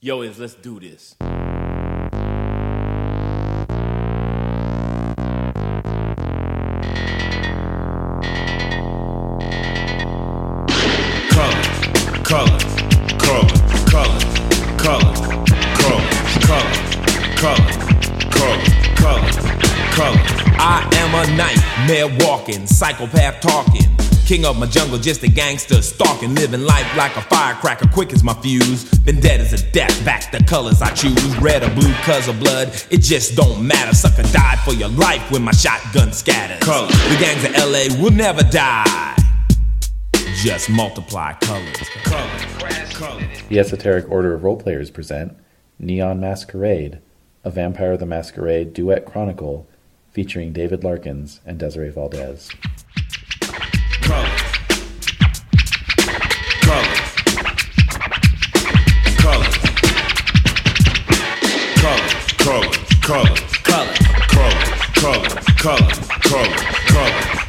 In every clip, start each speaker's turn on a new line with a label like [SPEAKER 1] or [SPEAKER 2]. [SPEAKER 1] Yo, is let's do this.
[SPEAKER 2] colors, colors, colors, colors, colors, colors, colors, colors, colors, colors, colors.
[SPEAKER 3] I am a nightmare walking, psychopath talking. King of my jungle, just a gangster stalking, living life like a firecracker, quick as my fuse. Been dead as a death, back the colors I choose. Red or blue, cuz of blood, it just don't matter. Sucker died for your life when my shotgun scatters.
[SPEAKER 2] Colors.
[SPEAKER 3] The gangs of LA will never die. Just multiply colors.
[SPEAKER 4] The Esoteric Order of Roleplayers present Neon Masquerade, a Vampire the Masquerade duet chronicle featuring David Larkins and Desiree Valdez.
[SPEAKER 2] colors, colors, colors, colors, colors, colors, colors, colors, colors, colors,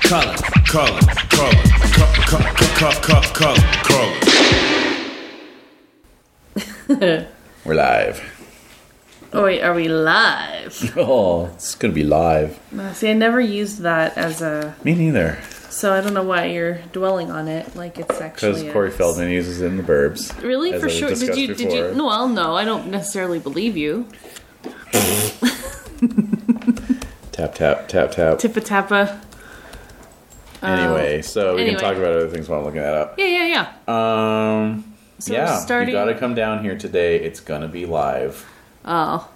[SPEAKER 2] colors, colors, colors, colors, colors, colors, colors, colors, colors.
[SPEAKER 4] We're live.
[SPEAKER 5] Oh wait, are we live?
[SPEAKER 4] Oh, it's gonna be live.
[SPEAKER 5] Uh, See, I never used that as a,
[SPEAKER 4] Me neither,
[SPEAKER 5] so I don't know why you're dwelling on it like it's actually.
[SPEAKER 4] because Corey
[SPEAKER 5] is.
[SPEAKER 4] Feldman uses it in the Burbs.
[SPEAKER 5] Really,
[SPEAKER 4] as
[SPEAKER 5] for
[SPEAKER 4] I
[SPEAKER 5] sure. Did
[SPEAKER 4] discussed
[SPEAKER 5] you? Did
[SPEAKER 4] before.
[SPEAKER 5] you? No, well, no, I don't necessarily believe you.
[SPEAKER 4] Tap tap tap tap.
[SPEAKER 5] Tippa tappa.
[SPEAKER 4] anyway, so we
[SPEAKER 5] Oh. anyway.
[SPEAKER 4] can talk about other things while I'm looking that up.
[SPEAKER 5] Yeah, yeah, yeah.
[SPEAKER 4] Um,
[SPEAKER 5] So
[SPEAKER 4] yeah,
[SPEAKER 5] starting.
[SPEAKER 4] you gotta come down here today. It's gonna be live.
[SPEAKER 5] Oh,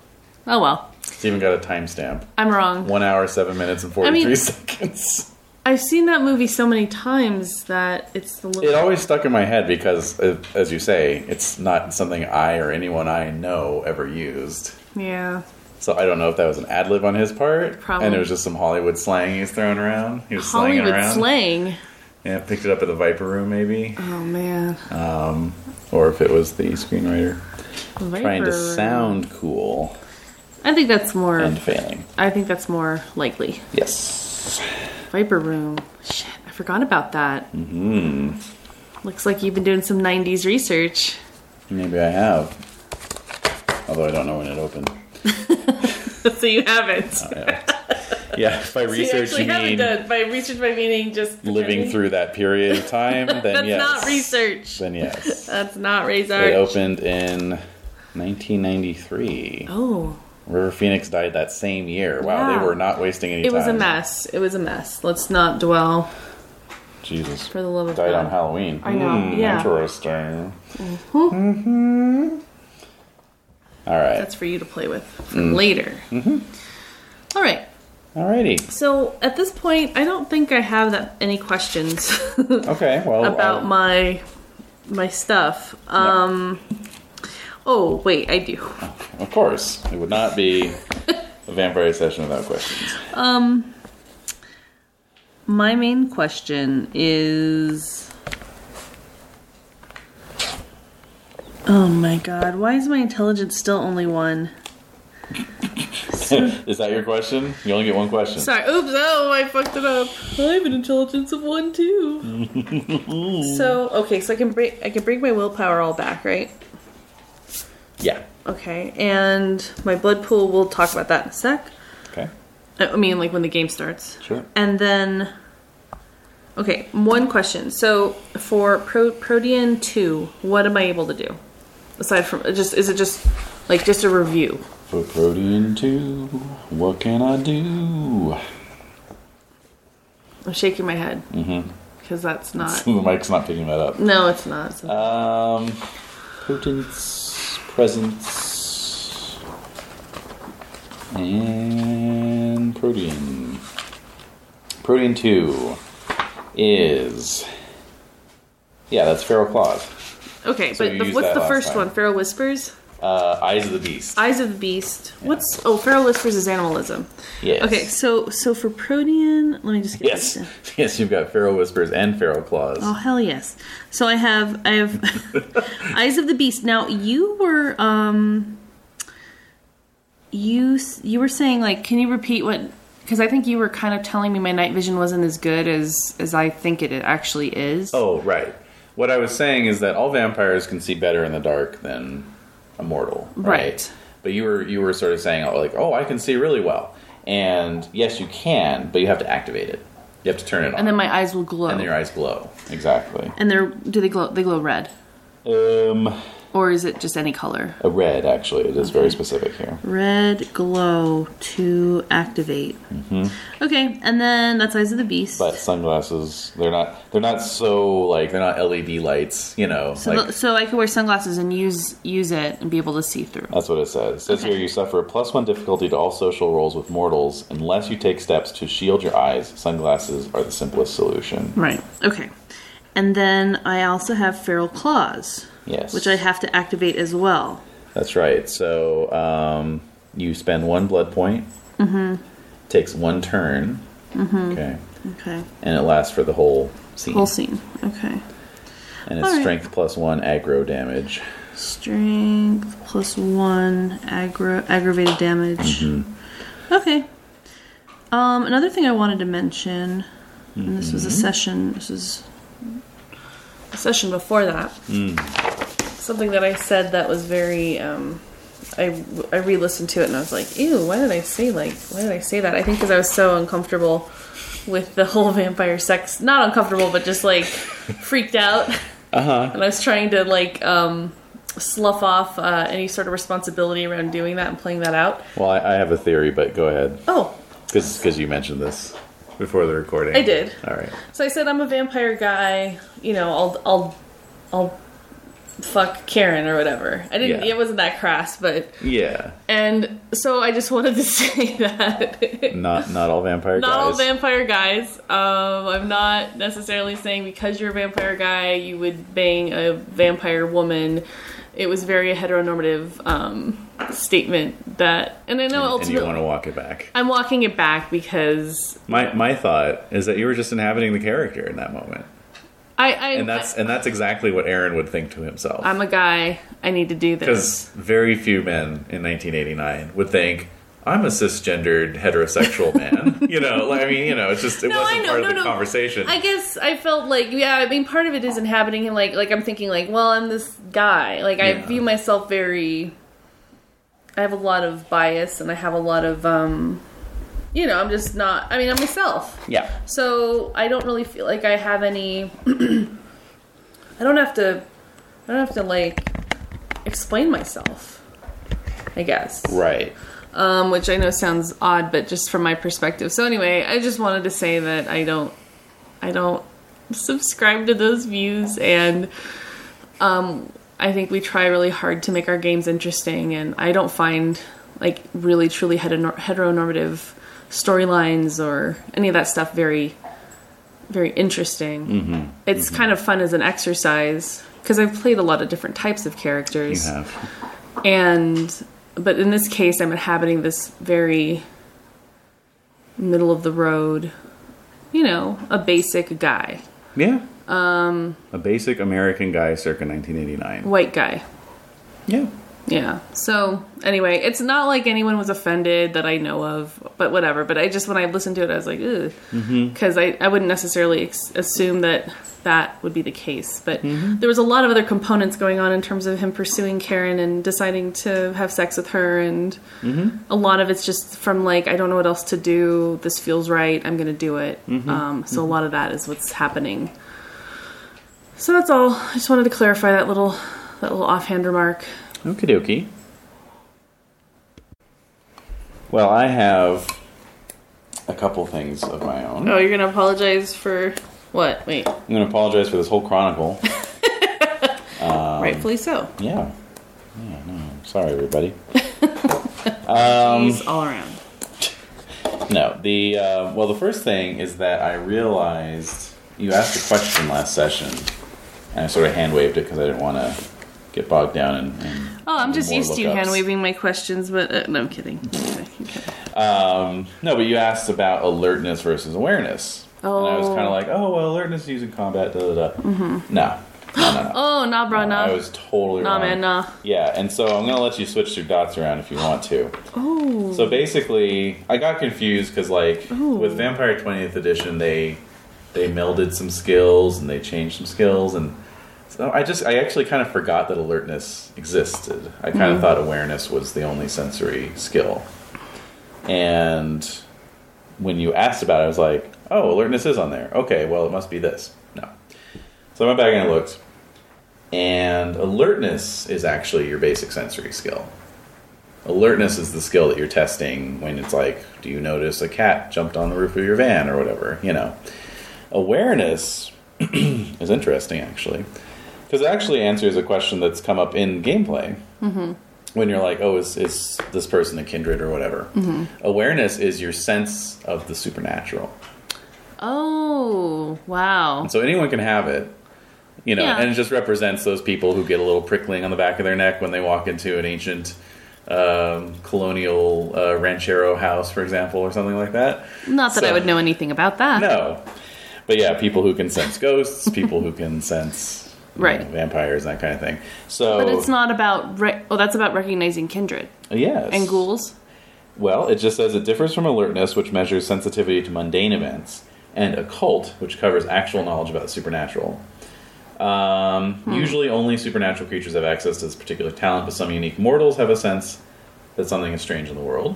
[SPEAKER 5] oh well.
[SPEAKER 4] It's even got a timestamp:
[SPEAKER 5] I'm wrong.
[SPEAKER 4] one hour, seven minutes, and forty-three
[SPEAKER 5] mean-
[SPEAKER 4] seconds.
[SPEAKER 5] I've seen that movie so many times that it's the.
[SPEAKER 4] It
[SPEAKER 5] Little,
[SPEAKER 4] always stuck in my head because, uh, as you say, it's not something I or anyone I know ever used.
[SPEAKER 5] yeah.
[SPEAKER 4] So I don't know if that was an ad lib on his part,
[SPEAKER 5] Probably.
[SPEAKER 4] and it was just some Hollywood slang he's throwing around. He was slanging
[SPEAKER 5] Hollywood
[SPEAKER 4] around.
[SPEAKER 5] slang.
[SPEAKER 4] Yeah, picked it up at the Viper Room maybe, Um,
[SPEAKER 5] Oh man.
[SPEAKER 4] or if it was the screenwriter trying to
[SPEAKER 5] Viper.
[SPEAKER 4] sound cool
[SPEAKER 5] I think that's more.
[SPEAKER 4] and failing.
[SPEAKER 5] I think that's more likely.
[SPEAKER 4] Yes.
[SPEAKER 5] Viper Room. Shit, I forgot about that. Mm-hmm. Looks like you've been doing some 90s research.
[SPEAKER 4] Maybe I have. Although I don't know when it opened.
[SPEAKER 5] so you haven't.
[SPEAKER 4] Yeah, by Uh, research
[SPEAKER 5] you
[SPEAKER 4] you
[SPEAKER 5] actually haven't
[SPEAKER 4] mean
[SPEAKER 5] done. By research, by meaning just.
[SPEAKER 4] living through that period of time, then
[SPEAKER 5] That's
[SPEAKER 4] yes.
[SPEAKER 5] not research.
[SPEAKER 4] Then yes.
[SPEAKER 5] That's not research.
[SPEAKER 4] It opened in 1993.
[SPEAKER 5] Oh.
[SPEAKER 4] River Phoenix died that same year. Wow, they
[SPEAKER 5] Wow.
[SPEAKER 4] were not wasting any
[SPEAKER 5] It
[SPEAKER 4] time.
[SPEAKER 5] was a mess. It was a mess. Let's not dwell.
[SPEAKER 4] Jesus.
[SPEAKER 5] For the love of
[SPEAKER 4] died
[SPEAKER 5] God.
[SPEAKER 4] on Halloween.
[SPEAKER 5] I know,
[SPEAKER 4] Hmm,
[SPEAKER 5] yeah. Mm-hmm.
[SPEAKER 4] Interesting. Mhm. All right.
[SPEAKER 5] That's for you to play with for
[SPEAKER 4] Mm.
[SPEAKER 5] later.
[SPEAKER 4] Mm-hmm.
[SPEAKER 5] All right.
[SPEAKER 4] Alrighty.
[SPEAKER 5] So at this point, I don't think I have that any questions.
[SPEAKER 4] Okay. Well. uh,
[SPEAKER 5] about
[SPEAKER 4] I'll-
[SPEAKER 5] my my stuff. Um Oh, wait, I do.
[SPEAKER 4] Of course, it would not be a vampire session without questions.
[SPEAKER 5] My main question is Oh my god, why is my intelligence still only 1?
[SPEAKER 4] Is that your question? You only get one question.
[SPEAKER 5] Sorry. Oops. Oh, I fucked it up. I have an intelligence of 1 too. so, okay, so I can break I can bring my willpower all back, right?
[SPEAKER 4] Yeah.
[SPEAKER 5] Okay. And my blood pool, we'll talk about that in a sec.
[SPEAKER 4] Okay.
[SPEAKER 5] I I mean, like when the game starts.
[SPEAKER 4] Sure.
[SPEAKER 5] And then, okay, one question. So for Pro- Protean Two, what am I able to do aside from just? Is it just like just a review?
[SPEAKER 4] For protein two, what can I do?
[SPEAKER 5] I'm shaking my head because
[SPEAKER 4] Mm-hmm.
[SPEAKER 5] that's not.
[SPEAKER 4] the mic's not picking that up.
[SPEAKER 5] No, it's not. It's not.
[SPEAKER 4] Um, potence, presence, and protein. Protein two is yeah, that's feral claws.
[SPEAKER 5] okay,
[SPEAKER 4] so
[SPEAKER 5] but
[SPEAKER 4] you
[SPEAKER 5] the,
[SPEAKER 4] used
[SPEAKER 5] what's
[SPEAKER 4] that
[SPEAKER 5] the
[SPEAKER 4] last
[SPEAKER 5] first
[SPEAKER 4] time.
[SPEAKER 5] one? Feral Whispers,
[SPEAKER 4] Uh, eyes of the beast.
[SPEAKER 5] Eyes of the Beast. What's oh, Feral Whispers is animalism.
[SPEAKER 4] Yes.
[SPEAKER 5] Okay, so so for Protean, let me just get
[SPEAKER 4] Yes,
[SPEAKER 5] this. down.
[SPEAKER 4] yes, you've got feral whispers and feral claws.
[SPEAKER 5] Oh hell yes! So I have I have Eyes of the Beast. Now you were um you s- you were saying like can you repeat what because I think you were kind of telling me my night vision wasn't as good as as I think it actually is.
[SPEAKER 4] Oh, right. What I was saying is that all vampires can see better in the dark than immortal, right?
[SPEAKER 5] Right.
[SPEAKER 4] But you were you were sort of saying oh, like, oh, I can see really well, and yes, you can, but you have to activate it. You have to turn it on,
[SPEAKER 5] And then my eyes will glow.
[SPEAKER 4] and then your eyes glow. Exactly.
[SPEAKER 5] And they're do they glow? They glow red,
[SPEAKER 4] Um,
[SPEAKER 5] or is it just any color?
[SPEAKER 4] a red actually. It is very specific here.
[SPEAKER 5] Red glow to activate. Okay, and then that's Eyes of the Beast.
[SPEAKER 4] Mm-hmm. But sunglasses, they're not they're not so like they're not LED lights, you know.
[SPEAKER 5] so,
[SPEAKER 4] like,
[SPEAKER 5] the- so I could wear sunglasses and use use it and be able to see through.
[SPEAKER 4] That's what it says. It says
[SPEAKER 5] Okay.
[SPEAKER 4] here you suffer plus one difficulty to all social roles with mortals unless you take steps to shield your eyes. Sunglasses are the simplest solution.
[SPEAKER 5] Right. Okay. And then I also have feral claws,
[SPEAKER 4] Yes.
[SPEAKER 5] which I have to activate as well.
[SPEAKER 4] That's right. So um, you spend one blood point. Mm-hmm. Takes one turn. Mm-hmm. Okay.
[SPEAKER 5] Okay.
[SPEAKER 4] And it lasts for the whole scene.
[SPEAKER 5] Whole scene. Okay.
[SPEAKER 4] And it's
[SPEAKER 5] All right.
[SPEAKER 4] strength plus one aggro damage.
[SPEAKER 5] Strength plus one aggra- aggravated damage. Okay. Um, another thing I wanted to mention, and this was a session. This was a session before that. Something that I said that was very. Um, I I re-listened to it and I was like, ew, why did I say like why did I say that? I think because I was so uncomfortable with the whole vampire sex. Not uncomfortable, but just like freaked out. And I was trying to like um, slough off uh, any sort of responsibility around doing that and playing that out.
[SPEAKER 4] Well, I, I have a theory, but go ahead.
[SPEAKER 5] Oh,
[SPEAKER 4] Because you mentioned this before the recording.
[SPEAKER 5] I did.
[SPEAKER 4] All right.
[SPEAKER 5] So I said I'm a vampire guy. You know, I'll I'll I'll fuck Karen or whatever. I didn't.
[SPEAKER 4] Yeah.
[SPEAKER 5] It wasn't that crass, but
[SPEAKER 4] Yeah.
[SPEAKER 5] and so I just wanted to say that.
[SPEAKER 4] Not not all vampire
[SPEAKER 5] Not all
[SPEAKER 4] guys.
[SPEAKER 5] vampire guys. Um, I'm not necessarily saying because you're a vampire guy, you would bang a vampire woman. It was very a heteronormative um, statement that, and I know
[SPEAKER 4] and, and you
[SPEAKER 5] ultimately
[SPEAKER 4] want to walk it back.
[SPEAKER 5] I'm walking it back because
[SPEAKER 4] My my thought is that you were just inhabiting the character in that moment,
[SPEAKER 5] I, I
[SPEAKER 4] and that's and that's exactly what Aaron would think to himself.
[SPEAKER 5] I'm a guy. I need to do this.
[SPEAKER 4] Because very few men in 1989 would think I'm a cisgendered heterosexual man. you know, like I mean, you know, it's just it
[SPEAKER 5] No, I
[SPEAKER 4] wasn't
[SPEAKER 5] know.
[SPEAKER 4] part
[SPEAKER 5] no,
[SPEAKER 4] of the
[SPEAKER 5] no.
[SPEAKER 4] conversation.
[SPEAKER 5] I guess I felt like yeah. I mean, part of it is inhabiting him. Like like I'm thinking like, well, I'm this guy. Like I
[SPEAKER 4] Yeah.
[SPEAKER 5] view myself very. I have a lot of bias, and I have a lot of um, you know, I'm just not. I mean, I'm myself.
[SPEAKER 4] yeah,
[SPEAKER 5] So I don't really feel like I have any. I don't have to. I don't have to like explain myself. I guess
[SPEAKER 4] right.
[SPEAKER 5] um, which I know sounds odd, but just from my perspective. So anyway, I just wanted to say that I don't, I don't subscribe to those views, and um, I think we try really hard to make our games interesting, and I don't find like really truly heteronor- heteronormative storylines or any of that stuff very, very interesting.
[SPEAKER 4] Mm-hmm.
[SPEAKER 5] It's kind of fun as an exercise because I've played a lot of different types of
[SPEAKER 4] You
[SPEAKER 5] characters
[SPEAKER 4] have
[SPEAKER 5] and but in this case i'm inhabiting this very middle of the road you know a basic guy
[SPEAKER 4] yeah. Um, a basic American guy circa 1989.
[SPEAKER 5] white guy
[SPEAKER 4] Yeah.
[SPEAKER 5] yeah so anyway it's not like anyone was offended that i know of but whatever but i just when i listened to it i was like ugh because I, I wouldn't necessarily ex- assume that that would be the case but there was a lot of other components going on in terms of him pursuing karen and deciding to have sex with her and a lot of it's just from like I don't know what else to do. This feels right. I'm gonna do it. Um, so a lot of that is what's happening. So that's all. I just wanted to clarify that little that little offhand remark.
[SPEAKER 4] Okie dokie. Well, I have a couple things of my own.
[SPEAKER 5] Oh, you're gonna apologize for what? Wait,
[SPEAKER 4] I'm going to apologize for this whole chronicle. Um,
[SPEAKER 5] rightfully so.
[SPEAKER 4] yeah. Yeah, no. Sorry, everybody. um,
[SPEAKER 5] He's all around.
[SPEAKER 4] No, the, uh, well, the first thing is that I realized you asked a question last session, and I sort of hand waved it because I didn't want to get bogged down and. and
[SPEAKER 5] Oh, I'm
[SPEAKER 4] do
[SPEAKER 5] just
[SPEAKER 4] more
[SPEAKER 5] used to you
[SPEAKER 4] lookups.
[SPEAKER 5] hand waving my questions, but uh, no, I'm kidding. Okay.
[SPEAKER 4] Um, no, but you asked about alertness versus awareness. And I was
[SPEAKER 5] Oh.
[SPEAKER 4] kind of like, oh, well, alertness is used in combat, da da da. Mm-hmm. No. No, no, no.
[SPEAKER 5] Oh, nah, bro, nah.
[SPEAKER 4] Uh, I was totally
[SPEAKER 5] Nah,
[SPEAKER 4] wrong.
[SPEAKER 5] man, nah.
[SPEAKER 4] Yeah, and so I'm gonna let you switch your dots around if you want to.
[SPEAKER 5] oh,
[SPEAKER 4] So basically, I got confused because like with Vampire 20th Edition, they they melded some skills and they changed some skills, and So I just I actually kind of forgot that alertness existed. I kind of thought awareness was the only sensory skill. And when you asked about it, I was like, "Oh, alertness is on there. Okay, well it must be this." No. So I went back and I looked, and alertness is actually your basic sensory skill. Alertness is the skill that you're testing when it's like, do you notice a cat jumped on the roof of your van or whatever? You know, awareness is interesting actually because it actually answers a question that's come up in gameplay when you're like oh is, is this person a kindred or whatever awareness is your sense of the supernatural
[SPEAKER 5] Oh, wow.
[SPEAKER 4] and so anyone can have it you know
[SPEAKER 5] Yeah.
[SPEAKER 4] and it just represents those people who get a little prickling on the back of their neck when they walk into an ancient um, colonial uh, ranchero house for example or something like that
[SPEAKER 5] Not that I
[SPEAKER 4] So-
[SPEAKER 5] would know anything about that.
[SPEAKER 4] No. But yeah, people who can sense ghosts, people who can sense you
[SPEAKER 5] Right.
[SPEAKER 4] know, vampires, that kind of thing. So
[SPEAKER 5] But it's not about. Re- oh, that's about recognizing kindred
[SPEAKER 4] yes.
[SPEAKER 5] and ghouls.
[SPEAKER 4] Well, it just says it differs from alertness, which measures sensitivity to mundane events, and occult, which covers actual knowledge about the supernatural. Um, Usually, only supernatural creatures have access to this particular talent, but some unique mortals have a sense that something is strange in the world.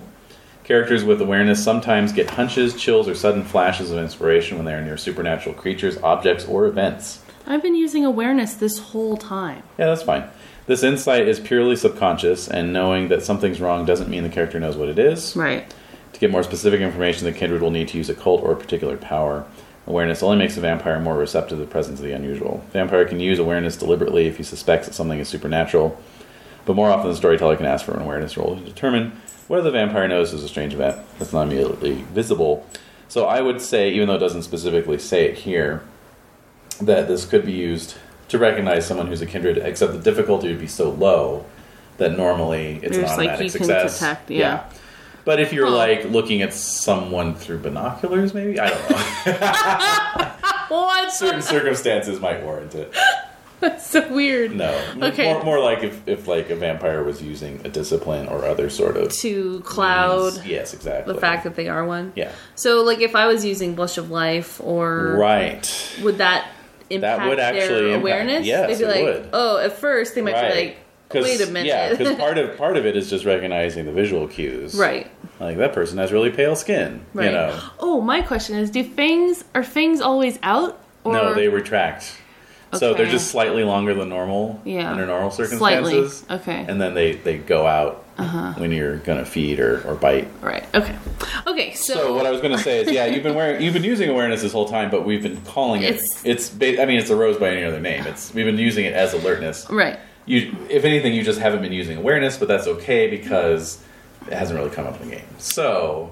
[SPEAKER 4] Characters with awareness sometimes get hunches, chills, or sudden flashes of inspiration when they are near supernatural creatures, objects, or events.
[SPEAKER 5] I've been using awareness this whole time.
[SPEAKER 4] Yeah, that's fine. This insight is purely subconscious, and knowing that something's wrong doesn't mean the character knows what it is.
[SPEAKER 5] Right.
[SPEAKER 4] To get more specific information, the kindred will need to use a cult or a particular power. Awareness only makes a vampire more receptive to the presence of the unusual. Vampire can use awareness deliberately if he suspects that something is supernatural, but more often the storyteller can ask for an awareness roll to determine whether the vampire knows is a strange event that's not immediately visible. So I would say, even though it doesn't specifically say it here, that this could be used to recognize someone who's a kindred, except the difficulty would be so low that normally it's an
[SPEAKER 5] There's, like,
[SPEAKER 4] automatic
[SPEAKER 5] you can
[SPEAKER 4] success.
[SPEAKER 5] detect- yeah.
[SPEAKER 4] But if you're
[SPEAKER 5] Huh.
[SPEAKER 4] like looking at someone through binoculars, maybe I don't know.
[SPEAKER 5] What?
[SPEAKER 4] Certain circumstances might warrant it.
[SPEAKER 5] That's so weird.
[SPEAKER 4] No, M-
[SPEAKER 5] Okay.
[SPEAKER 4] More, more like if, if like a vampire was using a discipline or other sort of
[SPEAKER 5] To cloud
[SPEAKER 4] Yes, exactly.
[SPEAKER 5] the fact that they are one.
[SPEAKER 4] yeah,
[SPEAKER 5] So, like, if I was using Blush of Life or
[SPEAKER 4] right.
[SPEAKER 5] would that impact
[SPEAKER 4] would
[SPEAKER 5] their
[SPEAKER 4] actually impact-
[SPEAKER 5] awareness?
[SPEAKER 4] yes,
[SPEAKER 5] They'd be
[SPEAKER 4] it
[SPEAKER 5] like,
[SPEAKER 4] would.
[SPEAKER 5] oh, at first they might
[SPEAKER 4] right.
[SPEAKER 5] be like,
[SPEAKER 4] 'Cause-
[SPEAKER 5] wait a minute,
[SPEAKER 4] Yeah, because part of part of it is just recognizing the visual cues.
[SPEAKER 5] right,
[SPEAKER 4] Like that person has really pale skin.
[SPEAKER 5] right.
[SPEAKER 4] You know.
[SPEAKER 5] Oh, my question is, do fangs are fangs always out? Or
[SPEAKER 4] No, they retract. So
[SPEAKER 5] Okay.
[SPEAKER 4] they're just slightly longer than normal
[SPEAKER 5] Yeah.
[SPEAKER 4] under normal
[SPEAKER 5] slightly
[SPEAKER 4] circumstances.
[SPEAKER 5] okay, Uh-huh.
[SPEAKER 4] And then they, they go out when you're gonna feed or, or bite.
[SPEAKER 5] right, okay, okay. So,
[SPEAKER 4] So what I was gonna say is, yeah, you've been wearing, you've been using awareness this whole time, but we've been calling it.
[SPEAKER 5] It's-
[SPEAKER 4] It's, ba- I mean, it's a rose by any other name. It's we've been using it as alertness.
[SPEAKER 5] right,
[SPEAKER 4] You, if anything, you just haven't been using awareness, but that's okay because it hasn't really come up in the game. So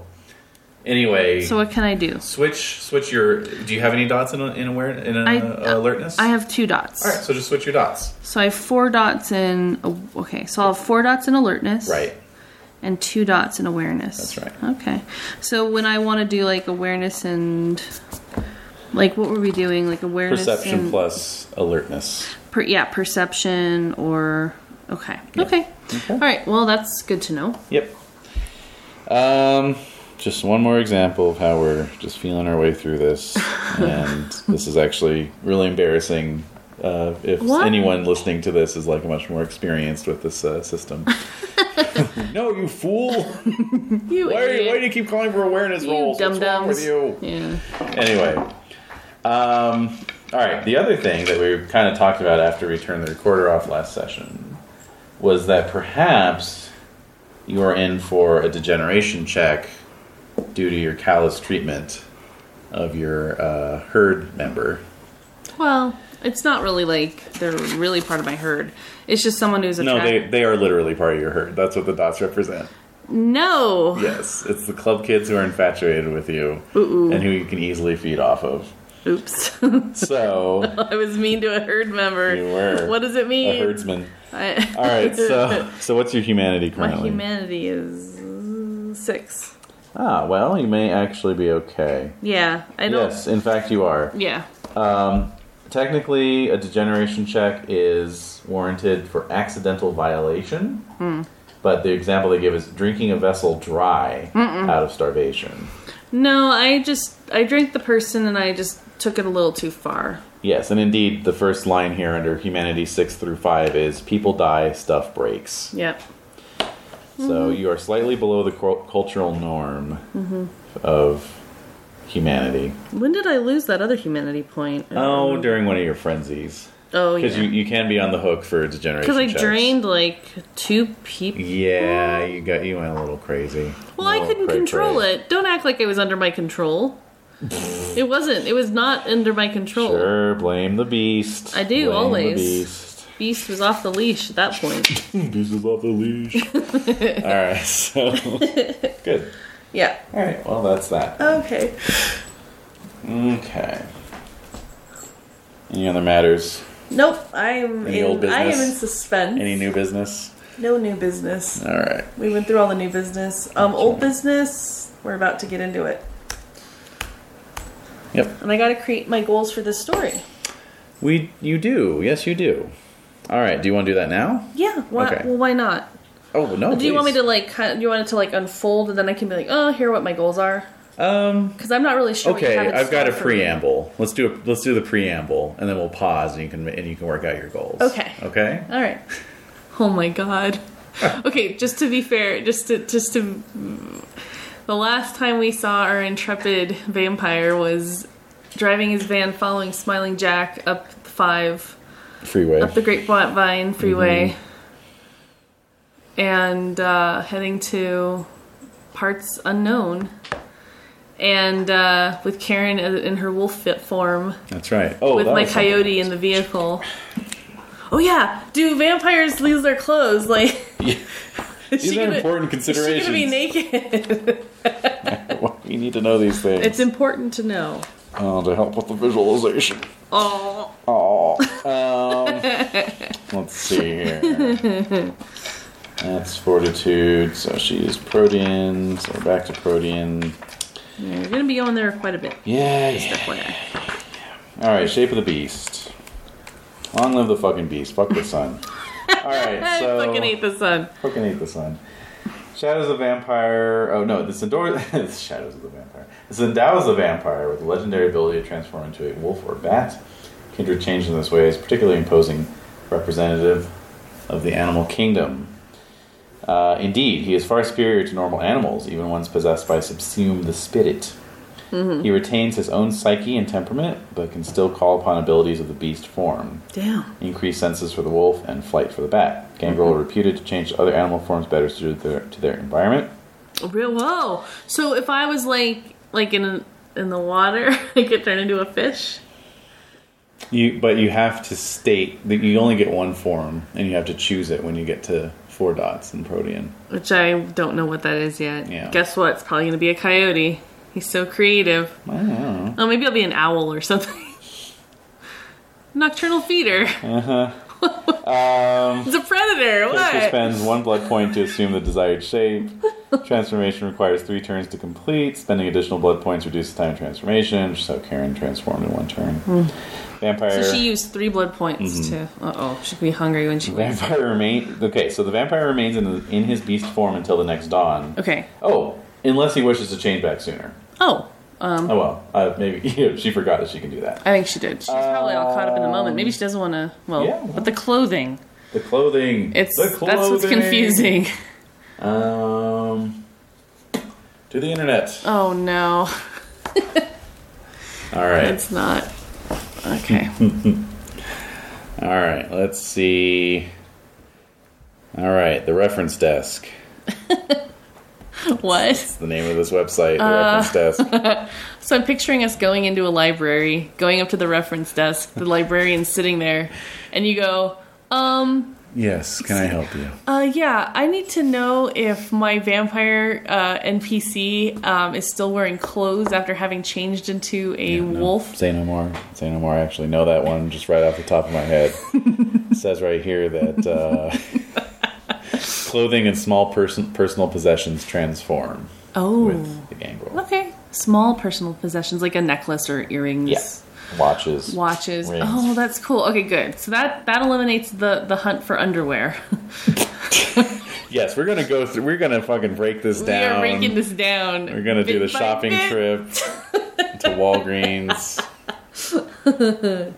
[SPEAKER 4] anyway,
[SPEAKER 5] so what can I do?
[SPEAKER 4] switch switch your. Do you have any dots in in aware in uh,
[SPEAKER 5] I-
[SPEAKER 4] alertness?
[SPEAKER 5] I have two dots.
[SPEAKER 4] All right, so just switch your dots.
[SPEAKER 5] So I have four dots in. Okay, so I'll have four dots in alertness.
[SPEAKER 4] Right.
[SPEAKER 5] And two dots in awareness.
[SPEAKER 4] That's right.
[SPEAKER 5] Okay. So when I want to do like awareness and. Like what were we doing? Like awareness
[SPEAKER 4] Perception
[SPEAKER 5] and
[SPEAKER 4] plus alertness.
[SPEAKER 5] per, yeah, perception or okay. okay, All right. Well, that's good to know.
[SPEAKER 4] Yep. Um, just one more example of how we're just feeling our way through this, and this is actually really embarrassing. Uh, if
[SPEAKER 5] What?
[SPEAKER 4] anyone listening to this is like much more experienced with this uh, system, no, you fool!
[SPEAKER 5] You
[SPEAKER 4] Why,
[SPEAKER 5] idiot.
[SPEAKER 4] why do you keep calling for awareness rolls? What's wrong with you?
[SPEAKER 5] Yeah.
[SPEAKER 4] Anyway, um, all right. The other thing that we kind of talked about after we turned the recorder off last session was that perhaps you are in for a degeneration check due to your callous treatment of your uh, herd member.
[SPEAKER 5] Well, it's not really like they're really part of my herd. It's just someone who's
[SPEAKER 4] No,
[SPEAKER 5] attracted.
[SPEAKER 4] they, they are literally part of your herd. That's what the dots represent.
[SPEAKER 5] No.
[SPEAKER 4] Yes, it's the club kids who are infatuated with you and who you can easily feed off of.
[SPEAKER 5] Oops.
[SPEAKER 4] So,
[SPEAKER 5] I was mean to a herd member.
[SPEAKER 4] You were.
[SPEAKER 5] What does it mean?
[SPEAKER 4] a herdsman.
[SPEAKER 5] I-
[SPEAKER 4] All right, so so what's your humanity
[SPEAKER 5] my
[SPEAKER 4] currently?
[SPEAKER 5] humanity is uh, six.
[SPEAKER 4] Ah, well, you may actually be okay.
[SPEAKER 5] Yeah, I don't.
[SPEAKER 4] Yes, in fact, you are.
[SPEAKER 5] Yeah.
[SPEAKER 4] Technically, a degeneration check is warranted for accidental violation,
[SPEAKER 5] Hmm.
[SPEAKER 4] but the example they give is drinking a vessel dry out of starvation.
[SPEAKER 5] No, I just I drank the person and I just took it a little too far.
[SPEAKER 4] Yes, and indeed, the first line here under humanity six through five is people die, stuff breaks.
[SPEAKER 5] Yep. Mm-hmm.
[SPEAKER 4] So you are slightly below the cul- cultural norm
[SPEAKER 5] Mm-hmm.
[SPEAKER 4] of humanity.
[SPEAKER 5] When did I lose that other humanity point?
[SPEAKER 4] Oh, during one of your frenzies.
[SPEAKER 5] Oh,
[SPEAKER 4] Because
[SPEAKER 5] yeah.
[SPEAKER 4] you, you can be on the hook for degeneration.
[SPEAKER 5] Because I
[SPEAKER 4] checks.
[SPEAKER 5] drained like two people.
[SPEAKER 4] Yeah, Oh, you got you went a little crazy.
[SPEAKER 5] Well, I couldn't control it. Don't act like it was under my control. it wasn't. It was not under my control.
[SPEAKER 4] Sure, blame the beast.
[SPEAKER 5] I
[SPEAKER 4] Blame
[SPEAKER 5] do,
[SPEAKER 4] the
[SPEAKER 5] always.
[SPEAKER 4] beast.
[SPEAKER 5] Beast was off the leash at that point.
[SPEAKER 4] Beast is off the leash. All right, so good.
[SPEAKER 5] yeah.
[SPEAKER 4] All right, well that's that.
[SPEAKER 5] Okay.
[SPEAKER 4] Okay. Any other matters?
[SPEAKER 5] Nope. I am.
[SPEAKER 4] Any old
[SPEAKER 5] In, I am
[SPEAKER 4] business?
[SPEAKER 5] in suspense.
[SPEAKER 4] Any new business?
[SPEAKER 5] No new business.
[SPEAKER 4] All right.
[SPEAKER 5] We went through all the new business. Um, old business. We're about to get into it.
[SPEAKER 4] Yep.
[SPEAKER 5] And I got to create my goals for this story.
[SPEAKER 4] We you do. Yes, you do. All right. Do you want to do that now?
[SPEAKER 5] Yeah. Why,
[SPEAKER 4] Okay.
[SPEAKER 5] Well, why not?
[SPEAKER 4] Oh no.
[SPEAKER 5] Do you want me to like? Kind do you want it to like unfold, and then I can be like, oh, here are what my goals are?
[SPEAKER 4] Um.
[SPEAKER 5] Because I'm not really sure. what you
[SPEAKER 4] Okay.
[SPEAKER 5] have in
[SPEAKER 4] I've got a
[SPEAKER 5] store for me.
[SPEAKER 4] preamble. Let's do a, let's do the preamble, and then we'll pause, and you can and you can work out your goals.
[SPEAKER 5] Okay.
[SPEAKER 4] Okay.
[SPEAKER 5] All right. Oh my god. Okay, just to be fair, just to just to the last time we saw our intrepid vampire was driving his van following Smiling Jack up the 5
[SPEAKER 4] Freeway.
[SPEAKER 5] up the Great Vine freeway
[SPEAKER 4] Mm-hmm.
[SPEAKER 5] and uh, heading to parts unknown. And uh, with Karen in her wolf fit form,
[SPEAKER 4] That's right. Oh,
[SPEAKER 5] with
[SPEAKER 4] that
[SPEAKER 5] my
[SPEAKER 4] was something.
[SPEAKER 5] coyote in the vehicle. Oh yeah, do vampires lose their clothes? Like, is
[SPEAKER 4] These
[SPEAKER 5] she
[SPEAKER 4] are
[SPEAKER 5] gonna,
[SPEAKER 4] important
[SPEAKER 5] is she
[SPEAKER 4] considerations.
[SPEAKER 5] gonna be naked?
[SPEAKER 4] we need to know these things
[SPEAKER 5] it's important to know.
[SPEAKER 4] uh, to help with the visualization.
[SPEAKER 5] Oh,
[SPEAKER 4] Oh. Um, let's see here. That's fortitude. So she's protean. So we're back to protean.
[SPEAKER 5] you're gonna be going there quite a bit.
[SPEAKER 4] Yeah, yeah.
[SPEAKER 5] FYI.
[SPEAKER 4] All right, shape of the beast. Long live the fucking beast. Fuck the sun. All right,
[SPEAKER 5] I
[SPEAKER 4] so
[SPEAKER 5] fucking hate the sun.
[SPEAKER 4] fucking hate the sun. Shadows of the Vampire. Oh no, the Sindor. the Shadows of the Vampire. The Sindow is a vampire with the legendary ability to transform into a wolf or bat. Kindred changed in this way is particularly imposing representative of the animal kingdom. Uh, indeed, he is far superior to normal animals, even ones possessed by Subsume the Spirit. He retains his own psyche and temperament, but can still call upon abilities of the beast form
[SPEAKER 5] Damn.
[SPEAKER 4] increased senses for the wolf and flight for the bat. Gangrel are reputed to change to other animal forms better suited to their, to their environment.
[SPEAKER 5] Real whoa. So if I was like like in in the water, I could turn into a fish.
[SPEAKER 4] You, but you have to state that you only get one form, and you have to choose it when you get to four dots in Protean.
[SPEAKER 5] Which I don't know what that is yet.
[SPEAKER 4] Yeah.
[SPEAKER 5] Guess what? It's probably gonna be a coyote. He's so creative.
[SPEAKER 4] I don't know.
[SPEAKER 5] Oh, maybe I'll be an owl or something. Nocturnal feeder.
[SPEAKER 4] Uh-huh. Um,
[SPEAKER 5] It's a predator.
[SPEAKER 4] character
[SPEAKER 5] What?
[SPEAKER 4] spends one blood point to assume the desired shape. Transformation requires three turns to complete. Spending additional blood points reduces time of transformation. So Karen transformed in one turn. Vampire.
[SPEAKER 5] Hmm. So she used three blood points
[SPEAKER 4] Mm-hmm.
[SPEAKER 5] to. Uh oh, she could be hungry when she wakes.
[SPEAKER 4] Vampire remain okay. So the vampire remains in, in his beast form until the next dawn.
[SPEAKER 5] Okay.
[SPEAKER 4] Oh, unless he wishes to change back sooner.
[SPEAKER 5] Oh,
[SPEAKER 4] oh well, uh, maybe she forgot that she can do that.
[SPEAKER 5] I think she did. She's probably all caught up in the moment. Maybe she doesn't want to. Well,
[SPEAKER 4] yeah, well.
[SPEAKER 5] but the clothing.
[SPEAKER 4] The clothing.
[SPEAKER 5] It's
[SPEAKER 4] the clothing.
[SPEAKER 5] that's what's confusing.
[SPEAKER 4] Um, to the internet.
[SPEAKER 5] Oh no,
[SPEAKER 4] All right,
[SPEAKER 5] it's not. Okay.
[SPEAKER 4] Hmm. all right. Let's see. All right, the reference desk.
[SPEAKER 5] what?
[SPEAKER 4] The name of this website, the
[SPEAKER 5] Uh.
[SPEAKER 4] reference desk.
[SPEAKER 5] So I'm picturing us going into a library, going up to the reference desk, the librarian sitting there, and you go, um,
[SPEAKER 4] Yes, can I help you?
[SPEAKER 5] Uh, yeah, I need to know if my vampire uh, NPC um, is still wearing clothes after having changed into a
[SPEAKER 4] No,
[SPEAKER 5] wolf.
[SPEAKER 4] Say no more. Say no more. I actually know that one just right off the top of my head. it says right here that uh, clothing and small person personal possessions transform
[SPEAKER 5] Oh,
[SPEAKER 4] with the gangrel.
[SPEAKER 5] okay. Small personal possessions like a necklace or earrings,
[SPEAKER 4] Yeah. Watches.
[SPEAKER 5] watches.
[SPEAKER 4] Rings.
[SPEAKER 5] Oh, that's cool. Okay, good. So that that eliminates the the hunt for underwear.
[SPEAKER 4] Yes, we're gonna go through. We're gonna fucking break this
[SPEAKER 5] we
[SPEAKER 4] down.
[SPEAKER 5] are breaking this down.
[SPEAKER 4] we're gonna do the shopping
[SPEAKER 5] trip.
[SPEAKER 4] trip to Walgreens.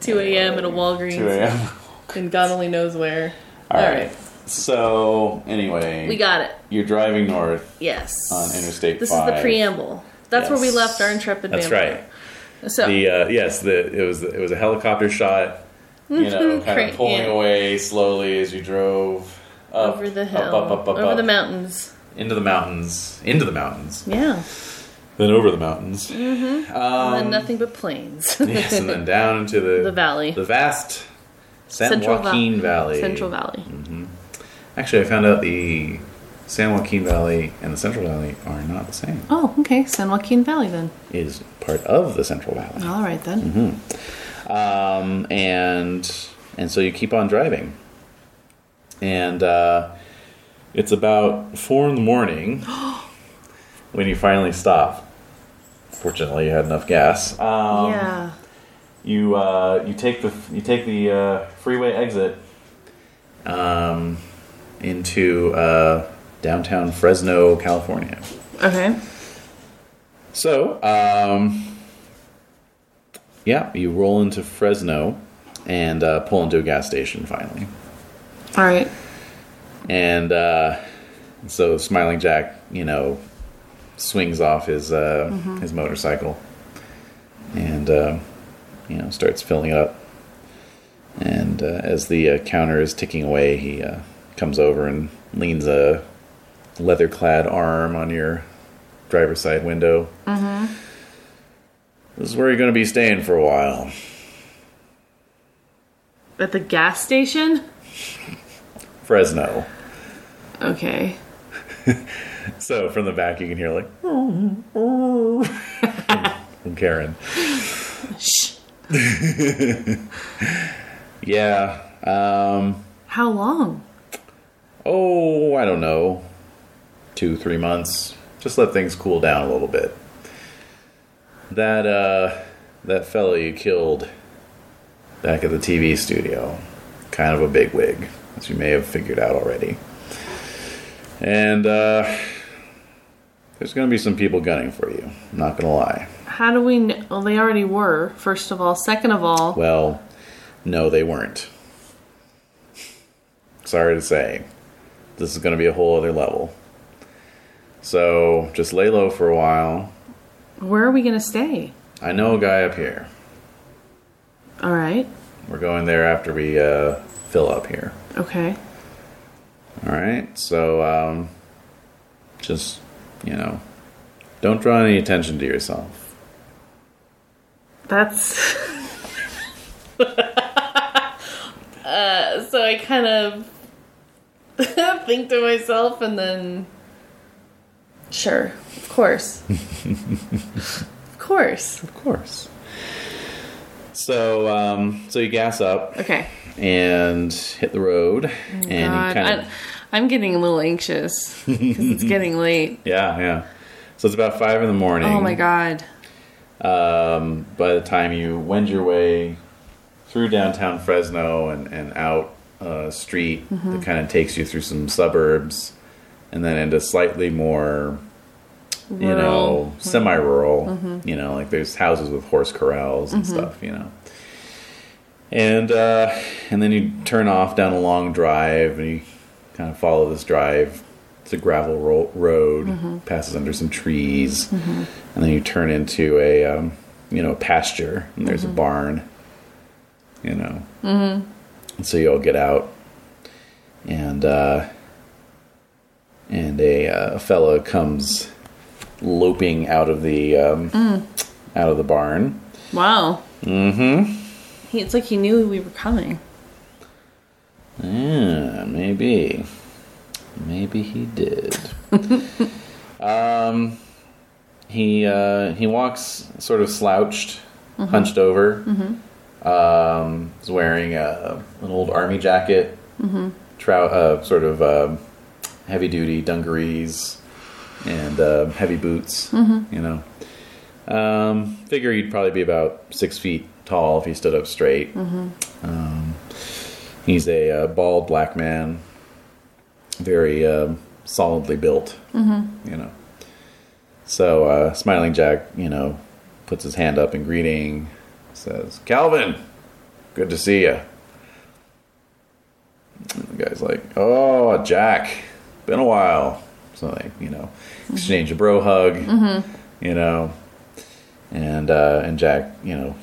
[SPEAKER 5] 2 a.m. at a
[SPEAKER 4] Two
[SPEAKER 5] Walgreens
[SPEAKER 4] a.m.
[SPEAKER 5] and God only knows where.
[SPEAKER 4] All
[SPEAKER 5] All
[SPEAKER 4] right. So anyway,
[SPEAKER 5] We got it.
[SPEAKER 4] You're driving north.
[SPEAKER 5] Yes.
[SPEAKER 4] On Interstate
[SPEAKER 5] This is the
[SPEAKER 4] 5.
[SPEAKER 5] preamble. That's where we
[SPEAKER 6] Yes.
[SPEAKER 5] left our intrepid
[SPEAKER 6] That's right.
[SPEAKER 5] vampire. So
[SPEAKER 6] The uh, yes, the it was it was a helicopter shot.
[SPEAKER 4] You know, kind
[SPEAKER 5] Mm-hmm. Great,
[SPEAKER 4] of pulling
[SPEAKER 5] yeah.
[SPEAKER 4] away slowly as you drove up,
[SPEAKER 5] over the
[SPEAKER 4] uh, up,
[SPEAKER 5] hill,
[SPEAKER 4] up, up, up,
[SPEAKER 5] over
[SPEAKER 4] up,
[SPEAKER 5] the mountains.
[SPEAKER 4] into the mountains, into the mountains,
[SPEAKER 5] Yeah.
[SPEAKER 4] then over the mountains.
[SPEAKER 5] Mm-hmm. and then nothing but plains.
[SPEAKER 4] Um, yes, and then down into the
[SPEAKER 5] The valley.
[SPEAKER 4] the vast San
[SPEAKER 5] Central Val-
[SPEAKER 4] Joaquin Valley. Mm-hmm.
[SPEAKER 5] Central Valley.
[SPEAKER 4] Actually, I found out the San Joaquin Valley and the Central Valley are not the same.
[SPEAKER 5] Oh, okay. San Joaquin Valley then.
[SPEAKER 4] It is part of the Central Valley.
[SPEAKER 5] All right then.
[SPEAKER 4] Mm-hmm. um, and and so you keep on driving, and uh, it's about four in the morning when you finally stop. Fortunately, you had enough gas. Um,
[SPEAKER 5] yeah.
[SPEAKER 4] You uh, you take the you take the uh, freeway exit um, into uh, downtown Fresno, California.
[SPEAKER 5] Okay.
[SPEAKER 4] So, um, yeah, you roll into Fresno and uh, pull into a gas station finally.
[SPEAKER 5] All right.
[SPEAKER 4] And uh, so Smiling Jack, you know, swings off his uh, his motorcycle and um, you know starts filling up. And uh, as the uh, counter is ticking away, he uh, comes over and leans a leather-clad arm on your driver's side window. Mm-hmm. This is where you're going to be staying for a while.
[SPEAKER 5] At the gas station.
[SPEAKER 4] Fresno.
[SPEAKER 5] Okay.
[SPEAKER 4] So from the back, you can hear like from Karen.
[SPEAKER 5] Shh.
[SPEAKER 4] Yeah. Um,
[SPEAKER 5] How long?
[SPEAKER 4] oh, I don't know. Two, three months. Just let things cool down a little bit. That uh, that fellow you killed back at the TV studio, kind of a big wig, as you may have figured out already. And uh, there's going to be some people gunning for you. I'm not going to lie.
[SPEAKER 5] How do we know? Well, they already were. First of all. Second of all.
[SPEAKER 4] Well, no, they weren't. Sorry to say. This is going to be a whole other level. So just lay low for a while.
[SPEAKER 5] Where are we going to stay?
[SPEAKER 4] I know a guy up here.
[SPEAKER 5] All right.
[SPEAKER 4] We're going there after we uh, fill up here.
[SPEAKER 5] Okay.
[SPEAKER 4] All right. So um, just, you know, don't draw any attention to yourself.
[SPEAKER 5] That's. uh, so I kind of think to myself and then. Sure, of course. of course.
[SPEAKER 4] Of course. So, um, so you gas up
[SPEAKER 5] Okay.
[SPEAKER 4] and hit the road, and you
[SPEAKER 5] Oh God,
[SPEAKER 4] kind of
[SPEAKER 5] I, I'm getting a little anxious because it's getting late.
[SPEAKER 4] Yeah, yeah. So it's about five in the morning.
[SPEAKER 5] Oh my god.
[SPEAKER 4] Um, by the time you wend your way through downtown Fresno and and out a street that kind of takes you through some suburbs, and then into slightly more, you know,
[SPEAKER 5] Rural.
[SPEAKER 4] semi-rural. You know, like there's houses with horse corrals and stuff. You know. And uh, and then you turn off down a long drive, and you kind of follow this drive. It's a gravel ro- road, passes under some trees, and then you turn into a um, you know pasture, and there's a barn. You know, mm-hmm. and so you all get out, and uh, and a uh, fellow comes loping out of the um, out of the barn.
[SPEAKER 5] Wow. Mm
[SPEAKER 4] Mm-hmm.
[SPEAKER 5] hmm. He, it's like he knew we were coming.
[SPEAKER 4] Yeah, maybe. Maybe he did. um, he uh, he walks sort of slouched, hunched over. Um, he's wearing a, an old army jacket, trou- uh, sort of um heavy duty dungarees, and uh, heavy boots. You know, um, figure he'd probably be about six feet tall if he stood up straight. He's a uh, bald black man, very um solidly built. You know. So uh, Smiling Jack, you know, puts his hand up in greeting, says, Calvin, good to see you. The guy's like, Oh, Jack, been a while. So they, you know, exchange a bro hug, you know, and uh, and Jack, you know,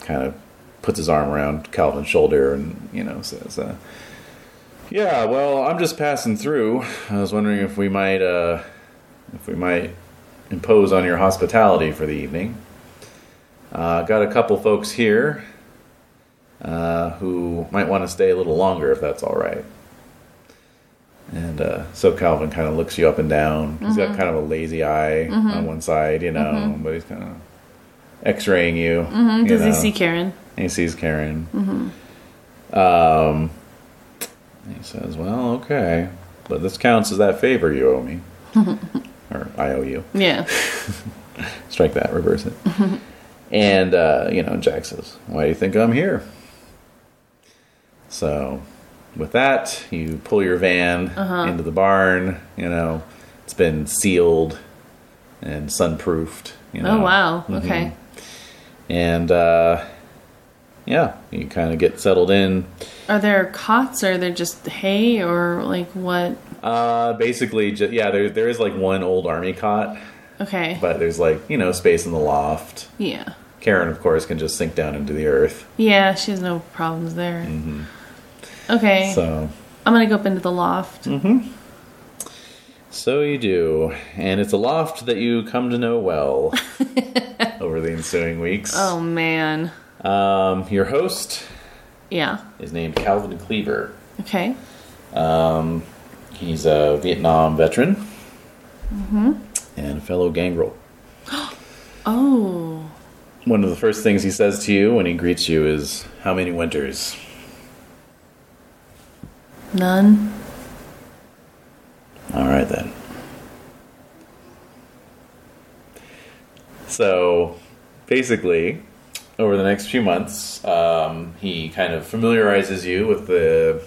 [SPEAKER 4] kind of puts his arm around Calvin's shoulder and you know says, uh, "Yeah, well, I'm just passing through. I was wondering if we might uh, if we might impose on your hospitality for the evening. Uh, got a couple folks here uh, who might want to stay a little longer if that's all right." And uh, so Calvin kind of looks you up and down. He's
[SPEAKER 5] Mm-hmm.
[SPEAKER 4] got kind of a lazy eye on one side, you know, but he's kind of x-raying you. you
[SPEAKER 5] Mm-hmm. Does he
[SPEAKER 4] know.
[SPEAKER 5] see Karen?
[SPEAKER 4] And he sees Karen. Um,
[SPEAKER 5] Mm-hmm.
[SPEAKER 4] and he says, "Well, okay, but this counts as that favor you owe me, or I owe you.
[SPEAKER 5] Yeah.
[SPEAKER 4] Strike that, reverse it." and uh, you know, Jack says, "Why do you think I'm here?" So, with that, you pull your van
[SPEAKER 5] Uh-huh.
[SPEAKER 4] into the barn. You know, it's been sealed and sunproofed. You know. Mm-hmm.
[SPEAKER 5] Oh wow. Okay.
[SPEAKER 4] And uh, yeah, you kind of get settled in.
[SPEAKER 5] Are there cots or are there just hay or like what?
[SPEAKER 4] Uh, basically, ju- yeah, there, there is like one old army cot,
[SPEAKER 5] Okay.
[SPEAKER 4] but there's like, you know, space in the loft.
[SPEAKER 5] yeah.
[SPEAKER 4] Karen, of course, can just sink down into the earth.
[SPEAKER 5] Yeah, she has no problems there. Okay.
[SPEAKER 4] Mm-hmm. So,
[SPEAKER 5] I'm gonna go up into the loft.
[SPEAKER 4] so you do. And it's a loft that you come to know well over the ensuing weeks.
[SPEAKER 5] Oh man.
[SPEAKER 4] Um, your host
[SPEAKER 5] Yeah.
[SPEAKER 7] is named Calvin Cleaver.
[SPEAKER 5] Okay.
[SPEAKER 7] He's a Vietnam veteran
[SPEAKER 5] Mm-hmm.
[SPEAKER 4] and a fellow gangrel.
[SPEAKER 5] Oh.
[SPEAKER 4] One of the first things he says to you when he greets you is, How many winters?
[SPEAKER 5] None.
[SPEAKER 4] All right then. So, basically, over the next few months, um, he kind of familiarizes you with the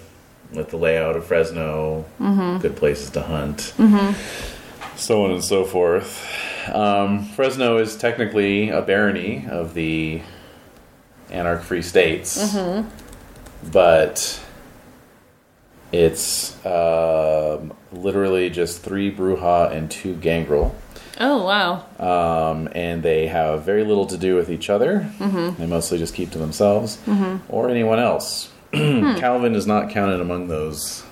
[SPEAKER 4] with the layout of Fresno, good places to hunt, so on and so forth. Um, Fresno is technically a barony of the anarch free states, but it's um, literally just three Bruja and two Gangrel.
[SPEAKER 5] Oh wow.
[SPEAKER 4] Um, and they have very little to do with each other. They mostly just keep to themselves or anyone else. Calvin is not counted among those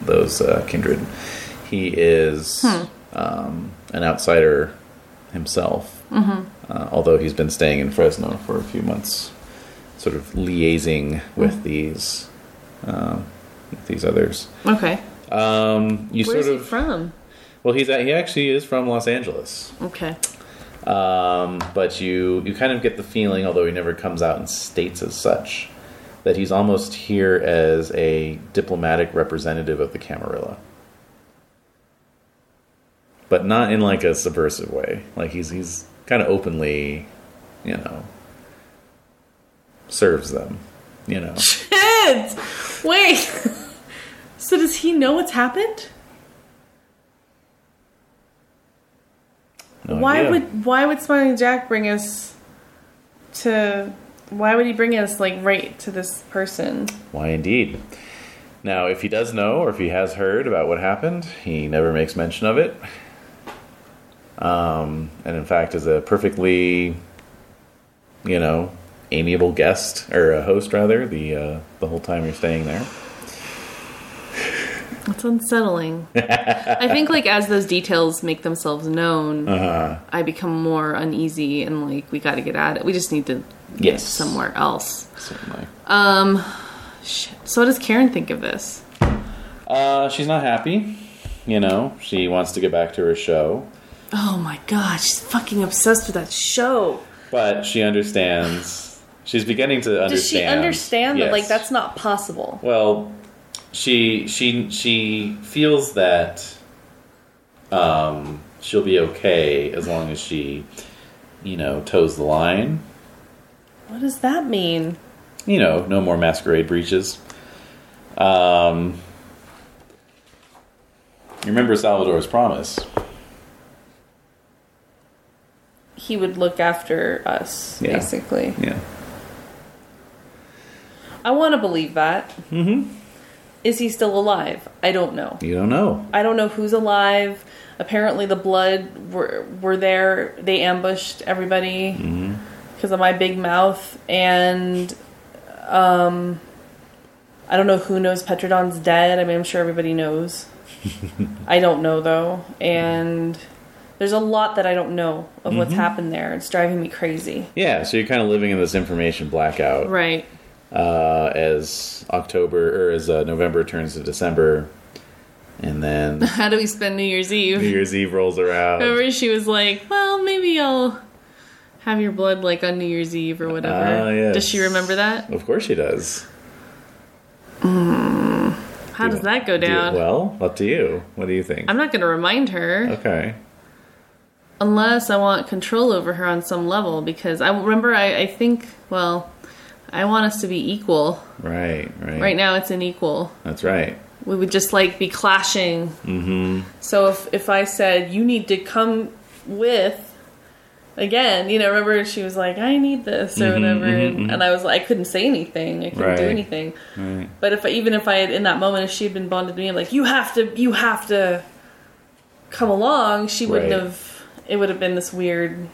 [SPEAKER 4] those uh, kindred. He is um, an outsider himself, uh, although he's been staying in Fresno for a few months, sort of liaising with these uh, with these others.
[SPEAKER 5] Okay.
[SPEAKER 4] Um, you
[SPEAKER 5] Where's
[SPEAKER 4] sort
[SPEAKER 5] he
[SPEAKER 4] of
[SPEAKER 5] from?
[SPEAKER 4] well, he's he actually is from Los Angeles,
[SPEAKER 5] Okay.
[SPEAKER 4] um, but you you kind of get the feeling, although he never comes out and states as such, that he's almost here as a diplomatic representative of the Camarilla, but not in like a subversive way. Like he's he's kind of openly, you know, serves them, you know.
[SPEAKER 5] Heads. Wait. so does he know what's happened?
[SPEAKER 4] No
[SPEAKER 5] Why
[SPEAKER 4] idea.
[SPEAKER 5] would Why would Smiling Jack bring us to? Why would he bring us like right to this person?
[SPEAKER 4] Why, indeed. Now, if he does know or if he has heard about what happened, he never makes mention of it. Um, and in fact, is a perfectly, you know, amiable guest or a host rather the uh, the whole time you're staying there.
[SPEAKER 5] It's unsettling. I think like as those details make themselves known,
[SPEAKER 7] Uh-huh.
[SPEAKER 5] I become more uneasy and like we got to get at it. We just need to get
[SPEAKER 4] Yes.
[SPEAKER 5] somewhere else.
[SPEAKER 4] Certainly.
[SPEAKER 5] Um, shit. So what does Karen think of this?
[SPEAKER 7] Uh, she's not happy. You know, she wants to get back to her show,
[SPEAKER 5] Oh my god, she's fucking obsessed with that show.
[SPEAKER 7] but she understands. She's beginning to understand.
[SPEAKER 5] Does she understand that like
[SPEAKER 7] Yes.
[SPEAKER 5] that's not possible?
[SPEAKER 7] well. She she she feels that um, she'll be okay as long as she, you know, toes the line.
[SPEAKER 5] What does that mean?
[SPEAKER 7] you know, no more masquerade breaches. Um, you remember Salvador's promise?
[SPEAKER 5] he would look after us,
[SPEAKER 4] Yeah.
[SPEAKER 5] basically.
[SPEAKER 4] Yeah.
[SPEAKER 5] I want to believe that. Mm-hmm. Is he still alive? I don't know.
[SPEAKER 4] You don't know.
[SPEAKER 5] I don't know who's alive. Apparently, the blood were were there. They ambushed everybody because of my big mouth, and um, I don't know who knows Petrodon's dead. I mean, I'm sure everybody knows. I don't know though, and there's a lot that I don't know of what's happened there. It's driving me crazy.
[SPEAKER 4] Yeah, so you're kind of living in this information blackout
[SPEAKER 5] Right.
[SPEAKER 4] uh, as October or as uh, November turns to December, and then
[SPEAKER 5] How do we spend New Year's Eve?
[SPEAKER 4] New Year's Eve rolls around.
[SPEAKER 5] Remember, she was like, "Well, maybe I'll have your blood like on New Year's Eve or whatever."
[SPEAKER 4] Ah, yes.
[SPEAKER 5] Does she remember that?
[SPEAKER 4] Of course she does.
[SPEAKER 5] How does that go
[SPEAKER 4] Do-
[SPEAKER 5] down?
[SPEAKER 4] well, up to you. What do you think?
[SPEAKER 5] I'm not going to remind her
[SPEAKER 4] okay.
[SPEAKER 5] unless I want control over her on some level because I remember. I, I think well, I want us to be equal.
[SPEAKER 4] Right. Right.
[SPEAKER 5] Right now, it's unequal.
[SPEAKER 4] That's right.
[SPEAKER 5] we would just like be clashing. Mm-hmm. So if if I said you need to come with again, you know, remember she was like, I need this or whatever, and, and I was like, I couldn't say anything, I couldn't
[SPEAKER 4] Mm-hmm,
[SPEAKER 5] do
[SPEAKER 4] Right.
[SPEAKER 5] anything. But if I, even if I had in that moment, if she had been bonded to me, I'm like, you have to, you have to come along, she wouldn't
[SPEAKER 4] Right.
[SPEAKER 5] have. It would have been this weird.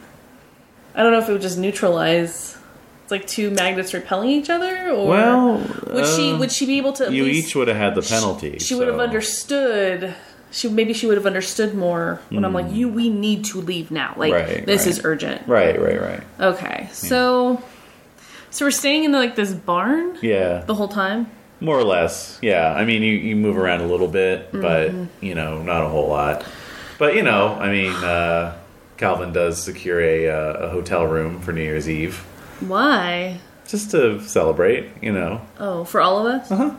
[SPEAKER 5] I don't know if it would just neutralize. It's like two magnets repelling each other, or
[SPEAKER 4] Well,
[SPEAKER 5] would she
[SPEAKER 4] uh,
[SPEAKER 5] would she be able to? At
[SPEAKER 4] You
[SPEAKER 5] least,
[SPEAKER 4] each would have had the penalty.
[SPEAKER 5] she would have
[SPEAKER 4] so-
[SPEAKER 5] understood. She maybe she would have understood more when I'm like, you, we need to leave now. Like
[SPEAKER 4] Hmm. Right,
[SPEAKER 5] this
[SPEAKER 4] right.
[SPEAKER 5] is urgent.
[SPEAKER 4] Right. Hmm. Right. Right.
[SPEAKER 5] Okay, so so we're staying in like this barn
[SPEAKER 4] Yeah.
[SPEAKER 5] the whole time.
[SPEAKER 4] More or less, yeah. I mean, you, you move around a little bit,
[SPEAKER 5] Mm-hmm.
[SPEAKER 4] but you know, not a whole lot. But you know, I mean, uh, Calvin does secure a, uh, a hotel room for New Year's Eve
[SPEAKER 5] Why?
[SPEAKER 4] just to celebrate. You know,
[SPEAKER 5] Oh, for all of us.
[SPEAKER 4] Uh-huh.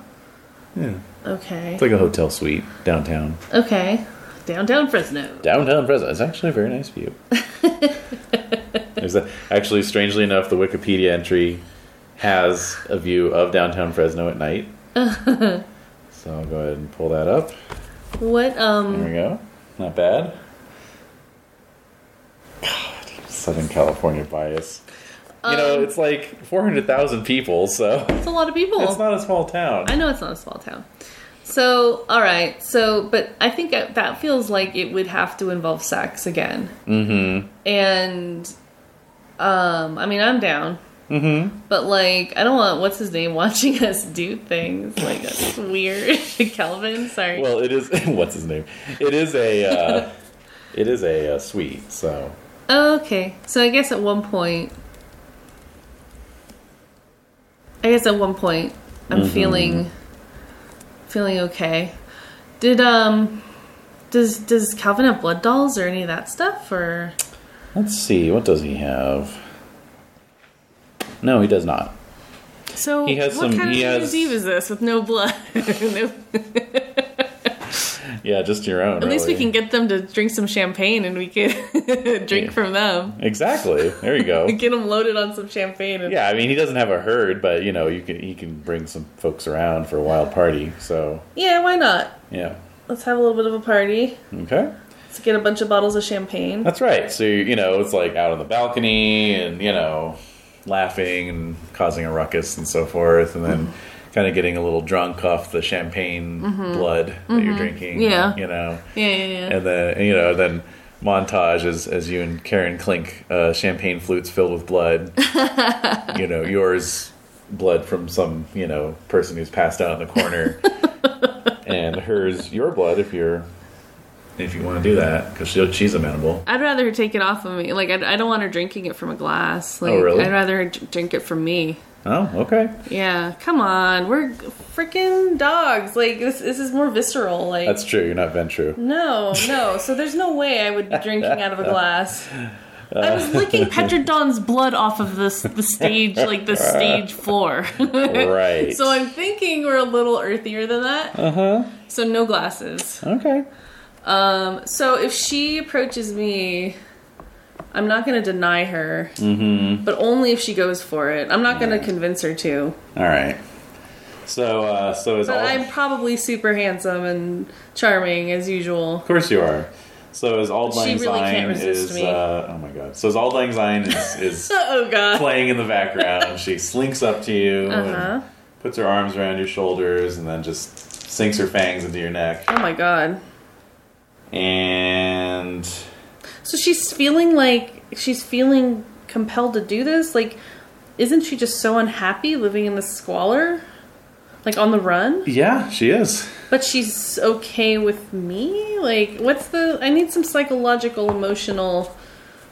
[SPEAKER 4] yeah,
[SPEAKER 5] Okay.
[SPEAKER 4] it's like a hotel suite downtown.
[SPEAKER 5] okay. Downtown Fresno.
[SPEAKER 4] Downtown Fresno. It's actually a very nice view. There's a, actually, strangely enough, the Wikipedia entry has a view of downtown Fresno at night. so I'll go ahead and pull that up.
[SPEAKER 5] What?
[SPEAKER 4] There we
[SPEAKER 5] Um.
[SPEAKER 4] go. Not bad. God, Southern California bias. You know, it's like 400,000 people, so
[SPEAKER 5] It's a lot of people.
[SPEAKER 4] it's not a small town.
[SPEAKER 5] I know it's not a small town. So, all right. So, but I think that- that feels like it would have to involve sex again. Mm-hmm. And, um, I mean, I'm down. Mm-hmm. But like, I don't want what's his name watching us do things. Like that's weird. Kelvin, sorry.
[SPEAKER 4] Well, it is. What's his name? It is a. Uh, it is a uh, suite, so.
[SPEAKER 5] okay. So I guess at one point, I guess at one point, I'm
[SPEAKER 4] Mm-hmm.
[SPEAKER 5] feeling feeling okay. Did um, does does Calvin have blood dolls or any of that stuff or?
[SPEAKER 4] Let's see. What does he have? No, he does not.
[SPEAKER 5] So
[SPEAKER 4] He has
[SPEAKER 5] what
[SPEAKER 4] some-
[SPEAKER 5] kind
[SPEAKER 4] he
[SPEAKER 5] of New
[SPEAKER 4] has-
[SPEAKER 5] Year's Eve is this with no blood? No-
[SPEAKER 4] Yeah, just your own.
[SPEAKER 5] At least we
[SPEAKER 4] really.
[SPEAKER 5] can get them to drink some champagne and we can drink from them.
[SPEAKER 4] Exactly. There you go.
[SPEAKER 5] Get them loaded on some champagne. And...
[SPEAKER 4] Yeah, I mean he doesn't have a herd, but you know you can he can bring some folks around for a wild party. So
[SPEAKER 5] yeah, why not?
[SPEAKER 4] yeah,
[SPEAKER 5] Let's have a little bit of a party.
[SPEAKER 4] okay,
[SPEAKER 5] Let's get a bunch of bottles of champagne.
[SPEAKER 4] that's right. So you know it's like out on the balcony and you know laughing and causing a ruckus and so forth, and then
[SPEAKER 5] Mm-hmm.
[SPEAKER 4] kind of getting a little drunk off the champagne blood that you're drinking.
[SPEAKER 5] Mm-hmm. Yeah.
[SPEAKER 4] you know,
[SPEAKER 5] Yeah, yeah, yeah.
[SPEAKER 4] and then and, you know then montage as, as you and Karen clink uh, champagne flutes filled with blood. you know yours blood from some you know person who's passed out in the corner, and hers your blood if you're if you want to do that because she's amenable.
[SPEAKER 5] I'd rather her take it off of me. Like, I, I don't want her drinking it from a glass. Like,
[SPEAKER 4] Oh, really?
[SPEAKER 5] I'd rather her dr- drink it from me.
[SPEAKER 4] Oh, okay,
[SPEAKER 5] Yeah, come on. We're freaking dogs. Like, this, this is more visceral. Like,
[SPEAKER 4] that's true. You're not Ventru.
[SPEAKER 5] no, no. So there's no way I would be drinking out of a glass. I was licking Petrodon's blood off of this the stage, like the stage floor.
[SPEAKER 4] Right. Uh-huh.
[SPEAKER 5] so I'm thinking we're a little earthier than that. Uh huh. So no glasses.
[SPEAKER 4] okay.
[SPEAKER 5] Um, so if she approaches me, I'm not gonna deny her, but only if she goes for it. I'm not gonna convince her to.
[SPEAKER 4] All right. So uh, so is
[SPEAKER 5] But
[SPEAKER 4] all.
[SPEAKER 5] I'm probably super handsome and charming as usual.
[SPEAKER 4] Of course you are. So as Auld Lang
[SPEAKER 5] She really
[SPEAKER 4] Syne
[SPEAKER 5] can't resist
[SPEAKER 4] is
[SPEAKER 5] me.
[SPEAKER 4] uh, oh my god. So as Auld Lang Syne is, is
[SPEAKER 5] oh god.
[SPEAKER 4] playing in the background, she slinks up to you, and
[SPEAKER 5] Uh-huh.
[SPEAKER 4] puts her arms around your shoulders, and then just sinks her fangs into your neck.
[SPEAKER 5] Oh my god.
[SPEAKER 4] And
[SPEAKER 5] So she's feeling like she's feeling compelled to do this. Like, isn't she just so unhappy living in the squalor, like on the run?
[SPEAKER 4] yeah, she is.
[SPEAKER 5] But she's okay with me. Like, what's the? I need some psychological, emotional,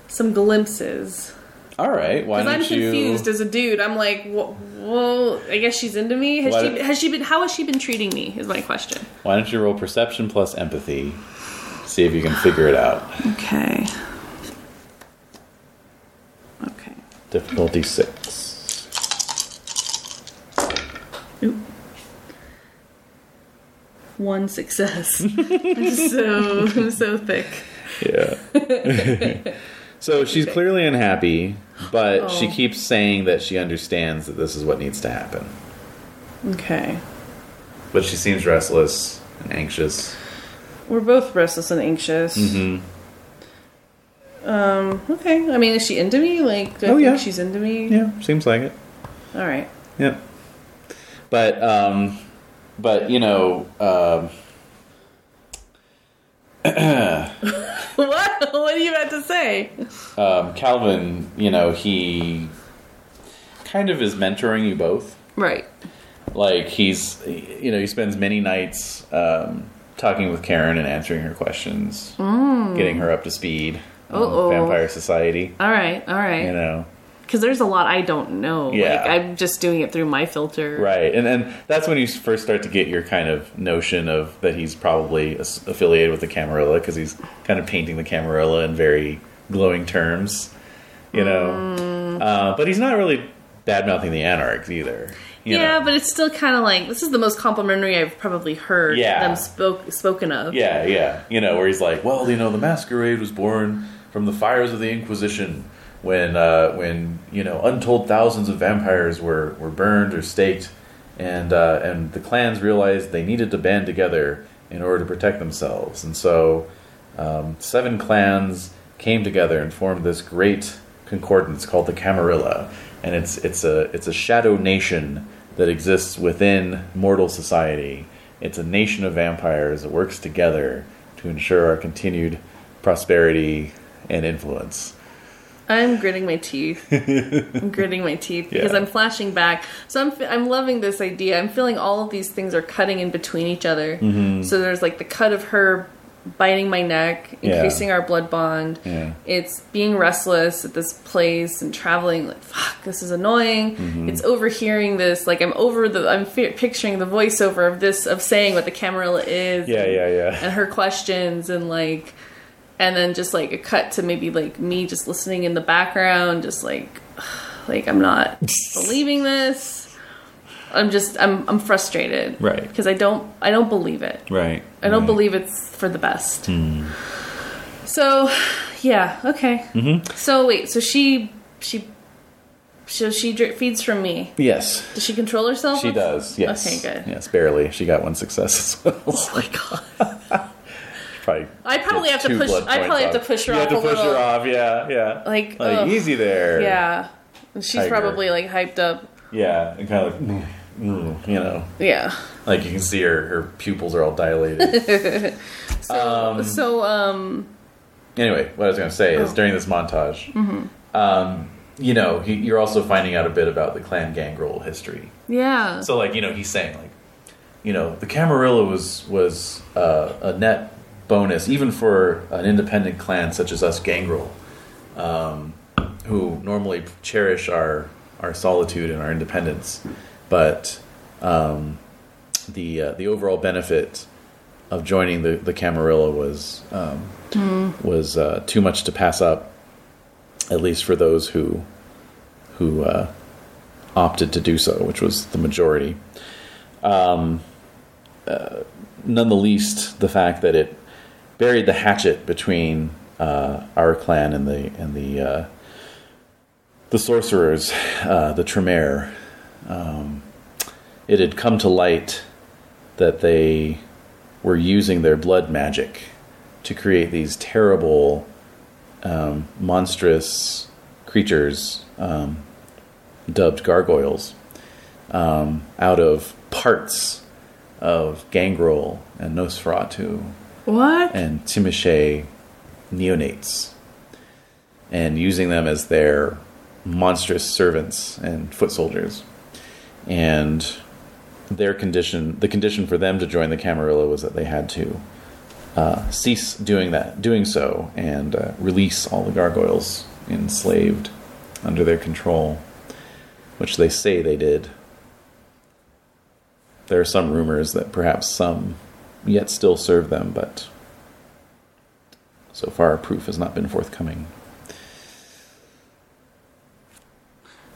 [SPEAKER 5] some glimpses.
[SPEAKER 4] All right, why
[SPEAKER 5] Because
[SPEAKER 4] don't
[SPEAKER 5] I'm
[SPEAKER 4] you?
[SPEAKER 5] confused as a dude. I'm like, whoa, whoa. I guess she's into me. Has
[SPEAKER 4] Why
[SPEAKER 5] she?
[SPEAKER 4] don't-
[SPEAKER 5] Has she been? How has she been treating me? Is my question.
[SPEAKER 4] Why don't you roll perception plus empathy? See if you can figure it out.
[SPEAKER 8] Okay. Okay.
[SPEAKER 4] Difficulty six.
[SPEAKER 5] One success. I'm so I'm so thick.
[SPEAKER 4] Yeah. so she's clearly unhappy, but she
[SPEAKER 5] Oh.
[SPEAKER 4] keeps saying that she understands that this is what needs to happen.
[SPEAKER 5] Okay.
[SPEAKER 4] But she seems restless and anxious.
[SPEAKER 5] We're both restless and anxious. Mm-hmm. Um. Okay. I mean, is she into me? Like, do I
[SPEAKER 4] Oh,
[SPEAKER 5] think
[SPEAKER 4] yeah.
[SPEAKER 5] she's into me.
[SPEAKER 4] Yeah, seems like it.
[SPEAKER 5] All right.
[SPEAKER 4] Yeah. But um, but you know, um,
[SPEAKER 5] What? What are you about to say?
[SPEAKER 4] um, Calvin, you know, he kind of is mentoring you both.
[SPEAKER 5] Right.
[SPEAKER 4] like he's you know he spends many nights um, talking with Karen and answering her questions, getting her up to speed
[SPEAKER 5] Uh-oh.
[SPEAKER 4] on vampire society.
[SPEAKER 5] All right. All right.
[SPEAKER 4] You know,
[SPEAKER 5] Because there's a lot I don't know.
[SPEAKER 4] Yeah.
[SPEAKER 5] Like, I'm just doing it through my filter.
[SPEAKER 4] right? And and that's when you first start to get your kind of notion of that he's probably as- affiliated with the Camarilla because he's kind of painting the Camarilla in very glowing terms, you know. Uh, but he's not really bad mouthing the Anarchs either. you
[SPEAKER 5] yeah,
[SPEAKER 4] know.
[SPEAKER 5] but it's still kind of like this is the most complimentary I've probably heard
[SPEAKER 4] Yeah.
[SPEAKER 5] them spoke spoken of.
[SPEAKER 4] Yeah, yeah. You know, where he's like, well, you know, the masquerade was born from the fires of the Inquisition when, uh, when you know, untold thousands of vampires were, were burned or staked, and, uh, and the clans realized they needed to band together in order to protect themselves. And so um, seven clans came together and formed this great concordance called the Camarilla, and it's it's a it's a shadow nation that exists within mortal society. It's a nation of vampires that works together to ensure our continued prosperity and influence.
[SPEAKER 5] I'm gritting my teeth. I'm gritting my teeth because
[SPEAKER 4] Yeah.
[SPEAKER 5] I'm flashing back. So I'm, fe- I'm loving this idea. I'm feeling all of these things are cutting in between each other.
[SPEAKER 4] Mm-hmm.
[SPEAKER 5] So there's like the cut of her biting my neck,
[SPEAKER 4] Yeah.
[SPEAKER 5] increasing our blood bond.
[SPEAKER 4] Yeah.
[SPEAKER 5] It's being restless at this place and traveling. Like fuck, this is annoying.
[SPEAKER 4] Mm-hmm.
[SPEAKER 5] It's overhearing this. Like I'm over the. I'm fe- picturing the voiceover of this of saying what the Camarilla is.
[SPEAKER 4] Yeah, yeah, yeah.
[SPEAKER 5] and her questions and like and then just like a cut to maybe like me just listening in the background just like like i'm not believing this i'm just i'm i'm frustrated
[SPEAKER 4] Right. Mm.
[SPEAKER 5] because i don't i don't believe it
[SPEAKER 4] Right.
[SPEAKER 5] i don't believe it's for the best
[SPEAKER 4] Hmm.
[SPEAKER 5] so yeah okay
[SPEAKER 4] Mm-hmm.
[SPEAKER 5] so wait so she she so she dri- feeds from me.
[SPEAKER 4] Yes,
[SPEAKER 5] Does she control herself?
[SPEAKER 4] she does. Yes.
[SPEAKER 5] Okay, good.
[SPEAKER 4] Yes, barely. She got one success as well.
[SPEAKER 5] Oh my god.
[SPEAKER 4] probably
[SPEAKER 5] I probably
[SPEAKER 4] gets
[SPEAKER 5] have to
[SPEAKER 4] two
[SPEAKER 5] push-
[SPEAKER 4] blood
[SPEAKER 5] I probably
[SPEAKER 4] points
[SPEAKER 5] have to
[SPEAKER 4] off.
[SPEAKER 5] push her
[SPEAKER 4] You
[SPEAKER 5] off
[SPEAKER 4] have to
[SPEAKER 5] a
[SPEAKER 4] push her
[SPEAKER 5] little.
[SPEAKER 4] off. Yeah, yeah.
[SPEAKER 5] Like,
[SPEAKER 4] Like,
[SPEAKER 5] ugh.
[SPEAKER 4] easy there.
[SPEAKER 5] Yeah. And she's
[SPEAKER 4] Tiger.
[SPEAKER 5] probably like hyped up.
[SPEAKER 4] Yeah, and kind of like, mm, you know,
[SPEAKER 5] Yeah.
[SPEAKER 4] like you can see her, her pupils are all dilated. Mm-hmm.
[SPEAKER 5] so um
[SPEAKER 4] anyway, what I was going to say is during this montage, um, you know, he, you're also finding out a bit about the clan gangrel history.
[SPEAKER 5] yeah.
[SPEAKER 4] So, like, you know, he's saying, like, you know, the Camarilla was was uh, a net bonus, even for an independent clan such as us Gangrel, um, who normally cherish our our solitude and our independence. But um, the uh, the overall benefit of joining the the Camarilla was um, was uh, too much to pass up, at least for those who who uh, opted to do so, which was the majority. Um, uh, none the least, the fact that it buried the hatchet between uh, our clan and the and the uh, the sorcerers, uh, the Tremere. Um, it had come to light that they were using their blood magic to create these terrible, um, monstrous creatures um, dubbed gargoyles um, out of parts of Gangrel and Nosferatu
[SPEAKER 9] What?
[SPEAKER 4] and Timoshe neonates and using them as their monstrous servants and foot soldiers. And their condition, the condition for them to join the Camarilla was that they had to uh, cease doing that, doing so, and uh, release all the gargoyles enslaved under their control, which they say they did. There are some rumors that perhaps some yet still serve them, but so far proof has not been forthcoming.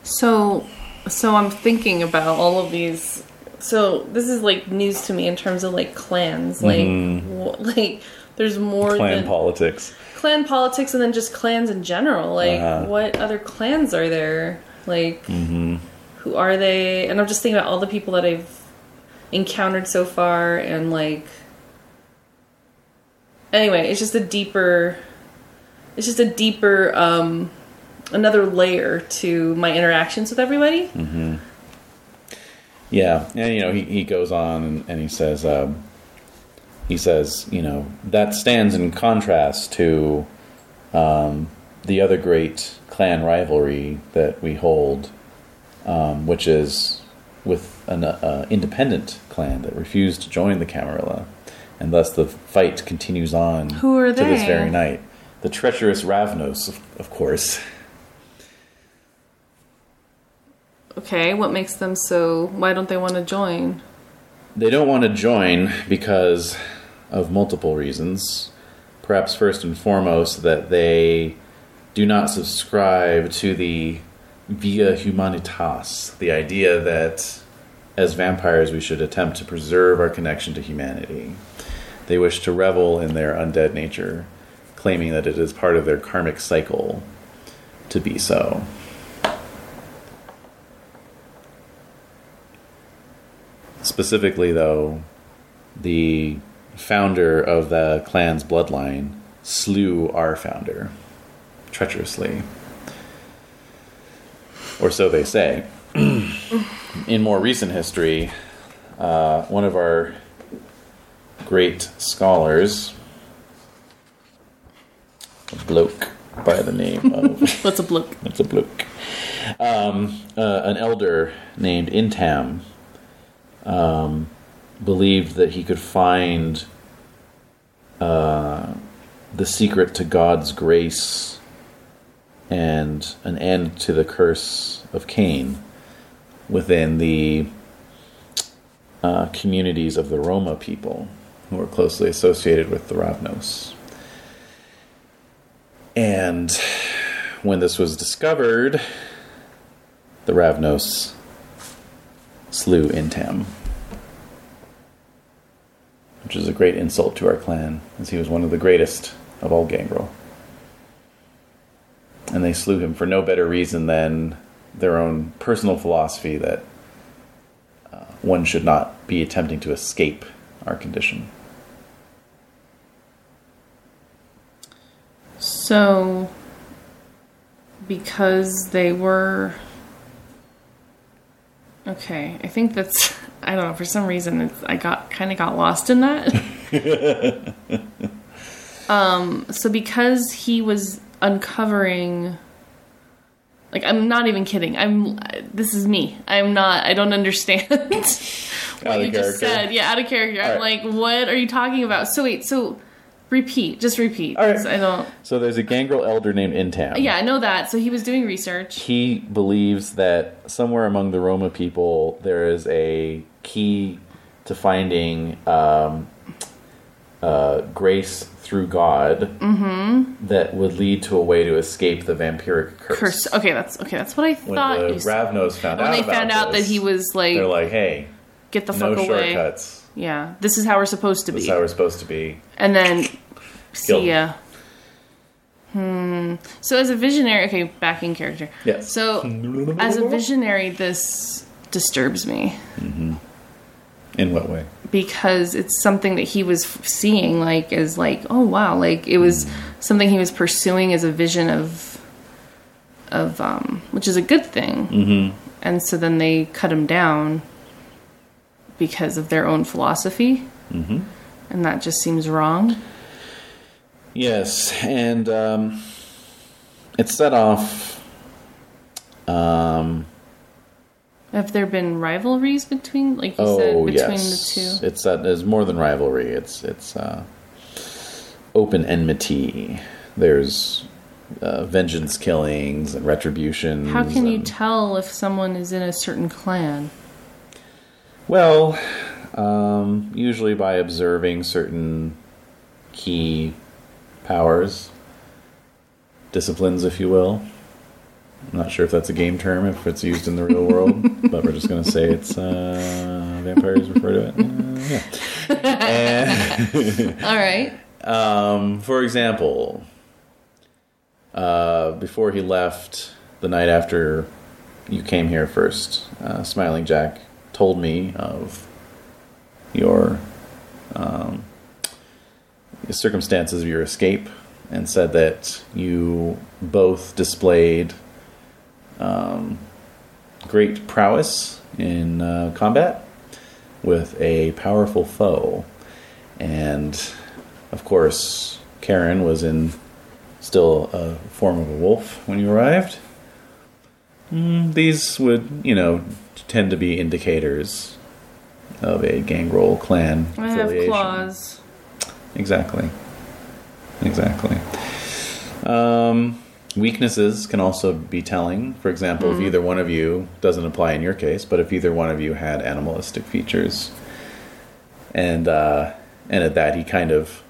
[SPEAKER 5] So, so I'm thinking about all of these. So this is like news to me in terms of like clans. Like, wh- like there's more
[SPEAKER 4] Mm-hmm. Clan
[SPEAKER 5] than
[SPEAKER 4] politics.
[SPEAKER 5] clan politics, and then just clans in general. Like,
[SPEAKER 4] Uh-huh.
[SPEAKER 5] what other clans are there? Like, who are they? And I'm just thinking about all the people that I've encountered so far, and like, anyway, it's just a deeper. It's just a deeper um, another layer to my interactions with everybody.
[SPEAKER 4] Yeah, and you know he, he goes on and, and he says um, he says you know that stands in contrast to um, the other great clan rivalry that we hold, um, which is with an uh, independent clan that refused to join the Camarilla, and thus the fight continues on
[SPEAKER 9] Who are
[SPEAKER 4] to this
[SPEAKER 9] they?
[SPEAKER 4] very night. The treacherous Ravnos, of, of course.
[SPEAKER 5] Okay, what makes them so? Why don't they want to join?
[SPEAKER 4] They don't want to join because of multiple reasons. Perhaps first and foremost, that they do not subscribe to the via humanitas, the idea that as vampires we should attempt to preserve our connection to humanity. They wish to revel in their undead nature, claiming that it is part of their karmic cycle to be so. Specifically, though, the founder of the clan's bloodline slew our founder treacherously. Or so they say. In more recent history, uh, one of our great scholars, a bloke by the name of.
[SPEAKER 5] What's a bloke?
[SPEAKER 4] That's a bloke. Um, uh, an elder named Intam um, believed that he could find uh, the secret to God's grace and an end to the curse of Cain within the uh, communities of the Roma people, who were closely associated with the Ravnos. And when this was discovered, the Ravnos slew Intam, which is a great insult to our clan, as he was one of the greatest of all Gangrel. And they slew him for no better reason than their own personal philosophy that uh, one should not be attempting to escape our condition.
[SPEAKER 5] So, because they were. Okay, I think that's. I don't know. For some reason, it's, I got kind of got lost in that. um. So because he was uncovering. Like I'm not even kidding. I'm. This is me. I'm not. I don't understand what you
[SPEAKER 4] character.
[SPEAKER 5] just said. Yeah, out of character. I'm
[SPEAKER 4] All right.
[SPEAKER 5] like, what are you talking about? So wait. So repeat. Just repeat.
[SPEAKER 4] All right.
[SPEAKER 5] 'cause I don't.
[SPEAKER 4] So there's a Gangrel elder named Intam.
[SPEAKER 5] Yeah, I know that. So he was doing research.
[SPEAKER 4] he believes that somewhere among the Roma people there is a key to finding um, uh, grace through God that would lead to a way to escape the vampiric curse.
[SPEAKER 5] Mm-hmm. Curse. Okay, that's okay. That's what I
[SPEAKER 4] When
[SPEAKER 5] thought.
[SPEAKER 4] the
[SPEAKER 5] you said.
[SPEAKER 4] Ravnos found
[SPEAKER 5] when
[SPEAKER 4] out
[SPEAKER 5] they
[SPEAKER 4] about
[SPEAKER 5] found out
[SPEAKER 4] this,
[SPEAKER 5] that he was like,
[SPEAKER 4] they're like, "Hey,
[SPEAKER 5] get the
[SPEAKER 4] no
[SPEAKER 5] fuck away.
[SPEAKER 4] shortcuts.
[SPEAKER 5] Yeah, this is how we're supposed to
[SPEAKER 4] This
[SPEAKER 5] be.
[SPEAKER 4] is how we're supposed to be."
[SPEAKER 5] and then,
[SPEAKER 4] Killed.
[SPEAKER 5] see ya. Hmm. So as a visionary, okay, back in character.
[SPEAKER 4] Yes.
[SPEAKER 5] So as a visionary, this disturbs me.
[SPEAKER 4] In what way?
[SPEAKER 5] because it's something that he was f- seeing like as like oh wow like it was
[SPEAKER 4] Mm.
[SPEAKER 5] something he was pursuing as a vision of of um which is a good thing mm-hmm. and so then they cut him down because of their own philosophy mm-hmm. and that just seems wrong
[SPEAKER 4] Yes, and um, it set off. Um,
[SPEAKER 5] have there been rivalries between like you said
[SPEAKER 4] oh
[SPEAKER 5] between
[SPEAKER 4] yes,
[SPEAKER 5] the two
[SPEAKER 4] it's that there's more than rivalry. It's it's uh, open enmity. There's uh, vengeance killings and retribution.
[SPEAKER 5] How can
[SPEAKER 4] um,
[SPEAKER 5] you tell if someone is in a certain clan?
[SPEAKER 4] Well, um, usually by observing certain key powers, disciplines, if you will. I'm not sure if that's a game term, if it's used in the real world, but we're just going to say it's uh, vampires refer to it. Uh, yeah.
[SPEAKER 5] All right.
[SPEAKER 4] Um, for example, uh, before he left the night after you came here first, uh, Smiling Jack told me of your um, circumstances of your escape and said that you both displayed um, great prowess in uh, combat with a powerful foe. And of course, Karen was in still a form of a wolf when you arrived. Mm, these would, you know, tend to be indicators of a gangrel clan
[SPEAKER 5] I have
[SPEAKER 4] affiliation.
[SPEAKER 5] claws.
[SPEAKER 4] Exactly. Exactly. Um, weaknesses can also be telling. For example,
[SPEAKER 5] Mm-hmm.
[SPEAKER 4] if either one of you doesn't apply in your case, but if either one of you had animalistic features, and uh, and at that he kind of,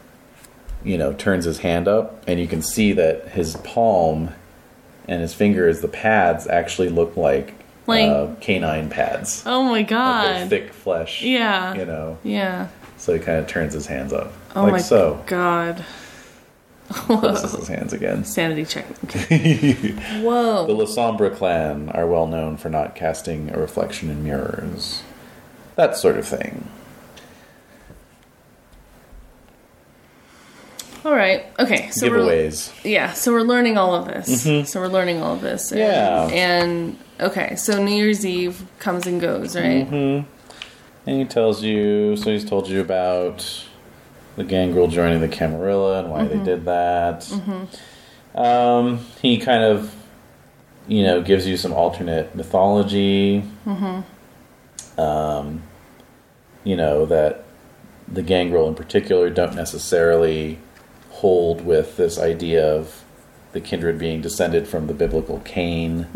[SPEAKER 4] you know, turns his hand up, and you can see that his palm and his fingers, the pads actually look like
[SPEAKER 5] Like-
[SPEAKER 4] uh, canine pads,
[SPEAKER 5] Oh my
[SPEAKER 4] Like
[SPEAKER 5] god.
[SPEAKER 4] they're thick flesh.
[SPEAKER 5] Yeah.
[SPEAKER 4] you know.
[SPEAKER 5] Yeah.
[SPEAKER 4] So he kind of turns his hands up,
[SPEAKER 5] Oh
[SPEAKER 4] like
[SPEAKER 5] my
[SPEAKER 4] so.
[SPEAKER 5] god.
[SPEAKER 4] Closes his hands again.
[SPEAKER 5] Sanity check. Okay.
[SPEAKER 4] the
[SPEAKER 5] Whoa.
[SPEAKER 4] La Sombra clan are well known for not casting a reflection in mirrors. That sort of thing.
[SPEAKER 5] All right. Okay. So we're
[SPEAKER 4] Giveaways.
[SPEAKER 5] yeah. So we're learning all of this. So we're learning all of this. And,
[SPEAKER 4] Mm-hmm. Yeah.
[SPEAKER 5] And okay. So New Year's Eve comes and goes, right?
[SPEAKER 4] Mm-hmm. And he tells you, so he's told you about the gangrel joining the Camarilla and why they did that. Um, he kind of, you know, gives you some alternate mythology. Um, you know, that the gangrel in particular don't necessarily hold with this idea of the kindred being descended from the biblical Cain.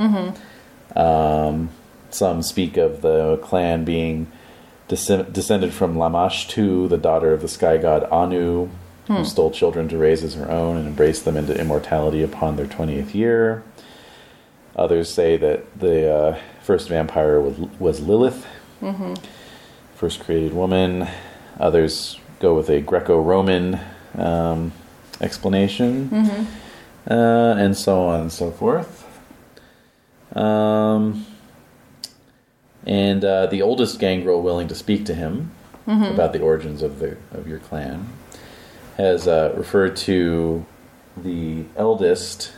[SPEAKER 4] Um, some speak of the clan being descend- descended from Lamashtu, the daughter of the sky god Anu, who stole children to raise as her own and embraced them into immortality upon their 20th year. Others say that the uh, first vampire was, was Lilith, first created woman. Others go with a Greco Roman um, explanation, uh, and so on and so forth. Um, and uh, the oldest gangrel willing to speak to him
[SPEAKER 5] Mm-hmm.
[SPEAKER 4] about the origins of the of your clan has uh, referred to the eldest,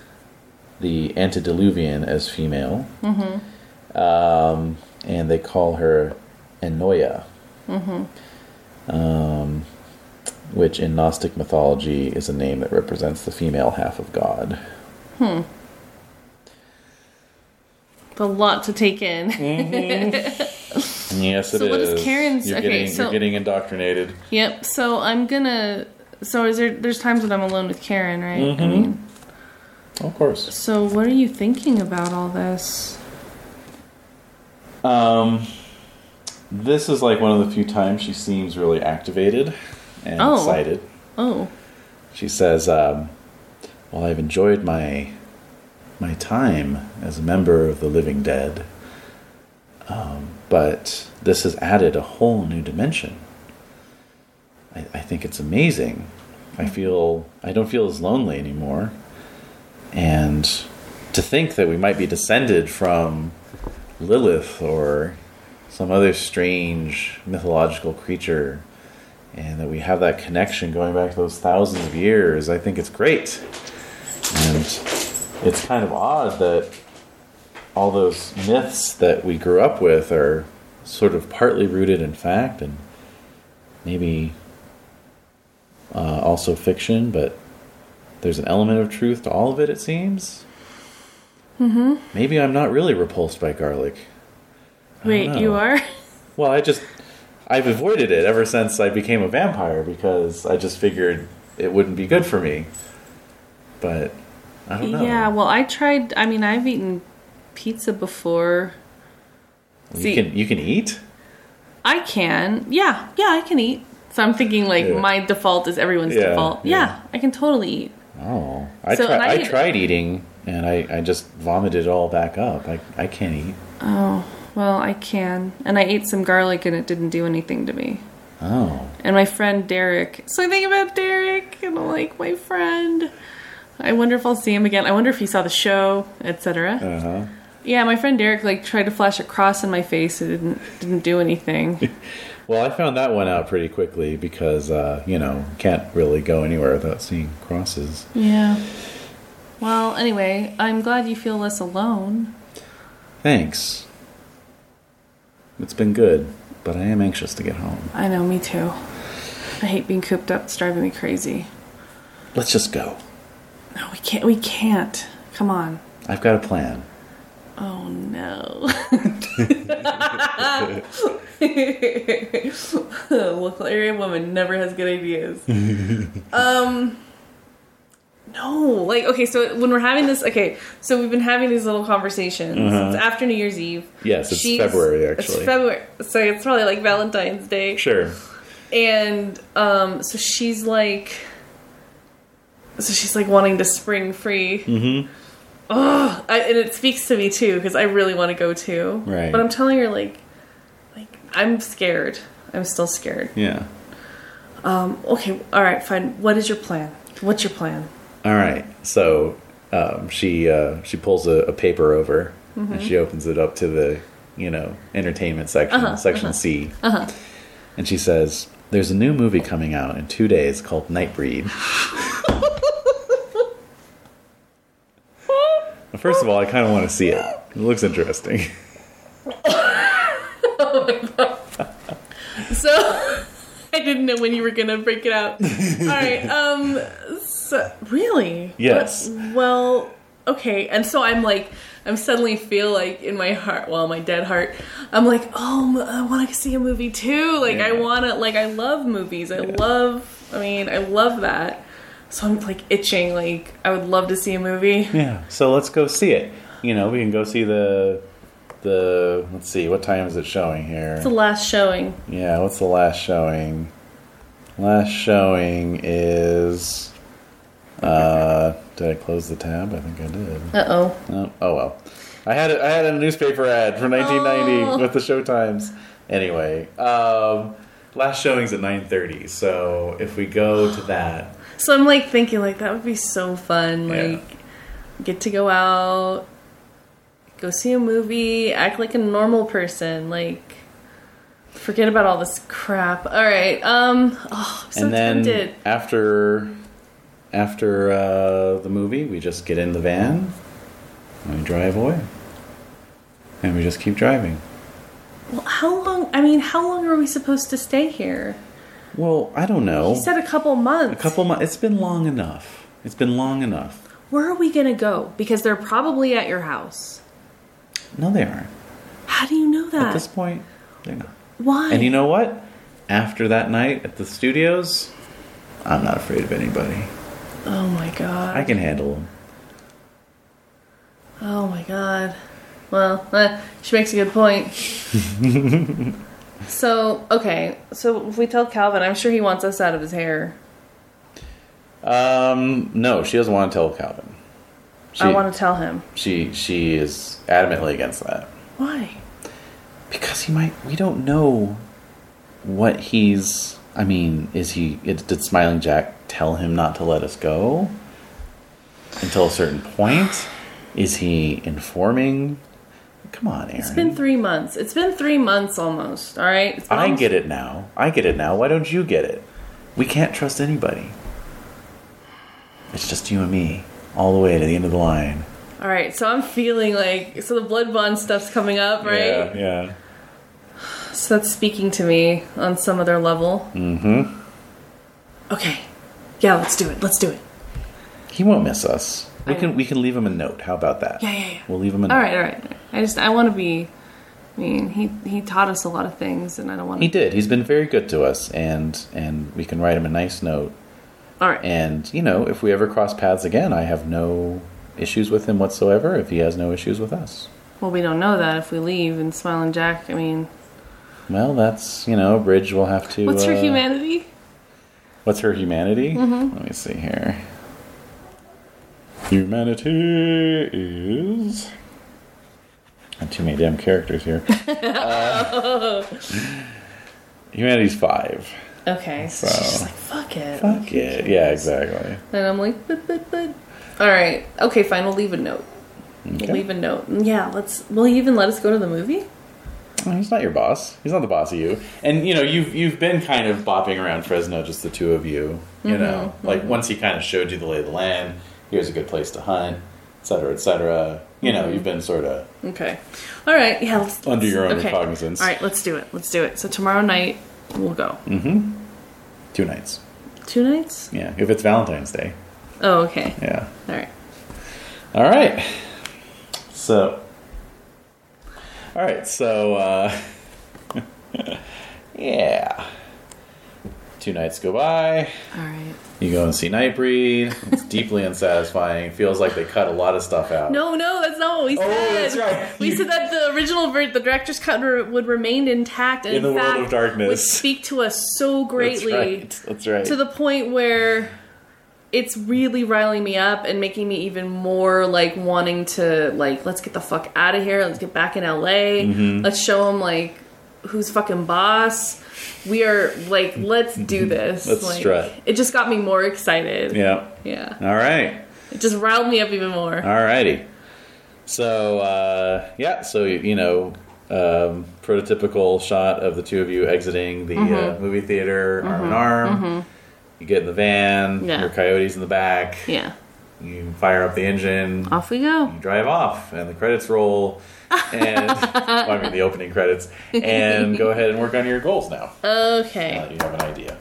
[SPEAKER 4] the antediluvian, as female, mm-hmm. um, and they call her Enoya, mm-hmm. um, which in Gnostic mythology is a name that represents the female half of God.
[SPEAKER 5] A lot to take in.
[SPEAKER 4] Mm-hmm. Yes, it is.
[SPEAKER 5] So what is Karen's-
[SPEAKER 4] You're
[SPEAKER 5] okay,
[SPEAKER 4] getting,
[SPEAKER 5] so-
[SPEAKER 4] you're getting indoctrinated.
[SPEAKER 5] Yep. So I'm gonna. So is there? There's times when I'm alone with Karen, right? I
[SPEAKER 4] Mm-hmm.
[SPEAKER 5] mean.
[SPEAKER 4] Of course.
[SPEAKER 5] So what are you thinking about all this?
[SPEAKER 4] This is like one of the few times she seems really activated and
[SPEAKER 5] Oh.
[SPEAKER 4] excited.
[SPEAKER 5] Oh.
[SPEAKER 4] She says, um, "While I've enjoyed my my time as a member of the living dead, um, but this has added a whole new dimension. I, I think it's amazing. I feel I don't feel as lonely anymore, and to think that we might be descended from Lilith or some other strange mythological creature, and that we have that connection going back to those thousands of years. I think it's great. And it's kind of odd that all those myths that we grew up with are sort of partly rooted in fact and maybe uh, also fiction, but there's an element of truth to all of it, it seems. Mm-hmm. Maybe I'm not really repulsed by garlic.
[SPEAKER 10] Wait,
[SPEAKER 4] know.
[SPEAKER 10] you are?
[SPEAKER 4] Well, I just I've avoided it ever since I became a vampire because I just figured it wouldn't be good for me. But I don't know.
[SPEAKER 10] Yeah, well, I tried. I mean, I've eaten pizza before.
[SPEAKER 4] you
[SPEAKER 10] see-
[SPEAKER 4] can you can eat.
[SPEAKER 10] I can. Yeah, yeah, I can eat. So I'm thinking like
[SPEAKER 4] Yeah.
[SPEAKER 10] my default is everyone's
[SPEAKER 4] Yeah,
[SPEAKER 10] default. Yeah,
[SPEAKER 4] yeah.
[SPEAKER 10] I can totally eat.
[SPEAKER 4] Oh, I
[SPEAKER 10] So,
[SPEAKER 4] try,
[SPEAKER 10] and I
[SPEAKER 4] I,
[SPEAKER 10] didn't-
[SPEAKER 4] tried eating and I, I just vomited it all back up. I I can't eat.
[SPEAKER 10] Well, I can. And I ate some garlic and it didn't do anything to me.
[SPEAKER 4] Oh,
[SPEAKER 10] And my friend Derek. So I think about Derek and I'm like, my friend. I wonder if I'll see him again. I wonder if he saw the show, etc.
[SPEAKER 4] uh huh.
[SPEAKER 10] Yeah, my friend Derek like tried to flash a cross in my face. It didn't didn't do anything.
[SPEAKER 4] Well, I found that one out pretty quickly because uh, you know can't really go anywhere without seeing crosses.
[SPEAKER 10] yeah. Well, anyway, I'm glad you feel less alone.
[SPEAKER 4] Thanks. It's been good, but I am anxious to get home.
[SPEAKER 10] I know, me too. I hate being cooped up. It's driving me crazy.
[SPEAKER 4] Let's just go.
[SPEAKER 10] No, we can't. We can't. Come on.
[SPEAKER 4] I've got a plan.
[SPEAKER 10] Oh no. Local area woman never has good ideas. um, no, like
[SPEAKER 5] Um, okay, so when we're having this, okay, so we've been having these little conversations. It's
[SPEAKER 10] Uh-huh.
[SPEAKER 5] after New Year's Eve.
[SPEAKER 4] Yes, it's February, actually.
[SPEAKER 5] It's February, so it's probably like Valentine's Day.
[SPEAKER 4] Sure.
[SPEAKER 5] And um, so she's like, so she's like wanting to spring free. Mm-hmm. Oh, I, and it speaks to me too because I really want to go too.
[SPEAKER 4] Right.
[SPEAKER 5] But I'm telling her like, like I'm scared. I'm still scared.
[SPEAKER 4] Yeah.
[SPEAKER 5] Um, okay, all right, fine. What is your plan? What's your plan?
[SPEAKER 4] All right. So um, she uh, she pulls a, a paper over and she opens it up to the you know entertainment section, section C, and she says, "There's a new movie coming out in two days called Nightbreed." Well, First of all, I kind of want to see it. It looks interesting.
[SPEAKER 5] So I didn't know when you were gonna break it out. All right. Um. So, really?
[SPEAKER 4] Yes.
[SPEAKER 5] Well. Okay. And so I'm like, I'm suddenly feel like in my heart, well, my dead heart, I'm like, oh, I want to see a movie too. Like I
[SPEAKER 4] Yeah.
[SPEAKER 5] want to. Like I love movies. I love. I mean, I love that. So I'm like itching. Like I would love to see a movie.
[SPEAKER 4] Yeah. So let's go see it. You know, we can go see the the. Let's see, what time is it showing here?
[SPEAKER 5] It's the last showing.
[SPEAKER 4] Yeah, what's the last showing? Last showing is. Uh, did I close the tab? I think I did.
[SPEAKER 5] Uh oh.
[SPEAKER 4] No. Oh well, I had a, I had a newspaper ad for 1990
[SPEAKER 5] Oh.
[SPEAKER 4] with the show times. Anyway, um, last showing's at 9:30. So if we go to that,
[SPEAKER 5] So I'm like thinking like that would be so fun.
[SPEAKER 4] Yeah.
[SPEAKER 5] Like get to go out, go see a movie, act like a normal person, like forget about all this crap. All right. Um oh, I'm so
[SPEAKER 4] and then
[SPEAKER 5] tempted.
[SPEAKER 4] after after uh, the movie, we just get in the van and we drive away, and we just keep driving.
[SPEAKER 5] Well, how long I mean, how long are we supposed to stay here?
[SPEAKER 4] Well, I don't know.
[SPEAKER 5] You said a couple months.
[SPEAKER 4] Oh. a couple months. It's been long enough. It's been long enough.
[SPEAKER 5] Where are we going to go? Because they're probably at your house.
[SPEAKER 4] No, they aren't.
[SPEAKER 5] How do you know
[SPEAKER 4] At
[SPEAKER 5] that?
[SPEAKER 4] this point, they're not.
[SPEAKER 5] Why?
[SPEAKER 4] And you know what? After that night at the studios, I'm not afraid of anybody.
[SPEAKER 5] oh my god.
[SPEAKER 4] I can handle them.
[SPEAKER 5] Oh my god. Well, eh, she makes a good point. so, okay. So if we tell Calvin, I'm sure he wants us out of his hair.
[SPEAKER 4] Um, no, she doesn't want to tell Calvin. She,
[SPEAKER 5] I want to tell him.
[SPEAKER 4] she she is adamantly against that
[SPEAKER 5] Why?
[SPEAKER 4] because he might. We don't know what he's. I mean, is he? It, did Smiling Jack tell him not to let us go until a certain point? Is he informing? Come on, Aaron.
[SPEAKER 5] It's been three months. It's been three months almost. All right. It's been
[SPEAKER 4] I
[SPEAKER 5] almost-
[SPEAKER 4] get it now. I get it now. Why don't you get it? We can't trust anybody. It's just you and me, all the way to the end of the line.
[SPEAKER 5] All right. So I'm feeling like so the blood bond stuff's coming up, right?
[SPEAKER 4] yeah.
[SPEAKER 5] So that's speaking to me on some other level. Mm-hmm.
[SPEAKER 4] Mm-hmm.
[SPEAKER 5] Okay. Yeah. Let's do it. Let's do it.
[SPEAKER 4] He won't miss us. We can we can leave him a note. How about that?
[SPEAKER 5] Yeah, yeah, yeah.
[SPEAKER 4] We'll leave him a note.
[SPEAKER 5] All right. All right. I just I want to be. I mean, he he taught us a lot of things, and I don't want
[SPEAKER 4] He
[SPEAKER 5] to.
[SPEAKER 4] did. He's been very good to us, and and we can write him a nice note.
[SPEAKER 5] All right.
[SPEAKER 4] And you know, if we ever cross paths again, I have no issues with him whatsoever. If he has no issues with us,
[SPEAKER 5] Well, we don't know that if we leave. And Smiling Jack. I mean,
[SPEAKER 4] well, that's you know, a bridge. We'll have to.
[SPEAKER 5] what's your
[SPEAKER 4] uh,
[SPEAKER 5] humanity?
[SPEAKER 4] What's her humanity? Let me see here. Humanity is. Not too many damn characters here. Uh, humanity's five.
[SPEAKER 5] Okay. So she's just like, fuck it.
[SPEAKER 4] Fuck it. Yeah, exactly.
[SPEAKER 5] And I'm like, but, but, but. All right. Okay, fine. We'll leave a note.
[SPEAKER 4] Okay.
[SPEAKER 5] We'll leave a note. Mm, Yeah, let's. Will he even let us go to the movie?
[SPEAKER 4] Well, He's not your boss. He's not the boss of you. And you know, you've you've been kind of bopping around Fresno, just the two of you. You know, like once he kind of showed you the lay of the land. Here's a good place to hunt, et cetera, et cetera. You know, you've been sort of
[SPEAKER 5] Okay. All right. Yeah. Let's,
[SPEAKER 4] Under your own
[SPEAKER 5] let's- okay.
[SPEAKER 4] recognizance.
[SPEAKER 5] All right. Let's do it. Let's do it. So tomorrow night we'll go.
[SPEAKER 4] Mm. two nights.
[SPEAKER 5] Two nights.
[SPEAKER 4] Yeah, if it's Valentine's Day.
[SPEAKER 5] Oh, okay.
[SPEAKER 4] Yeah.
[SPEAKER 5] All right.
[SPEAKER 4] All right. So. All right. So. Uh, yeah. Two nights go by.
[SPEAKER 5] All right.
[SPEAKER 4] You go and see Nightbreed. It's deeply unsatisfying. Feels like they cut a lot of stuff out.
[SPEAKER 5] No, no, that's not what we said.
[SPEAKER 4] Oh, that's right.
[SPEAKER 5] We said that the original, ver- the director's cut re- would remain intact and
[SPEAKER 4] In the
[SPEAKER 5] in
[SPEAKER 4] world
[SPEAKER 5] fact,
[SPEAKER 4] of darkness.
[SPEAKER 5] would speak to us so
[SPEAKER 4] That's
[SPEAKER 5] greatly.
[SPEAKER 4] right. That's right.
[SPEAKER 5] to the point where it's really riling me up and making me even more like wanting to like let's get the fuck out of here let's get back in la
[SPEAKER 4] Mm-hmm.
[SPEAKER 5] let's show them like who's fucking boss we are like let's do this
[SPEAKER 4] Mm-hmm. Let's
[SPEAKER 5] like,
[SPEAKER 4] strut.
[SPEAKER 5] it just got me more excited
[SPEAKER 4] yeah.
[SPEAKER 5] yeah
[SPEAKER 4] All right.
[SPEAKER 5] it just riled me up even more
[SPEAKER 4] All righty. So uh, yeah. So you know, um, prototypical shot of the two of you exiting the
[SPEAKER 5] Mm-hmm.
[SPEAKER 4] uh, movie theater, arm in arm. You get in the van.
[SPEAKER 5] Yeah.
[SPEAKER 4] Your coyotes in the back.
[SPEAKER 5] yeah Oh.
[SPEAKER 4] You fire up the engine.
[SPEAKER 5] off we go
[SPEAKER 4] you drive off and the credits roll and well, i mean the opening credits and go ahead and work on your goals now now
[SPEAKER 5] okay
[SPEAKER 4] that you have an idea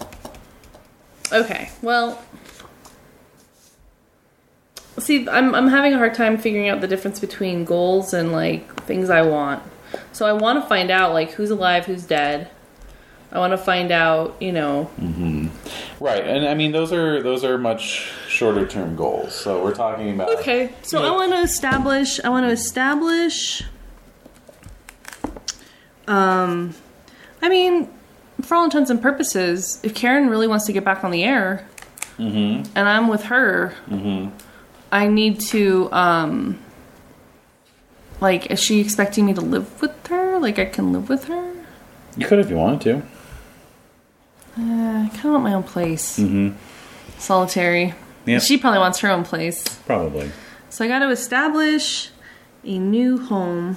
[SPEAKER 5] okay well see I'm, I'm having a hard time figuring out the difference between goals and like things i want so i want to find out like who's alive who's dead i want to find out you know
[SPEAKER 11] Right, and I mean those are those are much shorter term goals. So we're talking about
[SPEAKER 5] okay
[SPEAKER 12] So I want to establish. I want to establish. Um, I mean, for all intents and purposes, if Karen really wants to get back on the air, and I'm with her, I need to. Um, like, is she expecting me to live with her? Like, I can live with her.
[SPEAKER 4] you could if you wanted to
[SPEAKER 12] Uh, I kind of want my own place. Solitary.
[SPEAKER 4] Yeah.
[SPEAKER 12] She probably wants her own place.
[SPEAKER 4] probably
[SPEAKER 12] So I got to establish a new home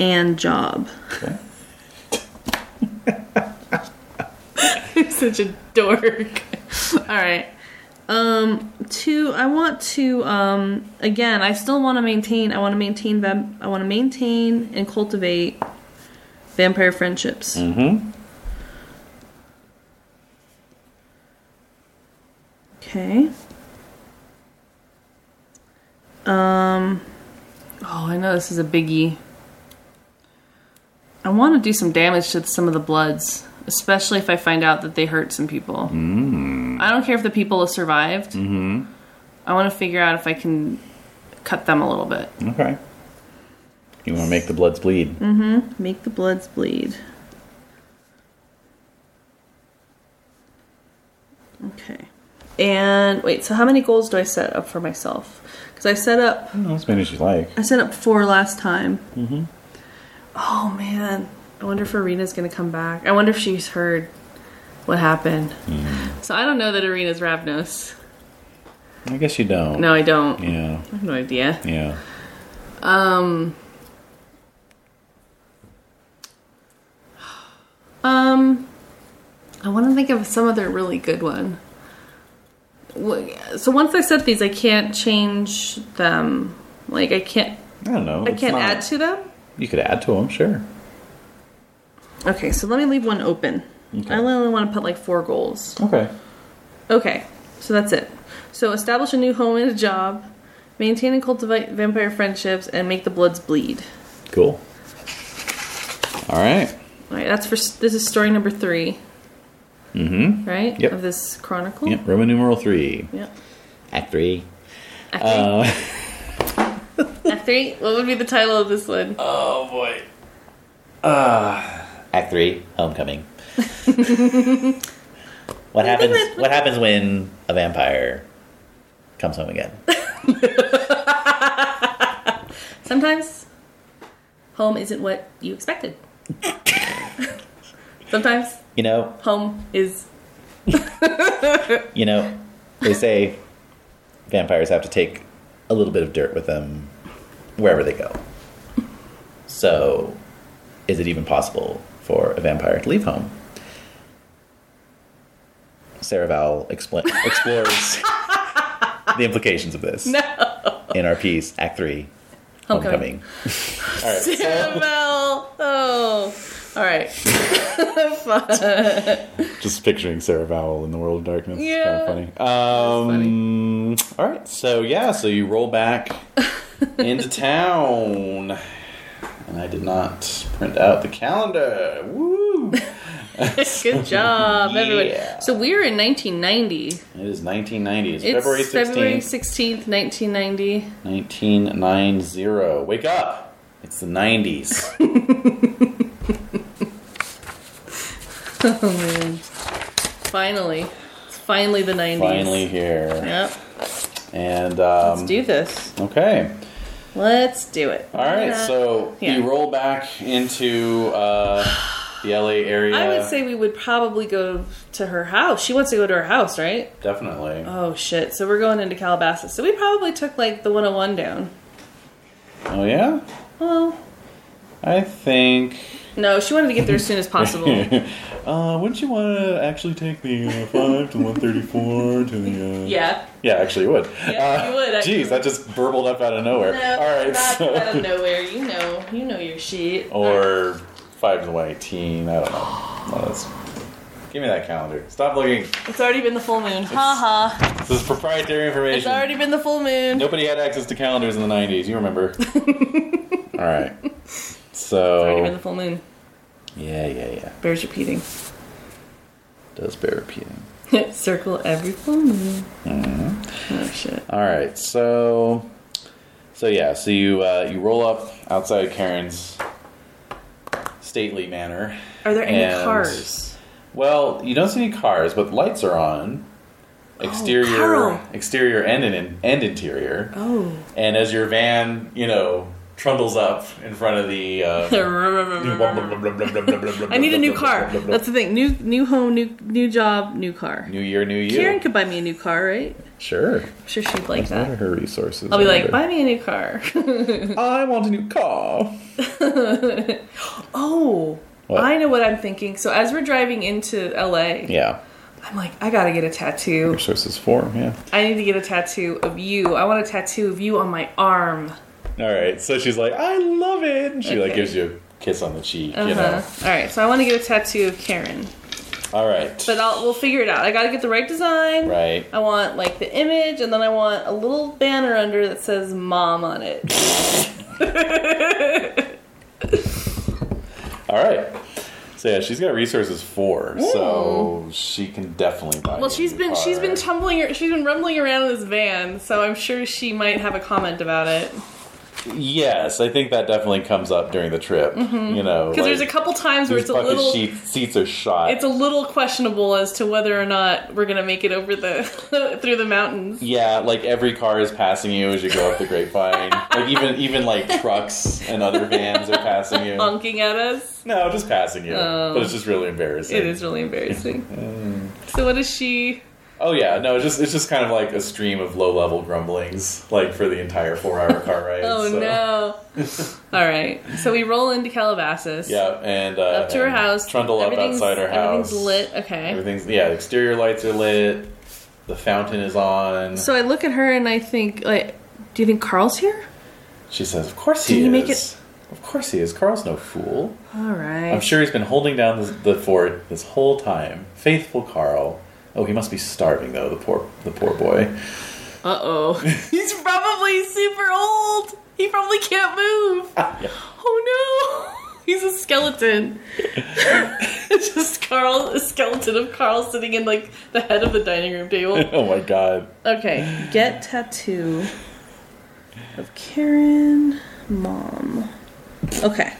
[SPEAKER 12] and job.
[SPEAKER 5] such a dork
[SPEAKER 12] All right. Um, two. I want to. Um, again, I still want to maintain. I want to maintain. Vam- I want to maintain and cultivate vampire friendships. Mm-hmm. Okay.
[SPEAKER 5] oh i know this is a biggie i want to do some damage to some of the bloods especially if i find out that they hurt some people i don't care if the people have survived mm-hmm. i want to figure out if i can cut them a little bit
[SPEAKER 4] okay you want to make the bloods bleed
[SPEAKER 5] Mm-hmm.
[SPEAKER 12] Make the bloods bleed. Okay.
[SPEAKER 5] And wait, so how many goals do I set up for myself? Because I set up,
[SPEAKER 4] Well, as many as you like
[SPEAKER 12] I set up four last time.
[SPEAKER 13] Mm-hmm.
[SPEAKER 5] oh man, I wonder if Arena's gonna come back. I wonder if she's heard what happened.
[SPEAKER 13] Mm-hmm.
[SPEAKER 5] So I don't know that Arena's Ravnos.
[SPEAKER 4] i guess you don't
[SPEAKER 5] No, I don't.
[SPEAKER 4] yeah
[SPEAKER 5] I have no idea.
[SPEAKER 4] yeah
[SPEAKER 5] Um, I want to think of some other really good one. Wh- So once I set these, I can't change them. Like I can't,
[SPEAKER 13] I don't know.
[SPEAKER 5] I
[SPEAKER 13] it's
[SPEAKER 5] can't
[SPEAKER 13] not-
[SPEAKER 5] add to them.
[SPEAKER 13] You could add to them, sure.
[SPEAKER 5] Okay, so let me leave one open.
[SPEAKER 13] Okay.
[SPEAKER 5] I only want to put like four goals.
[SPEAKER 13] Okay.
[SPEAKER 5] Okay, so that's it. So establish a new home and a job, maintain and cultivate vampire friendships, and make the bloods bleed.
[SPEAKER 13] Cool. All right.
[SPEAKER 5] All right, that's for s- this is story number 3 Mm-hmm. Right.
[SPEAKER 13] Yep.
[SPEAKER 5] Of this chronicle.
[SPEAKER 13] Yep. Roman numeral three.
[SPEAKER 5] Yep.
[SPEAKER 13] Act three.
[SPEAKER 5] Act
[SPEAKER 4] Uh,
[SPEAKER 5] three. Act three. What would be the title of this one?
[SPEAKER 13] Oh boy. Uh, Act three. Homecoming. what
[SPEAKER 5] I think
[SPEAKER 13] happens?
[SPEAKER 5] that-
[SPEAKER 13] What happens when a vampire comes home again?
[SPEAKER 5] Sometimes home isn't what you expected. Sometimes
[SPEAKER 13] You know.
[SPEAKER 5] home is.
[SPEAKER 13] You know. They say vampires have to take a little bit of dirt with them wherever they go. So, is it even possible for a vampire to leave home? Sarah Vowell expl- explores the implications of this in our piece, Act Three, Homecoming.
[SPEAKER 5] Well, oh, all right.
[SPEAKER 13] Just picturing Sarah Vowell in the World of Darkness. It's
[SPEAKER 5] Yeah.
[SPEAKER 13] Kind of funny. Um, All right. So yeah. So you roll back
[SPEAKER 4] into town. And I did not print out the calendar. Woo! It
[SPEAKER 5] Good job,
[SPEAKER 4] Yeah.
[SPEAKER 5] everyone. So we're in 1990.
[SPEAKER 4] is 1990. It's,
[SPEAKER 5] It's
[SPEAKER 4] February 16th,
[SPEAKER 5] February 16th, 1990.
[SPEAKER 4] 1990. Wake up! It's the 90s.
[SPEAKER 5] Oh, Finally, it's finally the 90s.
[SPEAKER 4] Finally here.
[SPEAKER 5] Yep.
[SPEAKER 4] And,
[SPEAKER 5] Let's
[SPEAKER 4] um,
[SPEAKER 5] do this.
[SPEAKER 4] okay.
[SPEAKER 5] Let's do it.
[SPEAKER 4] All right.
[SPEAKER 5] Yeah.
[SPEAKER 4] So
[SPEAKER 5] Yeah.
[SPEAKER 4] you roll back into uh, the LA area.
[SPEAKER 5] I would say we would probably go to her house. She wants to go to her house, right?
[SPEAKER 4] Definitely.
[SPEAKER 5] Oh shit! So we're going into Calabasas. So we probably took like the 101 down.
[SPEAKER 4] oh, yeah?
[SPEAKER 5] Well,
[SPEAKER 4] I think.
[SPEAKER 5] no, she wanted to get there as soon as possible.
[SPEAKER 4] Uh, wouldn't you want to actually take the uh, 5 to 134 to the. Uh...
[SPEAKER 5] yeah.
[SPEAKER 4] Yeah, actually, you would.
[SPEAKER 5] Yeah, you would,
[SPEAKER 4] Uh,
[SPEAKER 5] actually.
[SPEAKER 4] Jeez, that just burbled up out of nowhere.
[SPEAKER 5] No,
[SPEAKER 4] All right,
[SPEAKER 5] not
[SPEAKER 4] so.
[SPEAKER 5] out of nowhere. You know, you know your shit.
[SPEAKER 4] or five to the white teen. I don't know. No, that's- give me that calendar. Stop looking.
[SPEAKER 5] it's already been the full moon. Ha ha.
[SPEAKER 4] This is proprietary information.
[SPEAKER 5] It's already been the full moon.
[SPEAKER 4] Nobody had access to calendars in the '90s. You remember? All right.
[SPEAKER 5] It's already been
[SPEAKER 4] So
[SPEAKER 5] the full moon.
[SPEAKER 4] yeah, yeah, yeah.
[SPEAKER 5] Bears repeating.
[SPEAKER 4] Does bear repeating.
[SPEAKER 5] Circle every full moon.
[SPEAKER 4] Mm-hmm.
[SPEAKER 5] Oh shit.
[SPEAKER 4] All right. So so yeah. So you uh, you roll up outside Karen's stately manor.
[SPEAKER 5] Are there any
[SPEAKER 4] And-
[SPEAKER 5] cars?
[SPEAKER 4] Well, you don't see any cars, but lights are on. Exterior,
[SPEAKER 5] Oh, Carl.
[SPEAKER 4] exterior, and in, and interior.
[SPEAKER 5] Oh.
[SPEAKER 4] And as your van, you know, trundles up in front of the. Uh,
[SPEAKER 5] I need a new car. That's the thing. New new home, new new job, new car.
[SPEAKER 4] New year, new you.
[SPEAKER 5] Karen could buy me a new car, right?
[SPEAKER 13] Sure.
[SPEAKER 5] I'm sure she'd like
[SPEAKER 13] What are
[SPEAKER 5] that.
[SPEAKER 13] her resources?
[SPEAKER 5] I'll be
[SPEAKER 13] I
[SPEAKER 5] like,
[SPEAKER 13] wonder?
[SPEAKER 5] buy me a new car.
[SPEAKER 13] I want a new car.
[SPEAKER 5] oh,
[SPEAKER 13] What?
[SPEAKER 5] I know what I'm thinking. So as we're driving into LA,
[SPEAKER 13] Yeah.
[SPEAKER 5] I'm like, I gotta get a tattoo.
[SPEAKER 13] Resources for yeah.
[SPEAKER 5] I need to get a tattoo of you. I want a tattoo of you on my arm.
[SPEAKER 4] All right. So she's like, I love it. And she like
[SPEAKER 5] Okay.
[SPEAKER 4] gives you a kiss on the cheek.
[SPEAKER 5] Uh-huh.
[SPEAKER 4] You know.
[SPEAKER 5] All right, so I want to get a tattoo of Karen,
[SPEAKER 4] All right.
[SPEAKER 5] but I'll we'll figure it out. I gotta get the right design.
[SPEAKER 4] right.
[SPEAKER 5] I want like the image, and then I want a little banner under that says "Mom" on it.
[SPEAKER 4] All right. So yeah, she's got resources four, so she can definitely buy.
[SPEAKER 5] Well,
[SPEAKER 4] you a
[SPEAKER 5] she's
[SPEAKER 4] new
[SPEAKER 5] been she's
[SPEAKER 4] car.
[SPEAKER 5] been tumbling, she's been rumbling around in this van, so I'm sure she might have a comment about it.
[SPEAKER 4] Yes, I think that definitely comes up during the trip. You know,
[SPEAKER 5] Because Mm-hmm. there's a
[SPEAKER 4] like,
[SPEAKER 5] couple times where
[SPEAKER 4] these
[SPEAKER 5] it's a
[SPEAKER 4] bucket
[SPEAKER 5] little
[SPEAKER 4] sheets, seats are shot.
[SPEAKER 5] it's a little questionable as to whether or not we're gonna make it over the through the mountains.
[SPEAKER 4] yeah, like every car is passing you as you go up the grapevine. like even even like trucks and other vans are passing you.
[SPEAKER 5] Honking at us.
[SPEAKER 4] No, just passing you.
[SPEAKER 5] Oh.
[SPEAKER 4] But it's just really embarrassing. Mm.
[SPEAKER 5] It is really embarrassing. so what does she
[SPEAKER 4] Oh yeah, no, it's just it's just kind of like a stream of low level grumblings, like for the entire four hour car ride.
[SPEAKER 5] Oh
[SPEAKER 4] so-
[SPEAKER 5] no! All right, so we roll into Calabasas.
[SPEAKER 4] Yeah, and uh,
[SPEAKER 5] Up to her
[SPEAKER 4] and
[SPEAKER 5] house.
[SPEAKER 4] Trundle up
[SPEAKER 5] Everything's-
[SPEAKER 4] outside her house.
[SPEAKER 5] Everything's lit. Okay.
[SPEAKER 4] Everything's yeah. The exterior lights are lit. The fountain is on.
[SPEAKER 5] So I look at her and I think, like, do you think Carl's here?
[SPEAKER 4] she says, "Of course he
[SPEAKER 5] Did he
[SPEAKER 4] is.
[SPEAKER 5] make
[SPEAKER 4] Of course he is. Carl's no fool.
[SPEAKER 5] All
[SPEAKER 4] I'm
[SPEAKER 5] right.
[SPEAKER 4] sure he's been holding down the, the fort this whole time. Faithful Carl. Oh, he must be starving though. The poor, the poor boy.
[SPEAKER 5] Uh oh. He's probably super old. He probably can't move. Oh no. He's a skeleton. Just Carl, a skeleton of Carl sitting in like the head of the dining room table.
[SPEAKER 4] Oh my god.
[SPEAKER 5] Okay, get tattoo of Karen mom. Okay,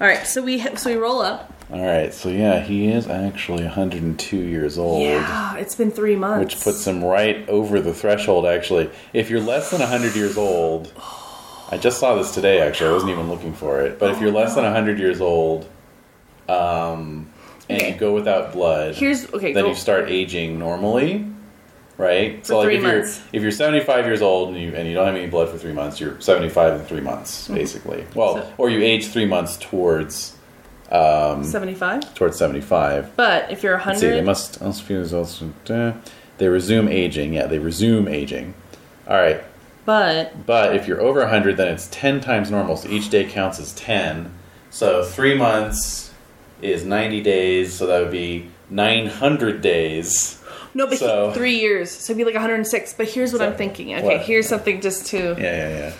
[SPEAKER 5] all right. So we so we roll up.
[SPEAKER 4] All right. So yeah, he is actually 102 years old.
[SPEAKER 5] Yeah, it's been three months.
[SPEAKER 4] which puts him right over the threshold actually if you're less than 100 years old i just saw this today actually i wasn't even looking for it but if you're less than 100 years old um, and you
[SPEAKER 5] Okay.
[SPEAKER 4] go without blood
[SPEAKER 5] Here's- okay,
[SPEAKER 4] then
[SPEAKER 5] go-
[SPEAKER 4] you start aging normally right
[SPEAKER 5] For three
[SPEAKER 4] if
[SPEAKER 5] months.
[SPEAKER 4] you're if you're 75 years old and you and you don't have any blood for three months you're 75 in three months basically well
[SPEAKER 5] Mm-hmm. So-
[SPEAKER 4] or you age three months towards
[SPEAKER 5] seventy-five.
[SPEAKER 4] towards 75
[SPEAKER 5] But if you're
[SPEAKER 4] Let's see, they
[SPEAKER 5] 100,
[SPEAKER 4] must also be results. uh, They resume aging. Yeah, they resume aging. All right,
[SPEAKER 5] but
[SPEAKER 4] but if you're over 100, then it's 10 times normal. So each day counts as 10. So three months is 90 days. So that would be 900 days.
[SPEAKER 5] no, but
[SPEAKER 4] So-
[SPEAKER 5] he, three years. So it'd be like 106. But here's what I'm thinking. Okay,
[SPEAKER 4] what?
[SPEAKER 5] here's something just to.
[SPEAKER 4] Yeah, yeah, yeah.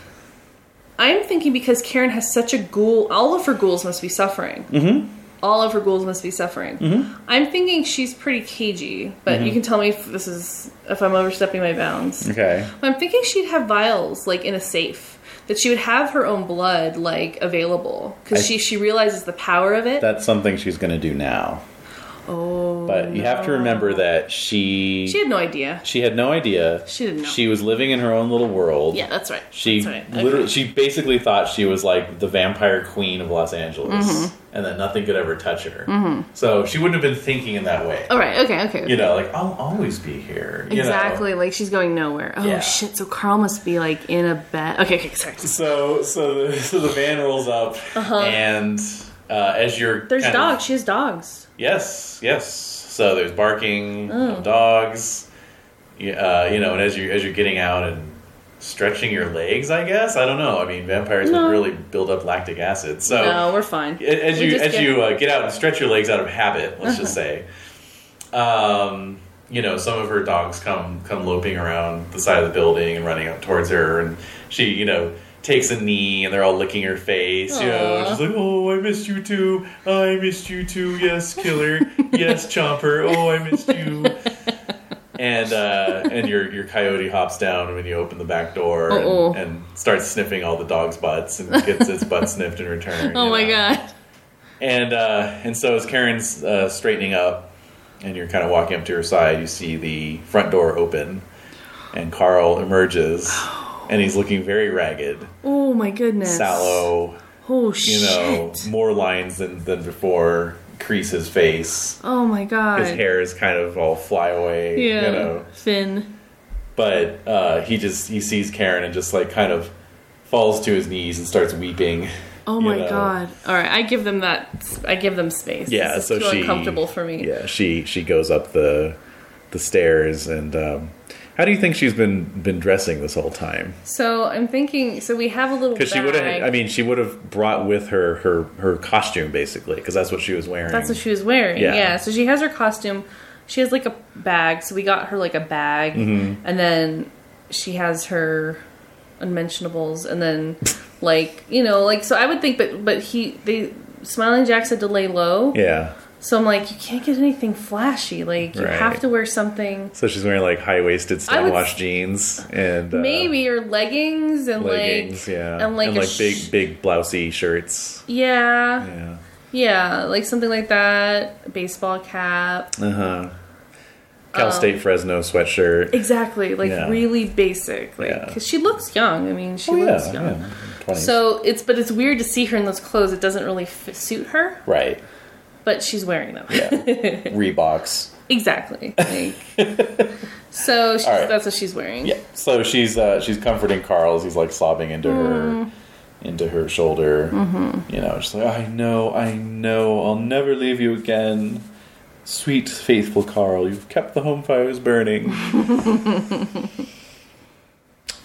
[SPEAKER 5] I'm thinking because Karen has such a ghoul. All of her ghouls must be suffering. Mm-hmm. All of her ghouls must be suffering. Mm-hmm. I'm thinking she's pretty cagey, but
[SPEAKER 4] Mm-hmm.
[SPEAKER 5] you can tell me if this is if I'm overstepping my bounds.
[SPEAKER 4] Okay.
[SPEAKER 5] I'm thinking she'd have vials like in a safe. That she would have her own blood like available
[SPEAKER 4] I-
[SPEAKER 5] because she she realizes the power of it.
[SPEAKER 4] That's something she's going to do now.
[SPEAKER 5] oh,
[SPEAKER 4] But you have to remember that she.
[SPEAKER 5] she had no idea.
[SPEAKER 4] she had no idea.
[SPEAKER 5] She didn't know.
[SPEAKER 4] She was living in her own little world.
[SPEAKER 5] Yeah, that's right.
[SPEAKER 4] She
[SPEAKER 5] that's right. Okay.
[SPEAKER 4] literally, she basically thought she was like the vampire queen of Los Angeles,
[SPEAKER 5] Mm-hmm.
[SPEAKER 4] and that nothing could ever touch her. So she wouldn't have been thinking in that way.
[SPEAKER 5] All right. Okay. Okay.
[SPEAKER 4] You know, like I'll always be here. you know.
[SPEAKER 5] Exactly, like she's going nowhere. Oh
[SPEAKER 4] Yeah.
[SPEAKER 5] shit! So Carl must be like in a bed. Okay, okay, sorry.
[SPEAKER 4] So, so the, so the van rolls up, and uh, as you're
[SPEAKER 5] Uh-huh. There's
[SPEAKER 4] kind of-
[SPEAKER 5] dogs. She has dogs.
[SPEAKER 4] yes, yes. So there's barking,
[SPEAKER 5] Oh.
[SPEAKER 4] of dogs. y- Uh, you know, and as you as you're getting out and stretching your legs, I guess I don't know. I mean, vampires
[SPEAKER 5] No.
[SPEAKER 4] would really build up lactic acid. So
[SPEAKER 5] No, we're fine.
[SPEAKER 4] A- as
[SPEAKER 5] We
[SPEAKER 4] you
[SPEAKER 5] just
[SPEAKER 4] as
[SPEAKER 5] get-
[SPEAKER 4] you uh, get out and stretch your legs out of habit, let's just say, um, you know, some of her dogs come come loping around the side of the building and running up towards her, and she, you know. Takes a knee and they're all licking her face. You know,
[SPEAKER 5] Aw.
[SPEAKER 4] she's like, "Oh, I missed you too. I missed you too. Yes, killer. Yes, chomper. Oh, I missed you." And uh, and your your coyote hops down when you open the back door
[SPEAKER 5] Uh-oh.
[SPEAKER 4] and, and starts sniffing all the dog's butts and gets its butt sniffed in return.
[SPEAKER 5] Oh
[SPEAKER 4] you
[SPEAKER 5] my
[SPEAKER 4] know.
[SPEAKER 5] god.
[SPEAKER 4] And uh, and so as Karen's uh, straightening up, and you're kind of walking up to her side, you see the front door open, and Carl emerges, and he's looking very ragged,
[SPEAKER 5] Oh my goodness.
[SPEAKER 4] sallow,
[SPEAKER 5] Oh shit.
[SPEAKER 4] you know, more lines than than before, crease his face,
[SPEAKER 5] oh my god.
[SPEAKER 4] his hair is kind of all fly away,
[SPEAKER 5] Yeah.
[SPEAKER 4] you know.
[SPEAKER 5] Finn.
[SPEAKER 4] But uh, he just he sees Karen and just like kind of falls to his knees and starts weeping.
[SPEAKER 5] Oh
[SPEAKER 4] you
[SPEAKER 5] my
[SPEAKER 4] know.
[SPEAKER 5] god. All right, I give them that. I give them space.
[SPEAKER 4] Yeah,
[SPEAKER 5] This is
[SPEAKER 4] so
[SPEAKER 5] too
[SPEAKER 4] she
[SPEAKER 5] uncomfortable for me.
[SPEAKER 4] Yeah, she she goes up the the stairs and um, how do you think she's been been dressing this whole time?
[SPEAKER 5] So I'm thinking. So we have a little.
[SPEAKER 4] Because she
[SPEAKER 5] bag.
[SPEAKER 4] would have, I mean, she would have brought with her her her costume basically because that's what she was wearing.
[SPEAKER 5] That's what she was wearing.
[SPEAKER 4] Yeah.
[SPEAKER 5] Yeah. So she has her costume. She has like a bag. So we got her like a bag,
[SPEAKER 4] Mm-hmm.
[SPEAKER 5] and then she has her unmentionables, and then like you know like so I would think, but but he they smiling Jack said to lay low.
[SPEAKER 4] yeah,
[SPEAKER 5] So I'm like, you can't get anything flashy. Like you
[SPEAKER 4] Right.
[SPEAKER 5] have to wear something.
[SPEAKER 4] so she's wearing like high waisted
[SPEAKER 5] I
[SPEAKER 4] stonewashed
[SPEAKER 5] would-
[SPEAKER 4] wash jeans and uh,
[SPEAKER 5] Maybe or leggings and
[SPEAKER 4] leggings,
[SPEAKER 5] like
[SPEAKER 4] yeah,
[SPEAKER 5] and like, a
[SPEAKER 4] big
[SPEAKER 5] sh-
[SPEAKER 4] big blousey shirts.
[SPEAKER 5] yeah, yeah
[SPEAKER 4] Yeah,
[SPEAKER 5] like something like that baseball cap
[SPEAKER 4] uh huh.
[SPEAKER 5] Um,
[SPEAKER 4] Cal State Fresno sweatshirt.
[SPEAKER 5] Exactly, like
[SPEAKER 4] Yeah.
[SPEAKER 5] really basic, like
[SPEAKER 4] Yeah.
[SPEAKER 5] 'cause she looks young. I mean, she
[SPEAKER 4] Oh
[SPEAKER 5] looks
[SPEAKER 4] yeah,
[SPEAKER 5] young.
[SPEAKER 4] yeah. 20s.
[SPEAKER 5] So it's but it's weird to see her in those clothes. It doesn't really fit, suit her,
[SPEAKER 4] right,
[SPEAKER 5] but she's wearing them.
[SPEAKER 4] yeah, Reeboks.
[SPEAKER 5] Exactly. Like, so she's,
[SPEAKER 14] All right.
[SPEAKER 5] that's what she's wearing.
[SPEAKER 14] Yeah. So she's uh, she's comforting Carl as he's like sobbing into
[SPEAKER 5] Mm.
[SPEAKER 14] her into her shoulder.
[SPEAKER 5] Mm-hmm.
[SPEAKER 14] You know, she's like, I know, I know, I'll never leave you again. Sweet, faithful Carl, you've kept the home fires burning.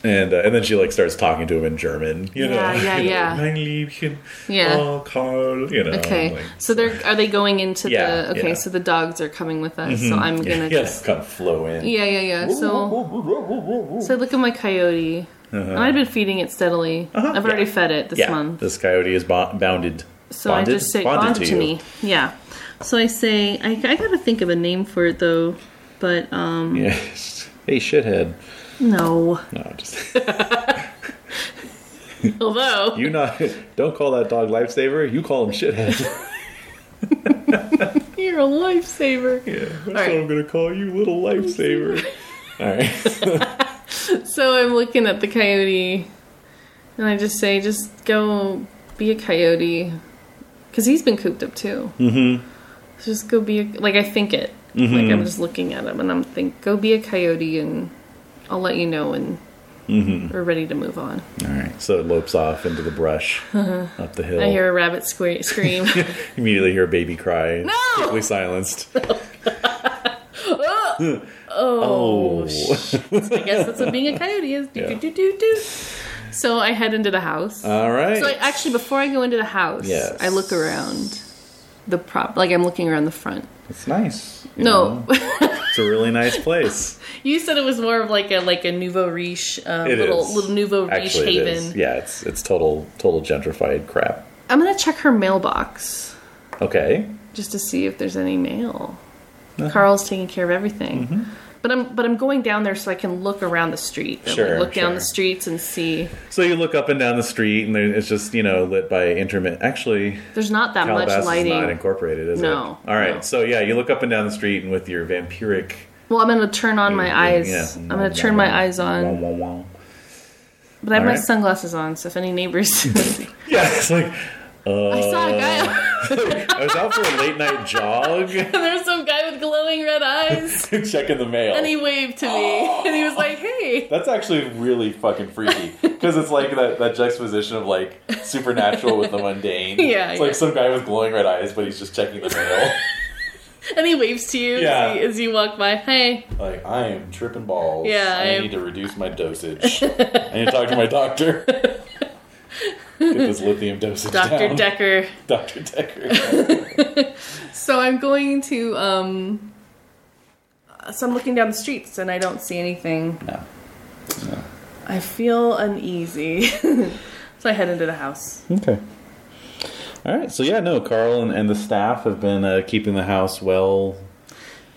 [SPEAKER 4] And uh, and then she like starts talking to him in German. You know,
[SPEAKER 5] Yeah, yeah,
[SPEAKER 4] you know,
[SPEAKER 5] yeah.
[SPEAKER 4] Mein Liebchen.
[SPEAKER 5] Yeah.
[SPEAKER 4] Oh, Carl. You know.
[SPEAKER 5] Okay.
[SPEAKER 4] Like,
[SPEAKER 5] so they're are they going into
[SPEAKER 4] Oh, Yeah,
[SPEAKER 5] the okay?
[SPEAKER 4] yeah. Mm-hmm.
[SPEAKER 5] So the dogs are coming with us. So I'm
[SPEAKER 4] yeah,
[SPEAKER 5] gonna
[SPEAKER 4] yeah,
[SPEAKER 5] just
[SPEAKER 4] kind of flow in.
[SPEAKER 5] yeah yeah yeah. So so I look at my coyote. And I've been feeding it steadily. I've already
[SPEAKER 4] Uh-huh. yeah.
[SPEAKER 5] fed it this
[SPEAKER 4] Yeah,
[SPEAKER 5] month.
[SPEAKER 4] this coyote is bo- bounded.
[SPEAKER 5] So
[SPEAKER 4] bonded?
[SPEAKER 5] I just say
[SPEAKER 4] Bonded to
[SPEAKER 5] bonded, to,
[SPEAKER 4] you.
[SPEAKER 5] me. Yeah.
[SPEAKER 15] So I say I, I gotta think of a name for it though, but um
[SPEAKER 4] Yes. Hey, shithead.
[SPEAKER 15] no.
[SPEAKER 4] No, just
[SPEAKER 5] Although
[SPEAKER 4] you not. Don't call that dog lifesaver. You call him shithead.
[SPEAKER 5] you, are a lifesaver.
[SPEAKER 4] That's what
[SPEAKER 5] right.
[SPEAKER 4] I'm gonna call you, little lifesaver. All right.
[SPEAKER 5] So I'm looking at the coyote, and I just say, just go be a coyote, because he's been cooped up too. Mm-hmm. So just go be a, like I think it.
[SPEAKER 4] Mm-hmm.
[SPEAKER 5] Like I'm just looking at him, and I'm think, go be a coyote, and I'll let you know when
[SPEAKER 4] Mm-hmm.
[SPEAKER 5] we're ready to move on.
[SPEAKER 4] All right. So it lopes off into the brush, up the hill.
[SPEAKER 5] Uh-huh. I hear a rabbit squir- scream.
[SPEAKER 4] Immediately hear a baby cry.
[SPEAKER 5] No!
[SPEAKER 4] Quickly silenced.
[SPEAKER 5] oh, shit. I guess that's what being a coyote is. Do, do, do, do, do. So I head into the house.
[SPEAKER 4] All right.
[SPEAKER 5] So I, actually, before I go into the house,
[SPEAKER 4] Yes.
[SPEAKER 5] I look around the prop. Like I'm looking around the front.
[SPEAKER 4] it's nice. you
[SPEAKER 5] No,
[SPEAKER 4] know? it's a really nice place.
[SPEAKER 5] you said it was more of like a like a nouveau riche um,
[SPEAKER 4] It
[SPEAKER 5] little
[SPEAKER 4] is.
[SPEAKER 5] little nouveau riche
[SPEAKER 4] Actually, it is.
[SPEAKER 5] haven.
[SPEAKER 4] Yeah, it's it's total total gentrified crap.
[SPEAKER 5] I'm gonna check her mailbox
[SPEAKER 4] Okay.
[SPEAKER 5] just to see if there's any mail.
[SPEAKER 4] Uh-huh.
[SPEAKER 5] Carl's taking care of everything.
[SPEAKER 4] Mm-hmm.
[SPEAKER 5] But I'm but I'm going down there so I can look around the street. and, like,
[SPEAKER 4] Sure,
[SPEAKER 5] look down
[SPEAKER 4] sure.
[SPEAKER 5] the streets and see.
[SPEAKER 4] So you look up and down the street, and there- it's just you know lit by intermittent. Actually,
[SPEAKER 5] There's not that
[SPEAKER 4] Calabasas
[SPEAKER 5] much lighting.
[SPEAKER 4] is not incorporated, is it?
[SPEAKER 5] No,
[SPEAKER 4] All right.
[SPEAKER 5] no.
[SPEAKER 4] So yeah, you look up and down the street, and with your vampiric.
[SPEAKER 5] Well, I'm gonna turn on my eyes.
[SPEAKER 4] yeah.
[SPEAKER 5] I'm gonna turn my eyes
[SPEAKER 4] Wah,
[SPEAKER 5] on,
[SPEAKER 4] wah, wah.
[SPEAKER 5] but I have my
[SPEAKER 4] Alright.
[SPEAKER 5] sunglasses on. So if any neighbors,
[SPEAKER 4] Yeah, it's like
[SPEAKER 5] I saw a guy.
[SPEAKER 4] I was out for a late night jog.
[SPEAKER 5] And there was some guy with glowing red eyes,
[SPEAKER 14] Checking the mail.
[SPEAKER 5] and he waved to me, and he was like, "Hey."
[SPEAKER 14] That's actually really fucking freaky because it's like that, that juxtaposition of like supernatural with the mundane.
[SPEAKER 5] Yeah,
[SPEAKER 14] it's
[SPEAKER 5] yeah.
[SPEAKER 14] like some guy with glowing red eyes, but he's just checking the mail.
[SPEAKER 5] And he waves to you
[SPEAKER 14] Yeah.
[SPEAKER 5] as, you, as you walk by. Hey,
[SPEAKER 14] like I am tripping balls.
[SPEAKER 5] Yeah,
[SPEAKER 14] I,
[SPEAKER 5] I'm-
[SPEAKER 14] need to reduce my dosage. I need to talk to my doctor. Get this lithium dosage
[SPEAKER 5] Doctor
[SPEAKER 14] down.
[SPEAKER 5] Decker.
[SPEAKER 14] Doctor Decker.
[SPEAKER 5] So I'm going to. um So I'm looking down the streets, and I don't see anything.
[SPEAKER 14] No.
[SPEAKER 5] I feel uneasy, so I head into the house.
[SPEAKER 4] Okay. All right. So yeah, no, Carl and, and the staff have been uh, keeping the house well.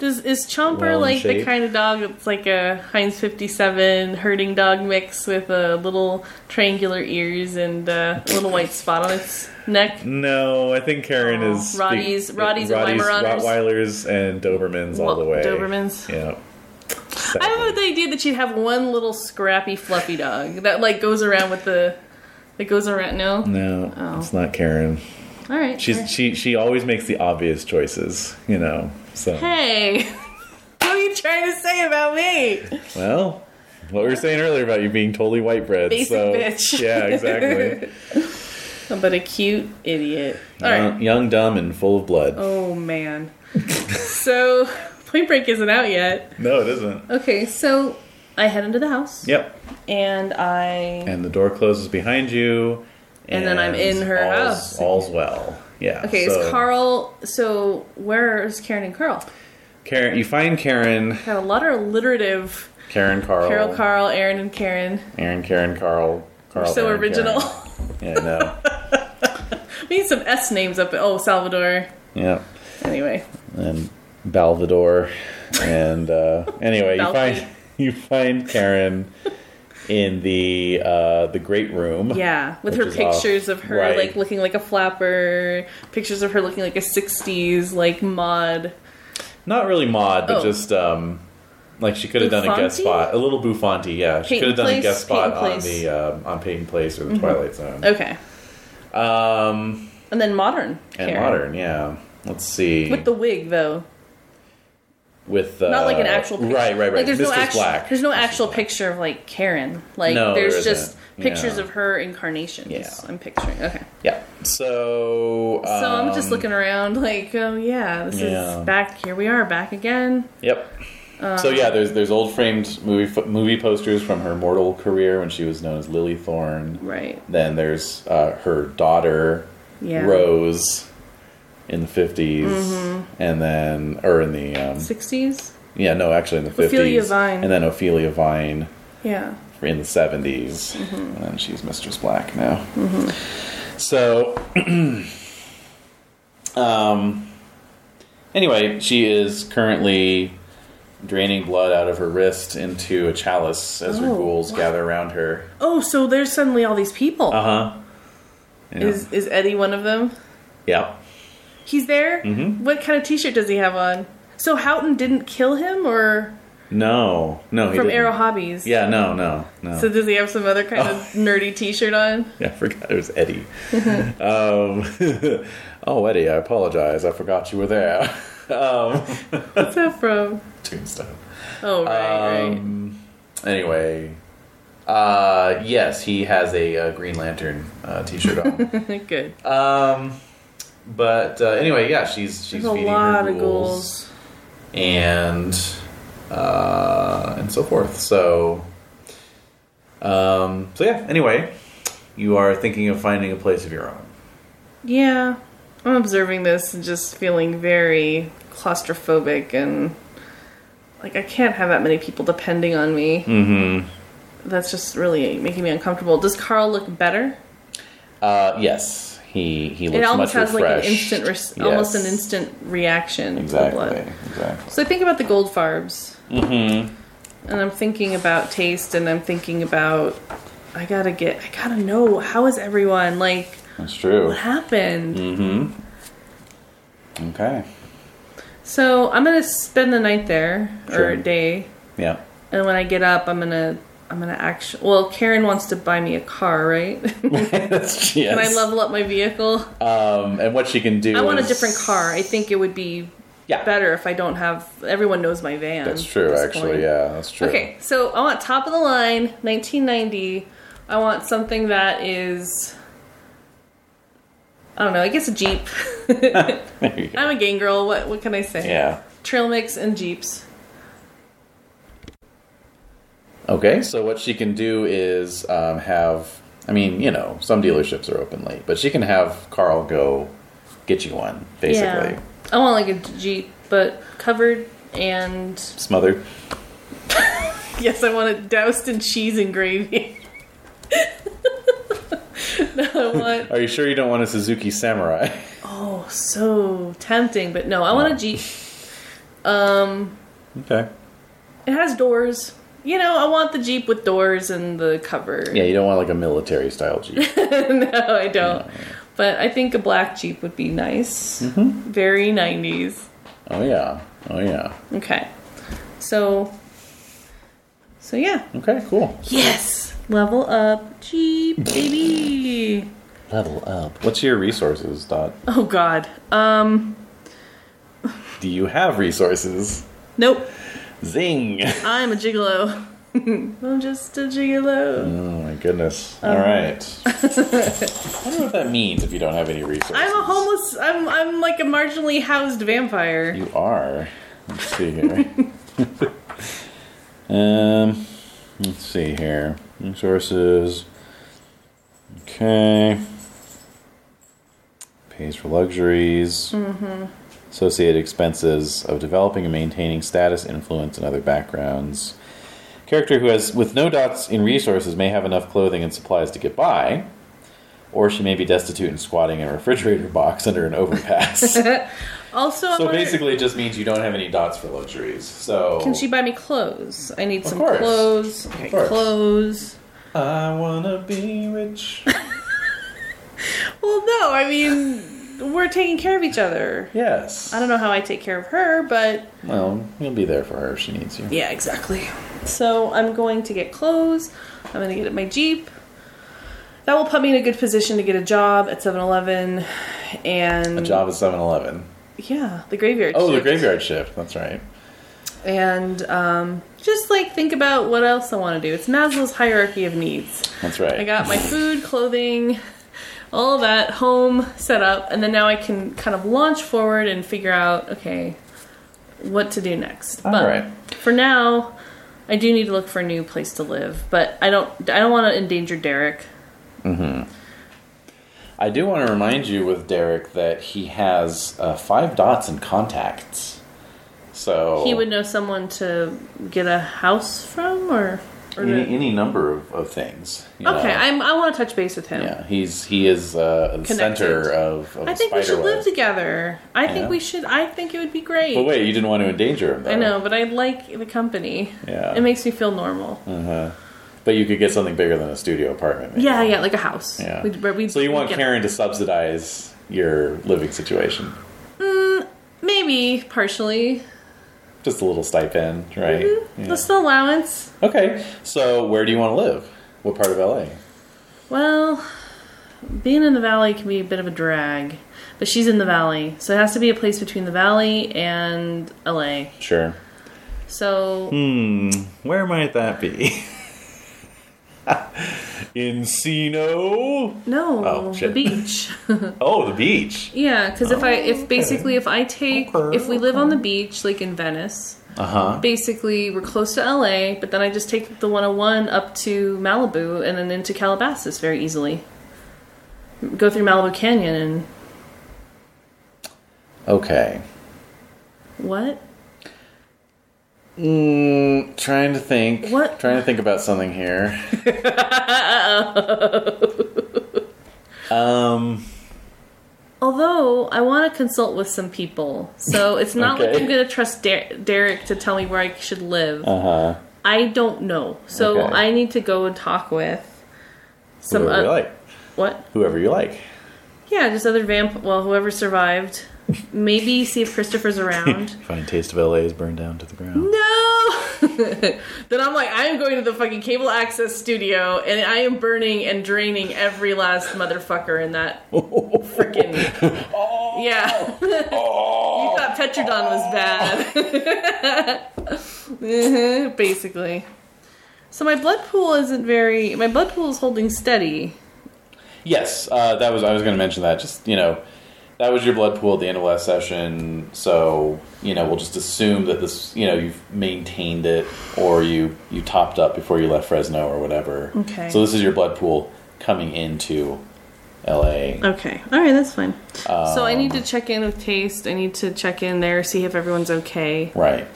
[SPEAKER 5] Does is Chomper
[SPEAKER 4] Well in
[SPEAKER 5] like the
[SPEAKER 4] shape.
[SPEAKER 5] kind of dog that's like a Heinz 57 herding dog mix with a little triangular ears and uh, a little white spot on its neck?
[SPEAKER 4] No, I think Karen
[SPEAKER 5] Oh,
[SPEAKER 4] is
[SPEAKER 5] Rotties-
[SPEAKER 4] the-
[SPEAKER 5] Rotties and Weimaraners.
[SPEAKER 4] Rottweilers, and Dobermans all the
[SPEAKER 5] Well,
[SPEAKER 4] way.
[SPEAKER 5] Dobermans.
[SPEAKER 4] Yeah.
[SPEAKER 5] I love the idea that you'd have one little scrappy fluffy dog that like goes around with the that goes around. No,
[SPEAKER 4] No,
[SPEAKER 5] Oh.
[SPEAKER 4] it's not Karen.
[SPEAKER 5] all right.
[SPEAKER 4] Mm. She's she she always makes the obvious choices, you know. So
[SPEAKER 5] hey, what are you trying to say about me?
[SPEAKER 4] well, what we were saying earlier about you being totally white bread.
[SPEAKER 5] Basic
[SPEAKER 4] so
[SPEAKER 5] bitch.
[SPEAKER 4] yeah, exactly.
[SPEAKER 5] Oh, But a cute idiot. All right.
[SPEAKER 4] young, young, dumb, and full of blood.
[SPEAKER 5] Oh man. so Point Break isn't out yet.
[SPEAKER 4] No, it isn't.
[SPEAKER 5] Okay, so I head into the house
[SPEAKER 4] Yep.
[SPEAKER 5] and I
[SPEAKER 4] And the door closes behind you.
[SPEAKER 5] And then I'm in her
[SPEAKER 4] all's,
[SPEAKER 5] house.
[SPEAKER 4] All's well. Yeah.
[SPEAKER 5] Okay,
[SPEAKER 4] so
[SPEAKER 5] is Carl so where's Karen and Carl?
[SPEAKER 4] Karen, you find Karen,
[SPEAKER 5] Got a lot of alliterative
[SPEAKER 4] Karen, Carl,
[SPEAKER 5] Carol, Carl, Aaron, and Karen.
[SPEAKER 4] Aaron, Karen, Carl, Carl.
[SPEAKER 5] so
[SPEAKER 4] Aaron,
[SPEAKER 5] original.
[SPEAKER 4] Karen. Yeah, no.
[SPEAKER 5] we need some S names up. Oh, Salvador.
[SPEAKER 4] yeah.
[SPEAKER 5] Anyway,
[SPEAKER 4] and Balvador. And uh, anyway, you
[SPEAKER 5] Balfi.
[SPEAKER 4] find you find Karen in the uh, the great room.
[SPEAKER 5] yeah, with
[SPEAKER 4] Which
[SPEAKER 5] her
[SPEAKER 4] is off.
[SPEAKER 5] pictures of her
[SPEAKER 4] Right.
[SPEAKER 5] like looking like a flapper, pictures of her looking like a '60s like mod.
[SPEAKER 4] Not really mod, but
[SPEAKER 5] Oh.
[SPEAKER 4] just um, like she could have done a guest
[SPEAKER 5] Buffonti?
[SPEAKER 4] spot, a little Buffonti. Yeah, she could have
[SPEAKER 5] Peyton
[SPEAKER 4] done a
[SPEAKER 5] Place,
[SPEAKER 4] guest spot
[SPEAKER 5] Peyton
[SPEAKER 4] on
[SPEAKER 5] Place. Mm-hmm.
[SPEAKER 4] the um, on Peyton Place or the Twilight Zone.
[SPEAKER 5] Okay,
[SPEAKER 4] Um,
[SPEAKER 5] and then modern
[SPEAKER 4] and
[SPEAKER 5] Karen.
[SPEAKER 4] modern, yeah. Let's see.
[SPEAKER 5] with the wig though.
[SPEAKER 13] with uh,
[SPEAKER 5] Not like an actual picture.
[SPEAKER 13] Right, right, right.
[SPEAKER 5] Like, there's
[SPEAKER 13] this
[SPEAKER 5] no
[SPEAKER 13] is
[SPEAKER 5] actual,
[SPEAKER 13] black.
[SPEAKER 5] There's no
[SPEAKER 13] This is
[SPEAKER 5] actual
[SPEAKER 13] black.
[SPEAKER 5] picture of like Karen. Like
[SPEAKER 13] No, there
[SPEAKER 5] there's just
[SPEAKER 13] isn't.
[SPEAKER 5] pictures
[SPEAKER 13] Yeah.
[SPEAKER 5] of her incarnations.
[SPEAKER 13] Yeah.
[SPEAKER 5] I'm picturing. Okay.
[SPEAKER 13] Yeah. So. Um,
[SPEAKER 5] So I'm just looking around like, oh yeah, this
[SPEAKER 13] yeah.
[SPEAKER 5] is back here we are back again.
[SPEAKER 13] Yep.
[SPEAKER 4] so yeah, there's there's old framed movie fo- movie posters from her mortal career when she was known as Lily Thorne.
[SPEAKER 5] Right.
[SPEAKER 4] Then there's uh, her daughter
[SPEAKER 5] Yeah. Mm-hmm.
[SPEAKER 4] Rose in the 50s and then or in the um,
[SPEAKER 5] Sixties?
[SPEAKER 4] yeah no actually in the fifties
[SPEAKER 5] Ophelia Vine.
[SPEAKER 4] and then Ophelia Vine
[SPEAKER 5] Yeah.
[SPEAKER 4] in the 70s
[SPEAKER 5] Mm-hmm.
[SPEAKER 4] and then she's Mistress Black now. Mm-hmm. So, um, anyway, she is currently draining blood out of her wrist into a chalice as her
[SPEAKER 5] Oh.
[SPEAKER 4] ghouls gather around her. Uh-huh.
[SPEAKER 5] Oh, so there's suddenly all these people.
[SPEAKER 13] Uh huh. Yeah.
[SPEAKER 5] Is is Eddie one of them?
[SPEAKER 13] yeah.
[SPEAKER 5] He's there? Mm-hmm. What kind of t shirt does he have on? So Houghton didn't kill him or
[SPEAKER 13] No. No. He
[SPEAKER 5] from
[SPEAKER 13] didn't.
[SPEAKER 5] Arrow Hobbies?
[SPEAKER 13] Yeah. Oh. No. No. No.
[SPEAKER 5] So does he have some other kind of nerdy t shirt on?
[SPEAKER 13] I forgot it was Eddie.
[SPEAKER 5] Mm-hmm.
[SPEAKER 13] um, oh, Eddie, I apologize. I forgot you were there. um,
[SPEAKER 5] What's that from?
[SPEAKER 13] tombstone.
[SPEAKER 5] Oh right, right.
[SPEAKER 13] Um, Anyway, uh, yes, he has a, uh Green Lantern uh, t-shirt on.
[SPEAKER 5] Good.
[SPEAKER 13] um, but uh, anyway, yeah, she's she's
[SPEAKER 5] There's a
[SPEAKER 13] feeding
[SPEAKER 5] lot
[SPEAKER 13] her
[SPEAKER 5] of
[SPEAKER 13] ghouls,
[SPEAKER 5] ghouls.
[SPEAKER 13] and uh, and so forth. So, um, so yeah. Anyway, you are thinking of finding a place of your own.
[SPEAKER 5] Yeah. I'm observing this and just feeling very claustrophobic and like I can't have that many people depending on me. Mm-hmm. That's just really making me uncomfortable. Does Carl look better?
[SPEAKER 13] Uh, yes, he he looks
[SPEAKER 5] it almost
[SPEAKER 13] much
[SPEAKER 5] has like
[SPEAKER 13] refreshed.
[SPEAKER 5] an instant, res-
[SPEAKER 13] Yes.
[SPEAKER 5] almost an instant reaction to the blood.
[SPEAKER 4] Exactly. Exactly.
[SPEAKER 5] So I think about the gold farbs. Mm-hmm. And I'm thinking about taste and I'm thinking about I gotta get I gotta know how is everyone like
[SPEAKER 4] That's true.
[SPEAKER 5] what happened?
[SPEAKER 4] Okay.
[SPEAKER 5] So I'm gonna spend the night there or
[SPEAKER 4] Sure.
[SPEAKER 5] a day.
[SPEAKER 4] Yeah.
[SPEAKER 5] And when I get up I'm gonna I'm gonna actually well, Karen wants to buy me a car, right? Can
[SPEAKER 4] That's, yes.
[SPEAKER 5] I level up my vehicle?
[SPEAKER 4] um, and what she can do.
[SPEAKER 5] I want a
[SPEAKER 4] is-
[SPEAKER 5] different car. I think it would be
[SPEAKER 4] Yeah.
[SPEAKER 5] better if I don't have everyone knows my van.
[SPEAKER 4] That's
[SPEAKER 5] um, at
[SPEAKER 4] true.
[SPEAKER 5] this
[SPEAKER 4] Actually,
[SPEAKER 5] point.
[SPEAKER 4] yeah, that's true.
[SPEAKER 5] Okay, so I want top of the line, 1990. I want something that is, I don't know. I guess a jeep.
[SPEAKER 4] There you go.
[SPEAKER 5] I'm a gang girl. What what can I say?
[SPEAKER 4] Yeah.
[SPEAKER 5] Trail mix and jeeps.
[SPEAKER 4] Okay, so what she can do is um, have. I mean, you know, some dealerships are open late, but she can have Carl go get you one, basically.
[SPEAKER 5] Yeah. I want like a jeep, but covered and
[SPEAKER 4] Smothered.
[SPEAKER 5] yes, I want it doused in cheese and gravy. no, I want
[SPEAKER 4] Are you sure you don't want a Suzuki Samurai?
[SPEAKER 5] oh so tempting, but no, I want a jeep. Um,
[SPEAKER 4] okay.
[SPEAKER 5] It has doors. You know, I want the Jeep with doors and the cover.
[SPEAKER 4] Yeah, you don't want like a military style Jeep.
[SPEAKER 5] no, I don't. But I think a black Jeep would be nice.
[SPEAKER 4] Mm-hmm.
[SPEAKER 5] Very 90s.
[SPEAKER 4] oh, yeah. Oh, yeah.
[SPEAKER 5] Okay. So, so yeah.
[SPEAKER 4] Okay, cool.
[SPEAKER 5] Yes! Level up Jeep, baby!
[SPEAKER 4] Level up. What's your resources, Dot?
[SPEAKER 5] Oh, God. Um,
[SPEAKER 4] Do you have resources?
[SPEAKER 5] nope.
[SPEAKER 4] Zing!
[SPEAKER 5] I'm a gigolo. I'm just a gigolo.
[SPEAKER 4] oh, my goodness.
[SPEAKER 5] Um,
[SPEAKER 4] All right. I wonder what that means if you don't have any resources.
[SPEAKER 5] I'm a homeless, I'm, I'm like a marginally housed vampire.
[SPEAKER 4] You are. Let's see here. um, let's see here. Resources. Okay. Pays for luxuries. Associated expenses of developing and maintaining status, influence, and other backgrounds. Character who has, with no dots in resources, may have enough clothing and supplies to get by, or she may be destitute and squatting in a refrigerator box under an overpass.
[SPEAKER 5] Also, I
[SPEAKER 4] So
[SPEAKER 5] wanna-
[SPEAKER 4] basically, it just means you don't have any dots for luxuries. So
[SPEAKER 5] Can she buy me clothes? I need some
[SPEAKER 4] course.
[SPEAKER 5] clothes. Okay,
[SPEAKER 4] course.
[SPEAKER 5] clothes.
[SPEAKER 4] I wanna be rich.
[SPEAKER 5] Well, no, I mean, we're taking care of each other.
[SPEAKER 4] yes.
[SPEAKER 5] I don't know how I take care of her, but
[SPEAKER 4] Well, you'll be there for her if she needs you.
[SPEAKER 5] yeah, exactly. So I'm going to get clothes. I'm going to get my Jeep. That will put me in a good position to get a job at 7 Eleven and.
[SPEAKER 4] A job at 7-Eleven.
[SPEAKER 5] Yeah, the graveyard.
[SPEAKER 4] Oh, the
[SPEAKER 5] Mm. shift.
[SPEAKER 4] graveyard shift. That's right.
[SPEAKER 5] and um, just like think about what else I want to do. It's Maslow's hierarchy of needs.
[SPEAKER 4] That's right.
[SPEAKER 5] I got my food, clothing, all that home set up, and then now I can kind of launch forward and figure out okay what to do next.
[SPEAKER 13] All
[SPEAKER 5] but
[SPEAKER 13] right.
[SPEAKER 5] for now, I do need to look for a new place to live, but I don't I don't want to endanger Derek.
[SPEAKER 4] I do want to remind you with Derek that he has uh, five dots and contacts. So
[SPEAKER 5] He would know someone to get a house from, or, or
[SPEAKER 4] any,
[SPEAKER 5] to-
[SPEAKER 4] any number of, of things. you know.
[SPEAKER 5] okay. I'm, I want to touch base with him.
[SPEAKER 4] uh, yeah, he's he is uh, the center
[SPEAKER 5] Connected.
[SPEAKER 4] of. of
[SPEAKER 5] I think we
[SPEAKER 4] spider
[SPEAKER 5] should live
[SPEAKER 4] web.
[SPEAKER 5] together. I
[SPEAKER 4] Yeah.
[SPEAKER 5] think we should. I think it would be great.
[SPEAKER 4] But wait, you didn't want to endanger him. Though.
[SPEAKER 5] I know, but I like the company.
[SPEAKER 4] Yeah.
[SPEAKER 5] It makes me feel normal.
[SPEAKER 4] But you could get something bigger than a studio apartment. Maybe.
[SPEAKER 5] Yeah, yeah, like a house.
[SPEAKER 4] Yeah.
[SPEAKER 5] We'd- where we'd-
[SPEAKER 4] so you want
[SPEAKER 5] we'd get-
[SPEAKER 4] Karen to subsidize your living situation?
[SPEAKER 5] Maybe partially.
[SPEAKER 4] Just a little stipend, right? Yeah.
[SPEAKER 5] Just an allowance.
[SPEAKER 4] Okay. So where do you want to live? What part of LA?
[SPEAKER 5] Well, being in the valley can be a bit of a drag, but she's in the valley, so it has to be a place between the valley and LA.
[SPEAKER 4] Sure.
[SPEAKER 5] So
[SPEAKER 4] Hmm.
[SPEAKER 13] Where might that be? Encino.
[SPEAKER 5] no,
[SPEAKER 13] Oh,
[SPEAKER 5] the
[SPEAKER 13] shit.
[SPEAKER 5] beach.
[SPEAKER 13] Oh, the beach.
[SPEAKER 5] yeah, because if I if basically if I take
[SPEAKER 13] Okay,
[SPEAKER 5] if we live on the beach like in Venice,
[SPEAKER 13] Uh huh.
[SPEAKER 5] basically we're close to LA, but then I just take the 101 up to Malibu and then into Calabasas very easily. Go through Malibu Canyon and
[SPEAKER 13] Okay.
[SPEAKER 5] what?
[SPEAKER 13] Mm, trying to think.
[SPEAKER 5] What?
[SPEAKER 13] Trying to think about something here. um.
[SPEAKER 5] Although I want to consult with some people, so it's not
[SPEAKER 13] Okay.
[SPEAKER 5] like I'm going to trust Der- Derek to tell me where I should live.
[SPEAKER 13] Uh huh.
[SPEAKER 5] I don't know, so
[SPEAKER 13] Okay.
[SPEAKER 5] I need to go and talk with some
[SPEAKER 13] Whoever you
[SPEAKER 5] uh,
[SPEAKER 13] like.
[SPEAKER 5] what?
[SPEAKER 13] Whoever you like.
[SPEAKER 5] Yeah, just other vamp. Well, whoever survived, maybe see if Christopher's around.
[SPEAKER 13] Fine taste of LA is burned down to the ground.
[SPEAKER 5] no, then I'm like, I am going to the fucking cable access studio, and I am burning and draining every last motherfucker in that freaking. Yeah. you thought Petrodon was bad. Mhm, Basically. So my blood pool isn't very. My blood pool is holding steady.
[SPEAKER 4] Yes, uh, that was. I was going to mention that. Just you know, that was your blood pool at the end of last session. So you know, we'll just assume that this. You know, you've maintained it, or you you topped up before you left Fresno or whatever.
[SPEAKER 5] Okay.
[SPEAKER 4] So this is your blood pool coming into L.A.
[SPEAKER 5] Okay. All right, that's fine. so I need
[SPEAKER 4] Um,
[SPEAKER 5] to check in with Taste. I need to check in there, see if everyone's okay.
[SPEAKER 4] Right.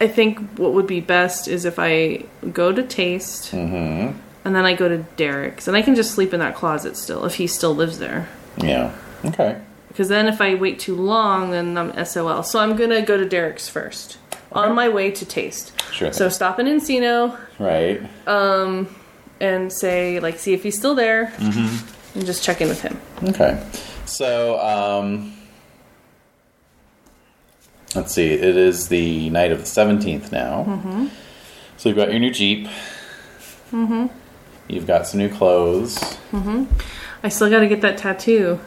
[SPEAKER 5] I think what would be best is if I go to Taste,
[SPEAKER 4] Mm-hmm.
[SPEAKER 5] and then I go to Derek's, and I can just sleep in that closet still if he still lives there.
[SPEAKER 4] Yeah. Okay.
[SPEAKER 5] Because then if I wait too long, then I'm SOL. So I'm gonna go to Derek's first on my way to Taste.
[SPEAKER 4] Sure
[SPEAKER 5] So
[SPEAKER 4] thing.
[SPEAKER 5] stop in Encino
[SPEAKER 4] Right.
[SPEAKER 5] and say like, see if he's still there,
[SPEAKER 4] Mm-hmm.
[SPEAKER 5] and just check in with him.
[SPEAKER 4] Okay. So, um, let's see. It is the night of the 17th now.
[SPEAKER 5] Mm-hmm.
[SPEAKER 4] So you've got your new Jeep. Mm-hmm. You've got some new clothes.
[SPEAKER 5] I still gotta get that tattoo,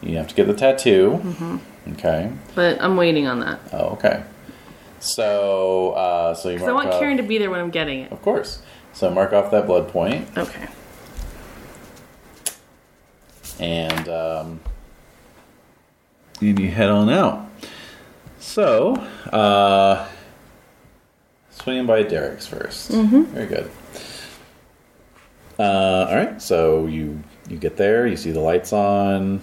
[SPEAKER 4] You have to get the tattoo. Mm-hmm. Okay.
[SPEAKER 5] but I'm waiting on that
[SPEAKER 4] Oh, okay. So, uh, so you
[SPEAKER 5] because I
[SPEAKER 4] mark
[SPEAKER 5] want
[SPEAKER 4] off,
[SPEAKER 5] Karen to be there when I'm getting it.
[SPEAKER 4] Of course. So mark off that blood point.
[SPEAKER 5] Okay.
[SPEAKER 4] and um, and you head on out. So, uh, swinging by Derek's 1st
[SPEAKER 5] Mm-hmm.
[SPEAKER 4] Very good. Uh, all right, so you you get there, you see the lights on,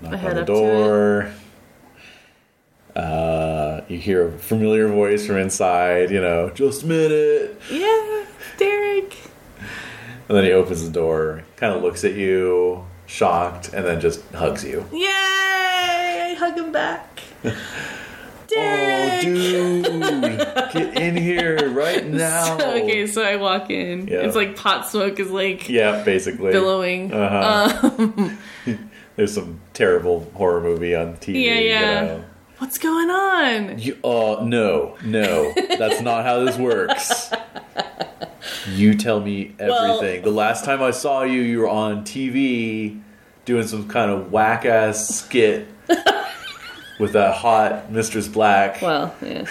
[SPEAKER 4] knock
[SPEAKER 5] I
[SPEAKER 4] on
[SPEAKER 5] head
[SPEAKER 4] the
[SPEAKER 5] up to
[SPEAKER 4] door. Uh, you hear a familiar voice from inside, you know, just a minute.
[SPEAKER 5] Yeah, Derek.
[SPEAKER 13] And then he opens the door, kind of looks at you, shocked, and then just hugs you.
[SPEAKER 5] Yay! I hug him back.
[SPEAKER 13] Oh,
[SPEAKER 5] Derek.
[SPEAKER 13] dude, get in here right now.
[SPEAKER 5] okay, so I walk in.
[SPEAKER 13] Yeah.
[SPEAKER 5] It's like pot smoke is like
[SPEAKER 13] Yeah, Uh-huh. basically.
[SPEAKER 5] billowing.
[SPEAKER 13] There's some terrible horror movie on TV.
[SPEAKER 5] Yeah, yeah.
[SPEAKER 13] You know.
[SPEAKER 5] What's going on?
[SPEAKER 13] You, uh, no, no, that's not how this works. You tell me everything.
[SPEAKER 5] Well-
[SPEAKER 13] the last time I saw you, you were on TV doing some kind of whack ass skit
[SPEAKER 4] with that hot Mistress Black.
[SPEAKER 5] Well, yeah.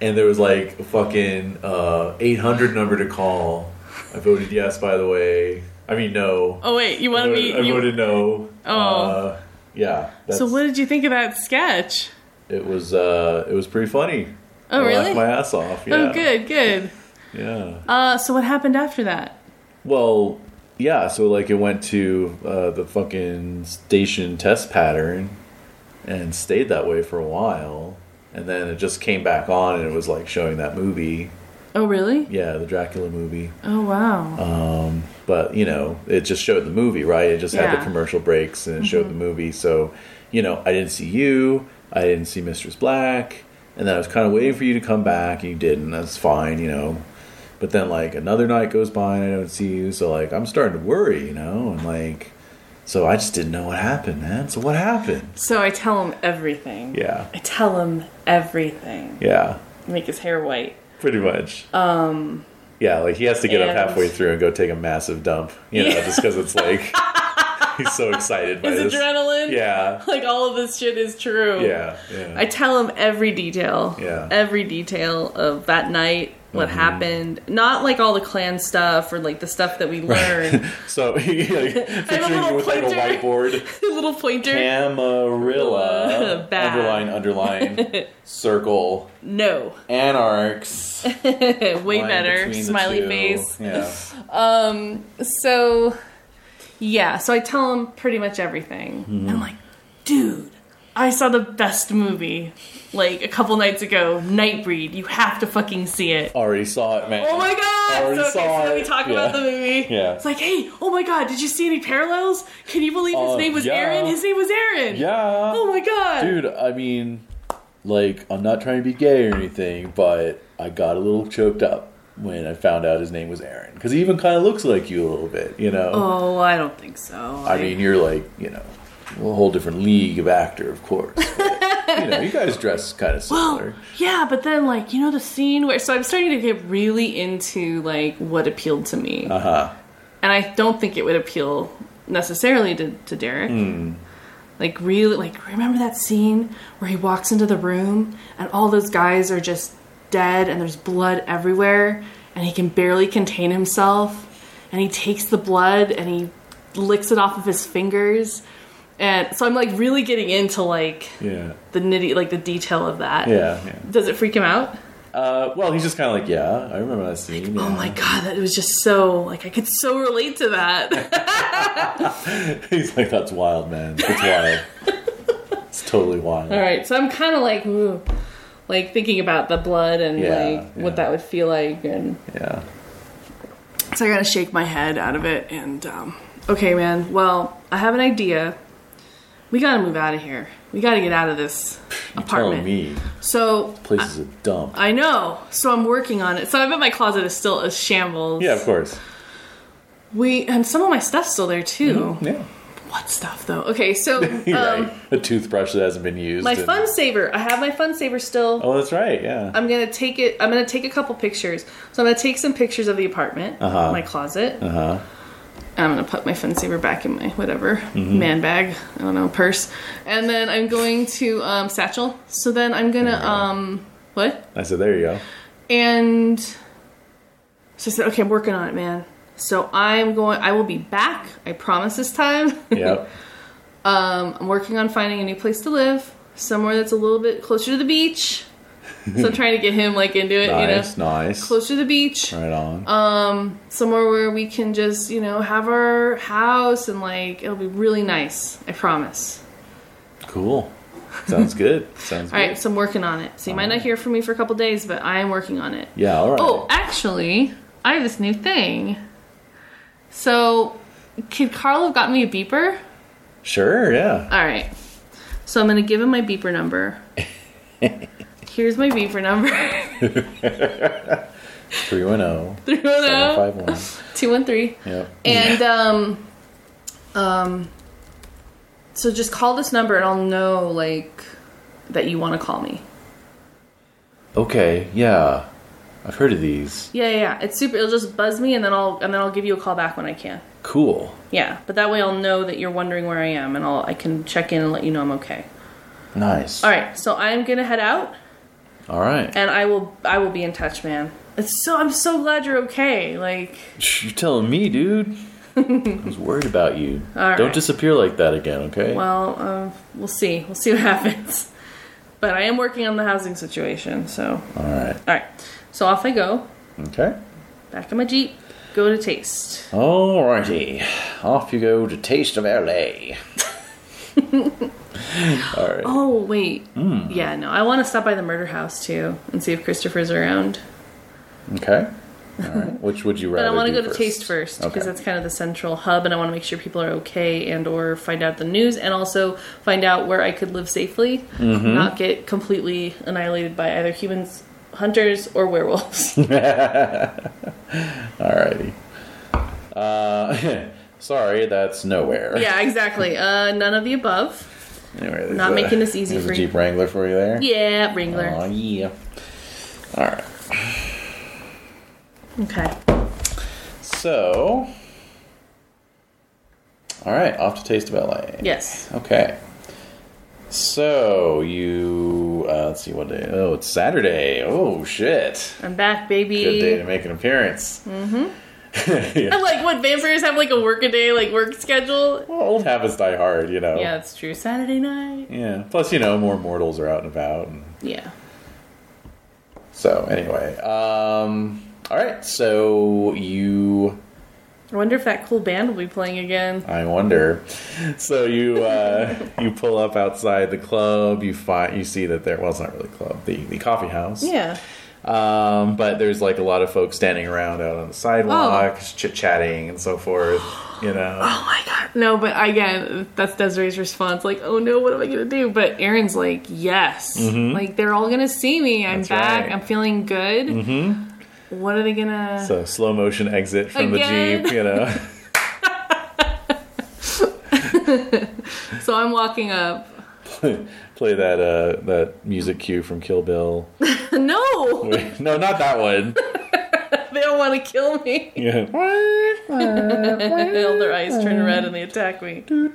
[SPEAKER 4] and there was like a fucking uh, 800 number to call. I voted yes, by the way. I mean, no.
[SPEAKER 5] Oh wait, you
[SPEAKER 4] I
[SPEAKER 5] wanted
[SPEAKER 4] voted, I
[SPEAKER 5] me? You,
[SPEAKER 4] voted no.
[SPEAKER 5] Oh.
[SPEAKER 4] Uh, yeah.
[SPEAKER 5] so
[SPEAKER 4] that's-
[SPEAKER 5] what did you think of that sketch?
[SPEAKER 4] It was uh, it was pretty funny.
[SPEAKER 5] Oh
[SPEAKER 4] I
[SPEAKER 5] really?
[SPEAKER 4] laughed my ass off. Yeah.
[SPEAKER 5] Oh good, good.
[SPEAKER 4] Yeah.
[SPEAKER 5] Uh, so what happened after that?
[SPEAKER 4] Well, yeah. So like, it went to uh, the fucking station test pattern, and stayed that way for a while, and then it just came back on, and it was like showing that movie.
[SPEAKER 5] Oh really?
[SPEAKER 4] Yeah, the Dracula movie.
[SPEAKER 5] Oh wow.
[SPEAKER 13] Uh-huh.
[SPEAKER 4] but you know it just showed the movie right it just had
[SPEAKER 5] Yeah. Mm-hmm.
[SPEAKER 4] the commercial breaks and it showed the movie so you know i didn't see you i didn't see mistress black and then i was kind of waiting for you to come back and you didn't that's fine you know but then like another night goes by and i don't see you so like i'm starting to worry you know and like so i just didn't know what happened man so what happened
[SPEAKER 5] so I tell him everything.
[SPEAKER 4] yeah
[SPEAKER 5] I tell him everything.
[SPEAKER 4] yeah
[SPEAKER 5] Make his hair white.
[SPEAKER 4] pretty much um yeah like he has to get up
[SPEAKER 5] and-
[SPEAKER 4] halfway through and go take a massive dump you know
[SPEAKER 5] Yeah.
[SPEAKER 4] just because it's like he's so excited by
[SPEAKER 5] His
[SPEAKER 4] this
[SPEAKER 5] adrenaline.
[SPEAKER 4] Yeah.
[SPEAKER 5] Like all of this shit is true.
[SPEAKER 4] Yeah. Yeah.
[SPEAKER 5] I tell him every detail.
[SPEAKER 4] Yeah.
[SPEAKER 5] Every detail of that night, what happened. Not like all the clan stuff or like the stuff that we learned.
[SPEAKER 4] so picturing
[SPEAKER 5] little
[SPEAKER 4] you with like a
[SPEAKER 5] pointer. uh,
[SPEAKER 4] whiteboard.
[SPEAKER 5] Little pointer.
[SPEAKER 16] Camarilla.
[SPEAKER 5] Bad.
[SPEAKER 16] Underline, underline, circle,
[SPEAKER 5] No.
[SPEAKER 16] anarchs.
[SPEAKER 5] Way
[SPEAKER 16] line
[SPEAKER 5] better.
[SPEAKER 16] between the
[SPEAKER 5] Smiley
[SPEAKER 16] two.
[SPEAKER 5] face.
[SPEAKER 16] Yeah.
[SPEAKER 5] So yeah, so I tell him pretty much everything. I'm like, dude, I saw the best movie like a couple nights ago, Nightbreed. You have to fucking see it.
[SPEAKER 16] Already saw it, man.
[SPEAKER 5] Oh my god!
[SPEAKER 16] Already
[SPEAKER 5] So, okay,
[SPEAKER 16] saw
[SPEAKER 5] so then we
[SPEAKER 16] it.
[SPEAKER 5] talk
[SPEAKER 16] Yeah.
[SPEAKER 5] about the movie.
[SPEAKER 16] Yeah.
[SPEAKER 5] It's like, hey, oh my god, did you see any parallels? Can you believe his
[SPEAKER 16] Oh,
[SPEAKER 5] name was
[SPEAKER 16] yeah.
[SPEAKER 5] Aaron? His name was Aaron.
[SPEAKER 16] Yeah.
[SPEAKER 5] Oh my god.
[SPEAKER 16] Dude, I mean, like, I'm not trying to be gay or anything, but I got a little choked up when I found out his name was Aaron. Because he even kind of looks like you a little bit, you know?
[SPEAKER 5] Oh, I don't think so.
[SPEAKER 16] I mean, you're like, you know, a whole different league of actor, of course. But, you know, you guys dress kind of similar.
[SPEAKER 5] Oh, yeah, but then like you know the scene where so I'm starting to get really into like what appealed to me.
[SPEAKER 16] Uh huh.
[SPEAKER 5] and I don't think it would appeal necessarily to, to Derek. Like really, like remember that scene where he walks into the room and all those guys are just dead and there's blood everywhere and he can barely contain himself and he takes the blood and he licks it off of his fingers and so I'm like really getting into like
[SPEAKER 4] Yeah.
[SPEAKER 5] the nitty like the detail of that.
[SPEAKER 4] Yeah. yeah.
[SPEAKER 5] Does it freak him out?
[SPEAKER 4] Uh, well, he's just kind of like, yeah, I remember that scene.
[SPEAKER 5] Oh my god, that was just so like I could so relate to that.
[SPEAKER 4] yeah. he's like, that's wild, man. That's wild. it's totally wild.
[SPEAKER 5] All right, so I'm kind of like, ooh, like thinking about the blood and
[SPEAKER 4] Yeah,
[SPEAKER 5] like what
[SPEAKER 4] yeah.
[SPEAKER 5] that would feel like, and
[SPEAKER 4] Yeah.
[SPEAKER 5] so I gotta shake my head out of it. And um, okay, man, well, I have an idea. We gotta move out of here. We gotta get out of this
[SPEAKER 4] Telling
[SPEAKER 5] apartment.
[SPEAKER 4] me,
[SPEAKER 5] So
[SPEAKER 4] place is a dump.
[SPEAKER 5] I know. So I'm working on it. So I bet my closet is still a shambles.
[SPEAKER 4] yeah, of course.
[SPEAKER 5] We and some of my stuff's still there too.
[SPEAKER 4] Yeah.
[SPEAKER 5] What stuff though? Okay, so
[SPEAKER 4] You're
[SPEAKER 5] um,
[SPEAKER 4] right. A toothbrush that hasn't been used.
[SPEAKER 5] my
[SPEAKER 4] and-
[SPEAKER 5] fun saver. I have my fun saver still.
[SPEAKER 4] Oh, that's right. Yeah.
[SPEAKER 5] I'm gonna take it. I'm gonna take a couple pictures. So I'm gonna take some pictures of the apartment, my closet. Uh-huh. I'm gonna put my fun saver back in my whatever man bag. I don't know purse. And then I'm going to um, satchel. So then I'm gonna um what?
[SPEAKER 4] I said, there you go.
[SPEAKER 5] And so I said, okay, I'm working on it, man. So I'm going. I will be back. I promise this time.
[SPEAKER 4] Yep.
[SPEAKER 5] I'm working on finding a new place to live, somewhere that's a little bit closer to the beach. So I'm trying to get him like into it, you know. Um,
[SPEAKER 4] nice. Nice.
[SPEAKER 5] closer to the beach,
[SPEAKER 4] Right on.
[SPEAKER 5] somewhere where we can just, you know, have our house and like it'll be really nice. I promise.
[SPEAKER 4] cool. Sounds good. Sounds
[SPEAKER 5] All
[SPEAKER 4] good.
[SPEAKER 5] right, so I'm working on it. So you might not hear from me for a couple days, but I am working on it.
[SPEAKER 4] Yeah. All right.
[SPEAKER 5] Oh, actually, I have this new thing. So, could Carl have gotten me a beeper?
[SPEAKER 4] Sure. Yeah.
[SPEAKER 5] All right. So I'm gonna give him my beeper number. Here's my beeper number.
[SPEAKER 4] 310 751.
[SPEAKER 5] 213.
[SPEAKER 4] Yep.
[SPEAKER 5] And um, um, so just call this number and I'll know like that you want to call me.
[SPEAKER 4] Okay, yeah. I've heard of these.
[SPEAKER 5] Yeah, yeah, yeah. It's super. It'll just buzz me and then I'll and then I'll give you a call back when I can.
[SPEAKER 4] Cool.
[SPEAKER 5] Yeah, but that way I'll know that you're wondering where I am and I'll I can check in and let you know I'm okay.
[SPEAKER 4] Nice.
[SPEAKER 5] All right, so I'm gonna head out,
[SPEAKER 4] All right.
[SPEAKER 5] and I will I will be in touch, man. It's so I'm so glad you're okay. Like
[SPEAKER 4] You're telling me, dude. I was worried about you.
[SPEAKER 5] All
[SPEAKER 4] Don't
[SPEAKER 5] right.
[SPEAKER 4] disappear like that again, okay?
[SPEAKER 5] Well, uh, we'll see. We'll see what happens. But I am working on the housing situation, so.
[SPEAKER 4] All right.
[SPEAKER 5] Alright, so off I go.
[SPEAKER 4] Okay.
[SPEAKER 5] Back in my Jeep, go to Taste.
[SPEAKER 4] Alrighty. Off you go to Taste of LA. All right. Hmm.
[SPEAKER 5] Oh, wait. Yeah, no, I want to stop by the murder house too and see if Christopher's around.
[SPEAKER 4] Okay. All right. Which would you
[SPEAKER 5] But
[SPEAKER 4] rather?
[SPEAKER 5] I want to
[SPEAKER 4] do
[SPEAKER 5] go to Taste first because
[SPEAKER 4] Okay.
[SPEAKER 5] that's kind of the central hub and I want to make sure people are okay and or find out the news and also find out where I could live safely,
[SPEAKER 4] Mm-hmm.
[SPEAKER 5] not get completely annihilated by either humans, hunters or werewolves.
[SPEAKER 4] Alrighty. Uh, sorry, that's nowhere.
[SPEAKER 5] Yeah, exactly. Uh, none of the above.
[SPEAKER 4] Anyway, there's
[SPEAKER 5] Not
[SPEAKER 4] a-
[SPEAKER 5] making this easy
[SPEAKER 4] there's
[SPEAKER 5] for
[SPEAKER 4] a
[SPEAKER 5] you.
[SPEAKER 4] Jeep Wrangler for you there.
[SPEAKER 5] Yeah, Wrangler.
[SPEAKER 4] Aw, yeah. All right.
[SPEAKER 5] Okay.
[SPEAKER 4] So. All right. Off to Taste of LA.
[SPEAKER 5] Yes.
[SPEAKER 4] Okay. So you uh, let's see what day. Oh, it's Saturday. Oh shit!
[SPEAKER 5] I'm back, baby.
[SPEAKER 4] Good day to make an appearance. Mm-hmm.
[SPEAKER 5] I'm like, what, vampires have like a work a day, like work schedule?
[SPEAKER 4] Well, old habits die hard, you know.
[SPEAKER 5] Yeah, that's true. Saturday night.
[SPEAKER 4] Yeah. Plus, you know, more mortals are out and about. And
[SPEAKER 5] Yeah.
[SPEAKER 4] so anyway, um, all right. So you,
[SPEAKER 5] I wonder if that cool band will be playing again.
[SPEAKER 4] I wonder. So you uh, you pull up outside the club. You find you see that there. Well, it's not really a club. The the coffee house.
[SPEAKER 5] Yeah.
[SPEAKER 4] Um, but there's like a lot of folks standing around out on the sidewalks, chit chatting and so forth. You know,
[SPEAKER 5] Oh my god. No, but again, that's Desiree's response. Like, oh no, what am I gonna do? But Aaron's like, yes. Like they're all gonna see me. I'm
[SPEAKER 4] Mm-hmm. That's
[SPEAKER 5] back.
[SPEAKER 4] right.
[SPEAKER 5] I'm feeling good. Mm-hmm. What are they gonna?
[SPEAKER 4] so slow motion exit from
[SPEAKER 5] Again.
[SPEAKER 4] the jeep. You know,
[SPEAKER 5] so I'm walking up.
[SPEAKER 4] play that uh, that music cue from Kill Bill.
[SPEAKER 5] No,
[SPEAKER 4] Wait, no, not that one.
[SPEAKER 5] they don't want to kill me. All their eyes turn red and they attack me.
[SPEAKER 4] no,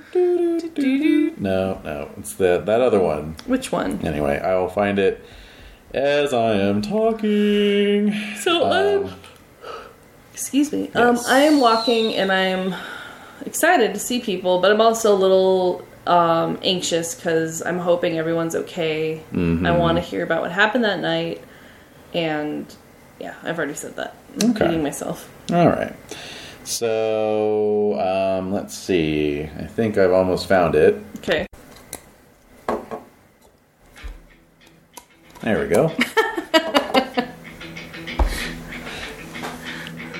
[SPEAKER 4] no, it's the that other one.
[SPEAKER 5] Which one?
[SPEAKER 4] Anyway, I will find it as I am talking.
[SPEAKER 5] So um, excuse me. Um, I am walking and I'm excited to see people, but I'm also a little um, anxious because I'm hoping everyone's okay. I want to hear about what happened that night, and yeah, I've already said that. I'm
[SPEAKER 4] Okay.
[SPEAKER 5] repeating myself.
[SPEAKER 4] All right. So um, let's see. I think I've almost found it.
[SPEAKER 5] Okay.
[SPEAKER 4] There we go.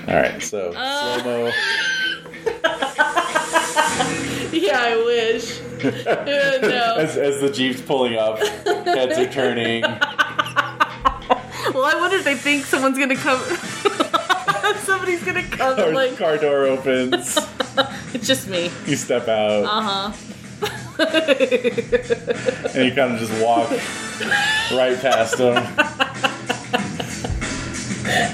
[SPEAKER 4] All right, so slow mo.
[SPEAKER 5] Yeah, I wish. Uh, no.
[SPEAKER 4] As, as the jeep's pulling up, heads are turning.
[SPEAKER 5] Well, I wonder if they think someone's gonna come. Somebody's gonna come.
[SPEAKER 4] Our
[SPEAKER 5] and, Like
[SPEAKER 4] car door opens.
[SPEAKER 5] it's just me.
[SPEAKER 4] You step out. Uh huh. and you kind of just walk right past them.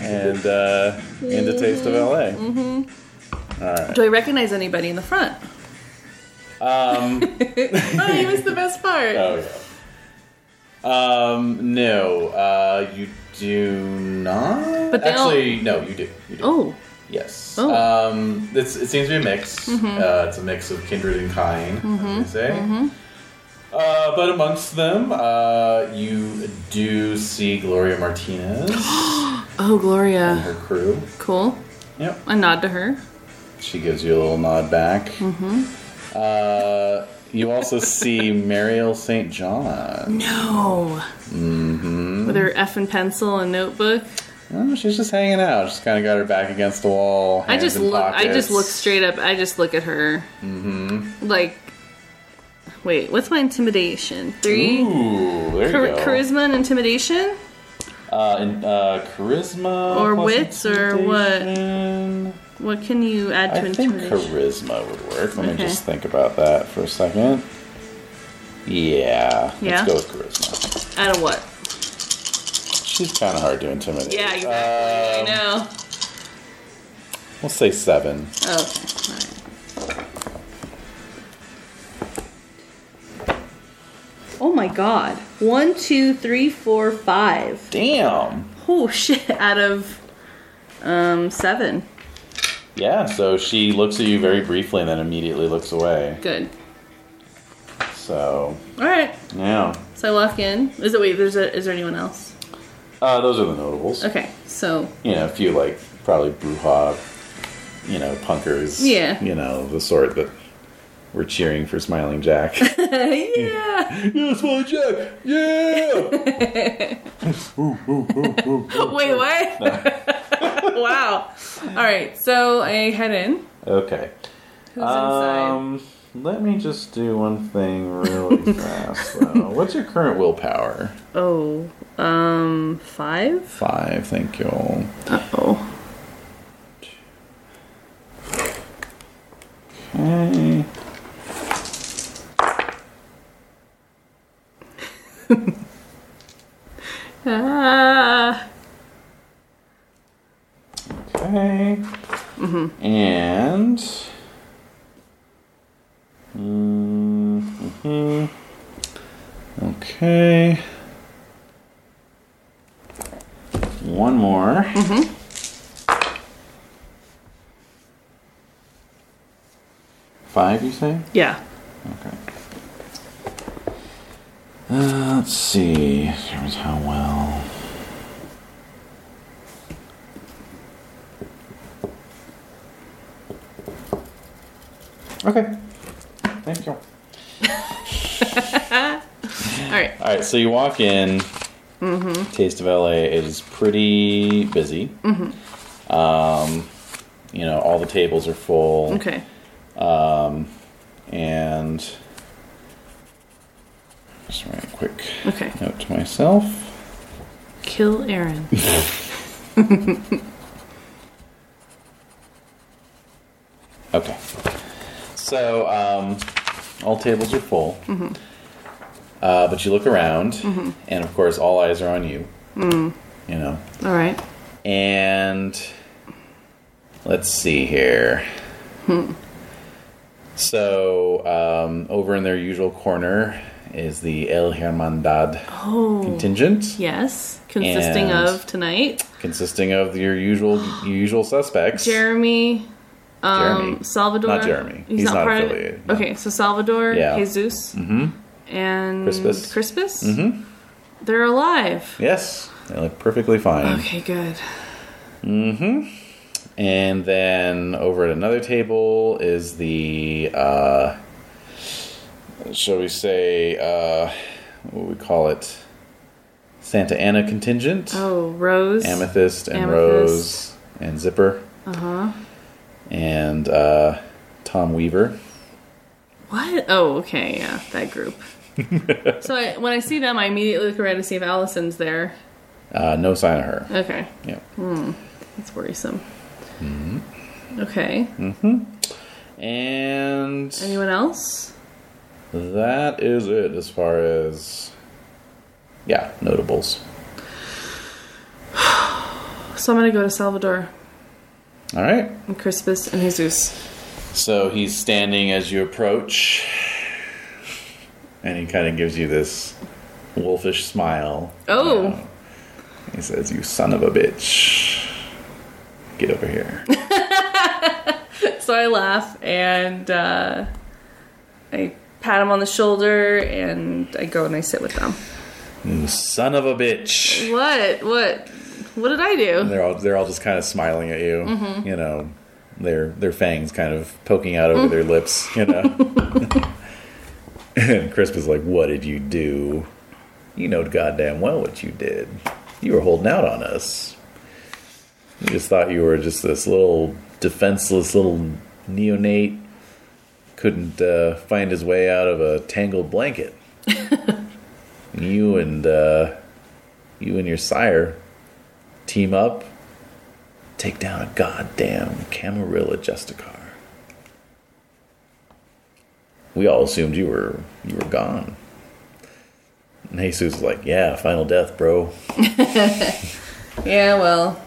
[SPEAKER 4] and uh, into Taste of LA.
[SPEAKER 5] Mm-hmm. Do I recognize anybody in the front?
[SPEAKER 4] Um,
[SPEAKER 5] Oh, you missed the best part.
[SPEAKER 4] oh, yeah. Um, no, uh, you do not.
[SPEAKER 5] But they all-
[SPEAKER 4] Actually, no, you do. You do.
[SPEAKER 5] Oh,
[SPEAKER 4] Yes.
[SPEAKER 5] Oh. Mm-hmm.
[SPEAKER 4] Um, it's, it seems to be a mix. Uh, it's a mix of kindred and kind, as they say.
[SPEAKER 5] Mm-hmm.
[SPEAKER 4] Uh, but amongst them, uh, you do see Gloria Martinez
[SPEAKER 5] oh, Gloria.
[SPEAKER 4] and her crew.
[SPEAKER 5] Cool.
[SPEAKER 4] Yep.
[SPEAKER 5] I nod to her.
[SPEAKER 4] She gives you a little nod back. Uh, you also see Mariel St. John.
[SPEAKER 5] No. Mm-hmm. With her effing pencil and notebook.
[SPEAKER 4] Oh, she's just hanging out. She's kind of got her back against the wall.
[SPEAKER 5] I
[SPEAKER 4] hands
[SPEAKER 5] just
[SPEAKER 4] in
[SPEAKER 5] look. I just
[SPEAKER 4] pockets.
[SPEAKER 5] look straight up. I just look at her. Mm-hmm. Like, wait, what's my intimidation? Three.
[SPEAKER 4] Ooh, there
[SPEAKER 5] Char-
[SPEAKER 4] you go.
[SPEAKER 5] charisma and intimidation,
[SPEAKER 4] uh, and, uh, charisma
[SPEAKER 5] Or
[SPEAKER 4] plus
[SPEAKER 5] wits, or what?
[SPEAKER 4] intimidation.
[SPEAKER 5] what can you add to
[SPEAKER 4] I think
[SPEAKER 5] intimidation?
[SPEAKER 4] charisma would work. Let me
[SPEAKER 5] Okay.
[SPEAKER 4] just think about that for a second. Yeah,
[SPEAKER 5] Yeah?
[SPEAKER 4] let's go with charisma.
[SPEAKER 5] Out of what?
[SPEAKER 4] She's kind of hard to intimidate.
[SPEAKER 5] Yeah, exactly. I
[SPEAKER 4] Um,
[SPEAKER 5] know.
[SPEAKER 4] We'll say seven.
[SPEAKER 5] Okay. All right. Oh
[SPEAKER 8] my god. One, two, three, four, five.
[SPEAKER 4] Damn.
[SPEAKER 8] Oh shit! Out of um seven.
[SPEAKER 4] Yeah, so she looks at you very briefly and then immediately looks away.
[SPEAKER 5] Good.
[SPEAKER 4] So,
[SPEAKER 5] All right.
[SPEAKER 4] yeah.
[SPEAKER 5] So I walk in. Is it wait? There's a, is there anyone else?
[SPEAKER 4] Uh, those are the notables.
[SPEAKER 5] Okay. So
[SPEAKER 4] You know, a few, like, probably brouhaha, you know, punkers.
[SPEAKER 5] Yeah.
[SPEAKER 4] You know, the sort that were cheering for Smiling Jack.
[SPEAKER 5] yeah.
[SPEAKER 4] yeah, Smiling Jack! Yeah!
[SPEAKER 5] Wait, what? wow. All right. So I head in.
[SPEAKER 4] okay.
[SPEAKER 5] Who's
[SPEAKER 4] Um, let me just do one thing really fast, though. What's your current willpower?
[SPEAKER 5] inside? Oh, um, five.
[SPEAKER 4] Five, thank you.
[SPEAKER 5] Oh.
[SPEAKER 4] Okay.
[SPEAKER 5] Ah.
[SPEAKER 4] Okay. And. hmm Okay. One more. Five, you say?
[SPEAKER 5] Yeah.
[SPEAKER 4] Okay. Uh, let's see. Determines how well. Okay. Thank you.
[SPEAKER 5] All right.
[SPEAKER 4] All right, so you walk in. Taste of LA is pretty busy. Um, you know, all the tables are full.
[SPEAKER 5] Okay.
[SPEAKER 4] and just write a quick
[SPEAKER 5] Okay.
[SPEAKER 4] note to myself.
[SPEAKER 5] Kill Aaron.
[SPEAKER 4] Okay. So um, all tables are full, uh, but you look around, and of course, all eyes are on you. You know,
[SPEAKER 5] All right.
[SPEAKER 4] and let's see here. So um, over in their usual corner is the El Hermandad contingent.
[SPEAKER 5] Yes. Consisting
[SPEAKER 4] And-
[SPEAKER 5] of tonight,
[SPEAKER 4] consisting of your usual your usual suspects.
[SPEAKER 5] Jeremy, um,
[SPEAKER 4] Jeremy.
[SPEAKER 5] Salvador.
[SPEAKER 4] Not Jeremy. He's not
[SPEAKER 5] part of it?
[SPEAKER 4] affiliated, no.
[SPEAKER 5] Okay. So Salvador,
[SPEAKER 4] Yeah.
[SPEAKER 5] Jesus, mm-hmm. and
[SPEAKER 4] Crispus.
[SPEAKER 5] Crispus. Mm-hmm. They're alive.
[SPEAKER 4] Yes, they look perfectly fine.
[SPEAKER 5] Okay. Good.
[SPEAKER 4] And then over at another table is the, uh, shall we say, uh, what would we call it? Santa Ana contingent.
[SPEAKER 5] Oh, Rose.
[SPEAKER 4] Amethyst and
[SPEAKER 5] Amethyst. Uh-huh.
[SPEAKER 4] Rose and Zipper. Uh huh. And uh, Tom Weaver.
[SPEAKER 5] What? Oh, okay, yeah, that group. so I, when I see them, I immediately look around to see if Allison's there.
[SPEAKER 4] Uh, no sign of her.
[SPEAKER 5] Okay,
[SPEAKER 4] Yeah.
[SPEAKER 5] that's worrisome.
[SPEAKER 4] Mm-hmm.
[SPEAKER 5] Okay.
[SPEAKER 4] Mm. And
[SPEAKER 5] Anyone else?
[SPEAKER 4] That is it as far as yeah, notables.
[SPEAKER 5] So I'm gonna go to Salvador
[SPEAKER 4] All right.
[SPEAKER 5] and Crispus and Jesus.
[SPEAKER 4] So he's standing as you approach and he kind of gives you this wolfish smile. Um,
[SPEAKER 5] Oh.
[SPEAKER 4] He says, "You son of a bitch. Get over here."
[SPEAKER 5] So I laugh and uh, I pat him on the shoulder and I go and I sit with them.
[SPEAKER 4] you son of a bitch.
[SPEAKER 5] What? What? What did I do?
[SPEAKER 4] They're all they're all just kind of smiling at you. You know, their their fangs kind of poking out over their lips. You know. and Crisp is like, "What did you do? You know goddamn well what you did. You were holding out on us. You just thought you were just this little defenseless little neonate." Couldn't uh, find his way out of a tangled blanket. you and uh, you and your sire team up, take down a goddamn Camarilla Justicar. We all assumed you were you were gone. And Jesus was like, "Yeah, final death, bro."
[SPEAKER 5] Yeah, well,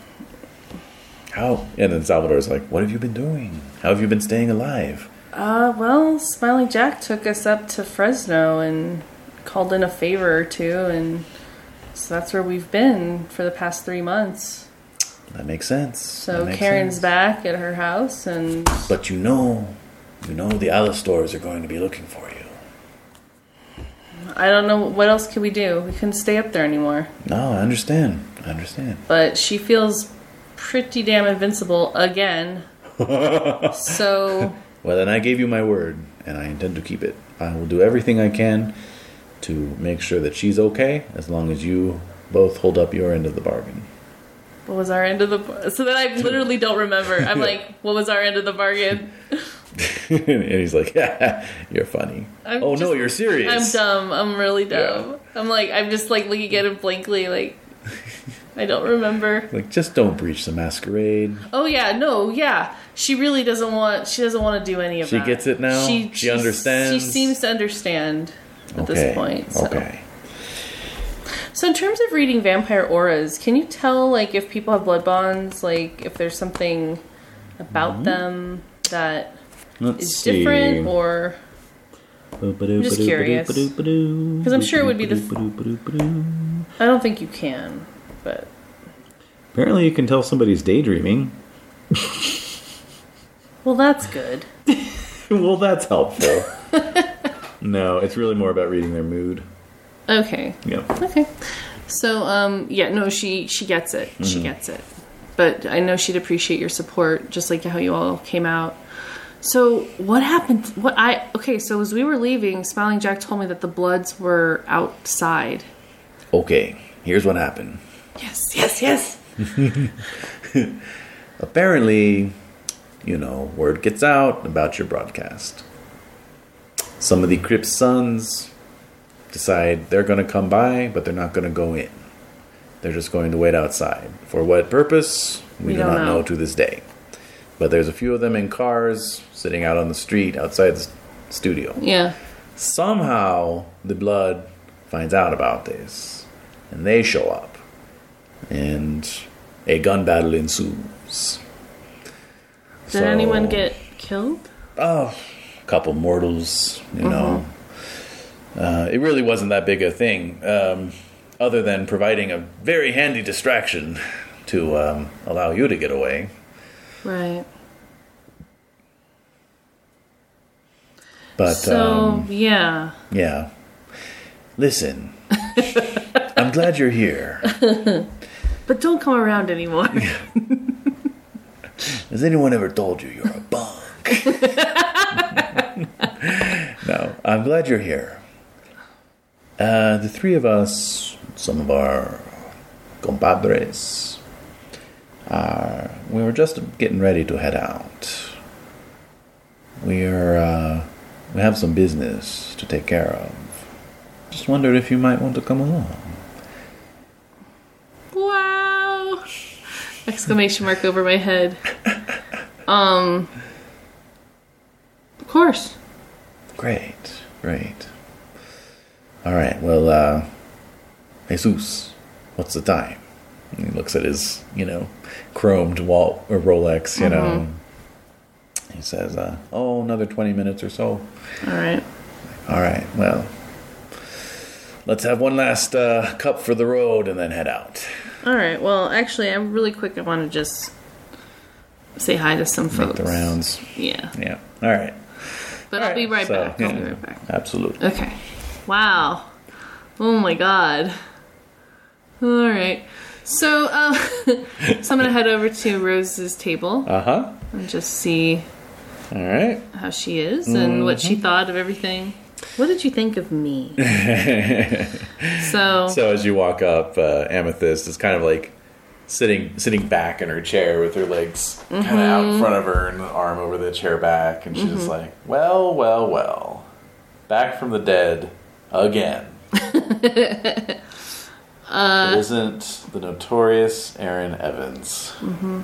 [SPEAKER 4] How? And then Salvador's like, "What have you been doing? How have you been staying alive?"
[SPEAKER 5] Uh, well, Smiling Jack took us up to Fresno and called in a favor or two, and so that's where we've been for the past three months.
[SPEAKER 4] That makes sense. That
[SPEAKER 5] So
[SPEAKER 4] makes
[SPEAKER 5] Karen's
[SPEAKER 4] sense.
[SPEAKER 5] back at her house, and
[SPEAKER 4] But you know, you know the other stores are going to be looking for you.
[SPEAKER 5] I don't know what else could we do. We couldn't stay up there anymore.
[SPEAKER 4] No, I understand. I understand.
[SPEAKER 5] But she feels pretty damn invincible again. so
[SPEAKER 4] Well, then I gave you my word, and I intend to keep it. I will do everything I can to make sure that she's okay, as long as you both hold up your end of the bargain.
[SPEAKER 5] what was our end of the? So that I literally don't remember. I'm like, what was our end of the bargain?
[SPEAKER 4] and he's like, "You're funny."
[SPEAKER 5] I'm
[SPEAKER 4] oh no,
[SPEAKER 5] just-
[SPEAKER 4] you're serious.
[SPEAKER 5] I'm dumb. I'm really dumb. I'm like, I'm just like looking at him blankly, like I don't remember.
[SPEAKER 4] Like, just don't breach the masquerade.
[SPEAKER 5] Oh yeah, no, yeah. She really doesn't want. She doesn't want to do any of
[SPEAKER 4] She
[SPEAKER 5] that.
[SPEAKER 4] gets it now? She understands?
[SPEAKER 5] She seems to understand at this point. So.
[SPEAKER 4] Okay.
[SPEAKER 5] So in terms of reading vampire auras, can you tell like if people have blood bonds, like if there's something about them that
[SPEAKER 4] Mm-hmm. Let's
[SPEAKER 5] is
[SPEAKER 4] see.
[SPEAKER 5] different or
[SPEAKER 4] I'm
[SPEAKER 5] just curious.
[SPEAKER 4] Because
[SPEAKER 5] I'm sure it would be I don't think you can, but
[SPEAKER 4] Apparently, you can tell somebody's daydreaming.
[SPEAKER 5] well that's good.
[SPEAKER 4] well, that's helpful. no, it's really more about reading their mood.
[SPEAKER 5] Okay.
[SPEAKER 4] Yeah.
[SPEAKER 5] Okay. So um yeah, no, she she gets it. She
[SPEAKER 4] Mm-hmm.
[SPEAKER 5] gets it. But I know she'd appreciate your support just like how you all came out. So what happened what I okay, so as we were leaving, Smiling Jack told me that the bloods were outside.
[SPEAKER 4] Okay, here's what happened.
[SPEAKER 5] Yes, yes, yes.
[SPEAKER 4] Apparently, you know, word gets out about your broadcast. Some of the Crips' sons decide they're going to come by, but they're not going to go in. They're just going to wait outside. For what purpose? We, do not know. to this day. But there's a few of them in cars sitting out on the street outside the s- studio.
[SPEAKER 5] Yeah.
[SPEAKER 4] Somehow, the blood finds out about this, and they show up, and a gun battle ensues.
[SPEAKER 5] Did anyone get killed?
[SPEAKER 4] Oh, a couple mortals, you know.
[SPEAKER 5] Uh-huh.
[SPEAKER 4] Uh, it really wasn't that big a thing, um, other than providing a very handy distraction to um, allow you to get away.
[SPEAKER 5] Right.
[SPEAKER 4] But
[SPEAKER 5] So
[SPEAKER 4] um,
[SPEAKER 5] yeah.
[SPEAKER 4] Yeah. Listen, I'm glad you're here.
[SPEAKER 5] But don't come around anymore.
[SPEAKER 4] Has anyone ever told you you're a bunk? no, I'm glad you're here. Uh, the three of us, some of our compadres, are, we were just getting ready to head out. We are, uh, we have some business to take care of. Just wondered if you might want to come along.
[SPEAKER 5] wow. Exclamation mark over my head. Um Of course.
[SPEAKER 4] Great, great. All right, well, uh, Jesus, what's the time? And he looks at his, you know, chromed wall or Rolex, you know.
[SPEAKER 5] Mm-hmm.
[SPEAKER 4] He says, uh, oh, another 20 minutes or so.
[SPEAKER 5] All right.
[SPEAKER 4] All right, well, let's have one last uh, cup for the road and then head out.
[SPEAKER 5] All right. Well, actually, I'm really quick. I want to just say hi to some folks.
[SPEAKER 4] The rounds.
[SPEAKER 5] Yeah.
[SPEAKER 4] Yeah, all right.
[SPEAKER 5] But I'll be right
[SPEAKER 4] So,
[SPEAKER 5] back. I'll be
[SPEAKER 4] yeah.
[SPEAKER 5] right back.
[SPEAKER 4] Absolutely.
[SPEAKER 5] Okay. Wow. Oh my god. All right. So, um, so I'm gonna head over to Rose's table
[SPEAKER 4] Uh huh.
[SPEAKER 5] and just see
[SPEAKER 4] All right.
[SPEAKER 5] how she is and what she thought of everything. Mm-hmm. What did you think of me? so,
[SPEAKER 4] So as you walk up, uh, Amethyst is kind of like sitting sitting back in her chair with her legs
[SPEAKER 17] kind of out in front of her and the arm over the chair back, and she's just like, "Well, well, well, back from the dead again." it isn't the notorious Aaron Evans. Mm-hmm.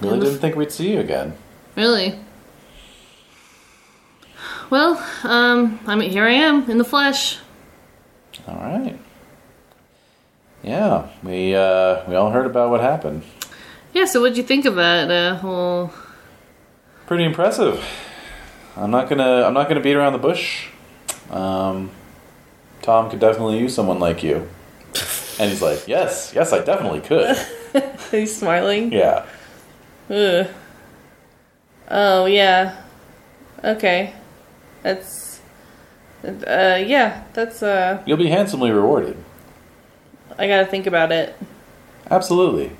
[SPEAKER 17] Really didn't think we'd see you again.
[SPEAKER 5] really. Well, um, I mean, here I am in the flesh.
[SPEAKER 17] All right. Yeah, we uh, we all heard about what happened.
[SPEAKER 5] Yeah. So, what'd you think of that uh, whole?
[SPEAKER 17] Pretty impressive. I'm not gonna I'm not gonna beat around the bush.
[SPEAKER 4] um, Tom could definitely use someone like you. And he's like, yes, yes, I definitely could.
[SPEAKER 5] He's smiling.
[SPEAKER 4] Yeah.
[SPEAKER 5] Ugh. Oh yeah. Okay. That's. Uh yeah. That's uh.
[SPEAKER 4] You'll be handsomely rewarded.
[SPEAKER 5] I gotta think about it.
[SPEAKER 4] Absolutely.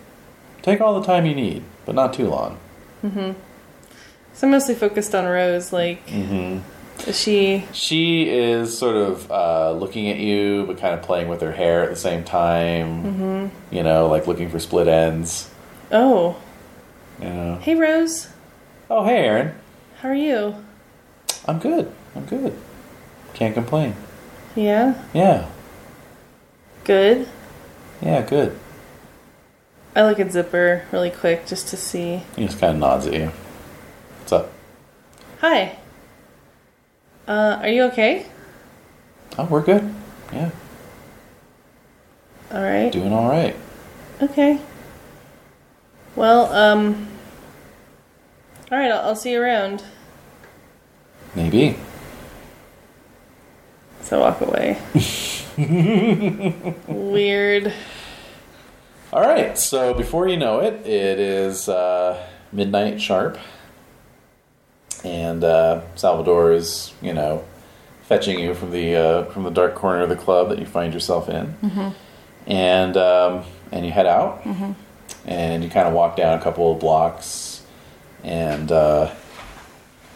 [SPEAKER 4] Take all the time you need, but not too long.
[SPEAKER 5] So I'm mostly focused on Rose. Like, is she?
[SPEAKER 4] She is sort of uh, looking at you, but kind of playing with her hair at the same time. Mm-hmm. You know, like looking for split ends.
[SPEAKER 5] Oh,
[SPEAKER 4] You know.
[SPEAKER 5] hey Rose,
[SPEAKER 4] Oh, hey, Aaron.
[SPEAKER 5] how are you?
[SPEAKER 4] I'm good. I'm good. Can't complain.
[SPEAKER 5] Yeah,
[SPEAKER 4] Yeah.
[SPEAKER 5] good.
[SPEAKER 4] Yeah, good.
[SPEAKER 5] I look at Zipper really quick just to see.
[SPEAKER 4] He just kind of nods at you. What's up?
[SPEAKER 5] Hi. Uh, are you okay?
[SPEAKER 4] Oh, we're good. Yeah,
[SPEAKER 5] All right.
[SPEAKER 4] doing all right.
[SPEAKER 5] Okay. Well, um. All right, I'll, I'll see you around.
[SPEAKER 4] Maybe.
[SPEAKER 5] So I walk away. Weird.
[SPEAKER 4] All right. So before you know it, it is uh, midnight sharp, and uh, Salvador is, you know, fetching you from the uh, from the dark corner of the club that you find yourself in, and um, and you head out, and you kind of walk down a couple of blocks, and uh,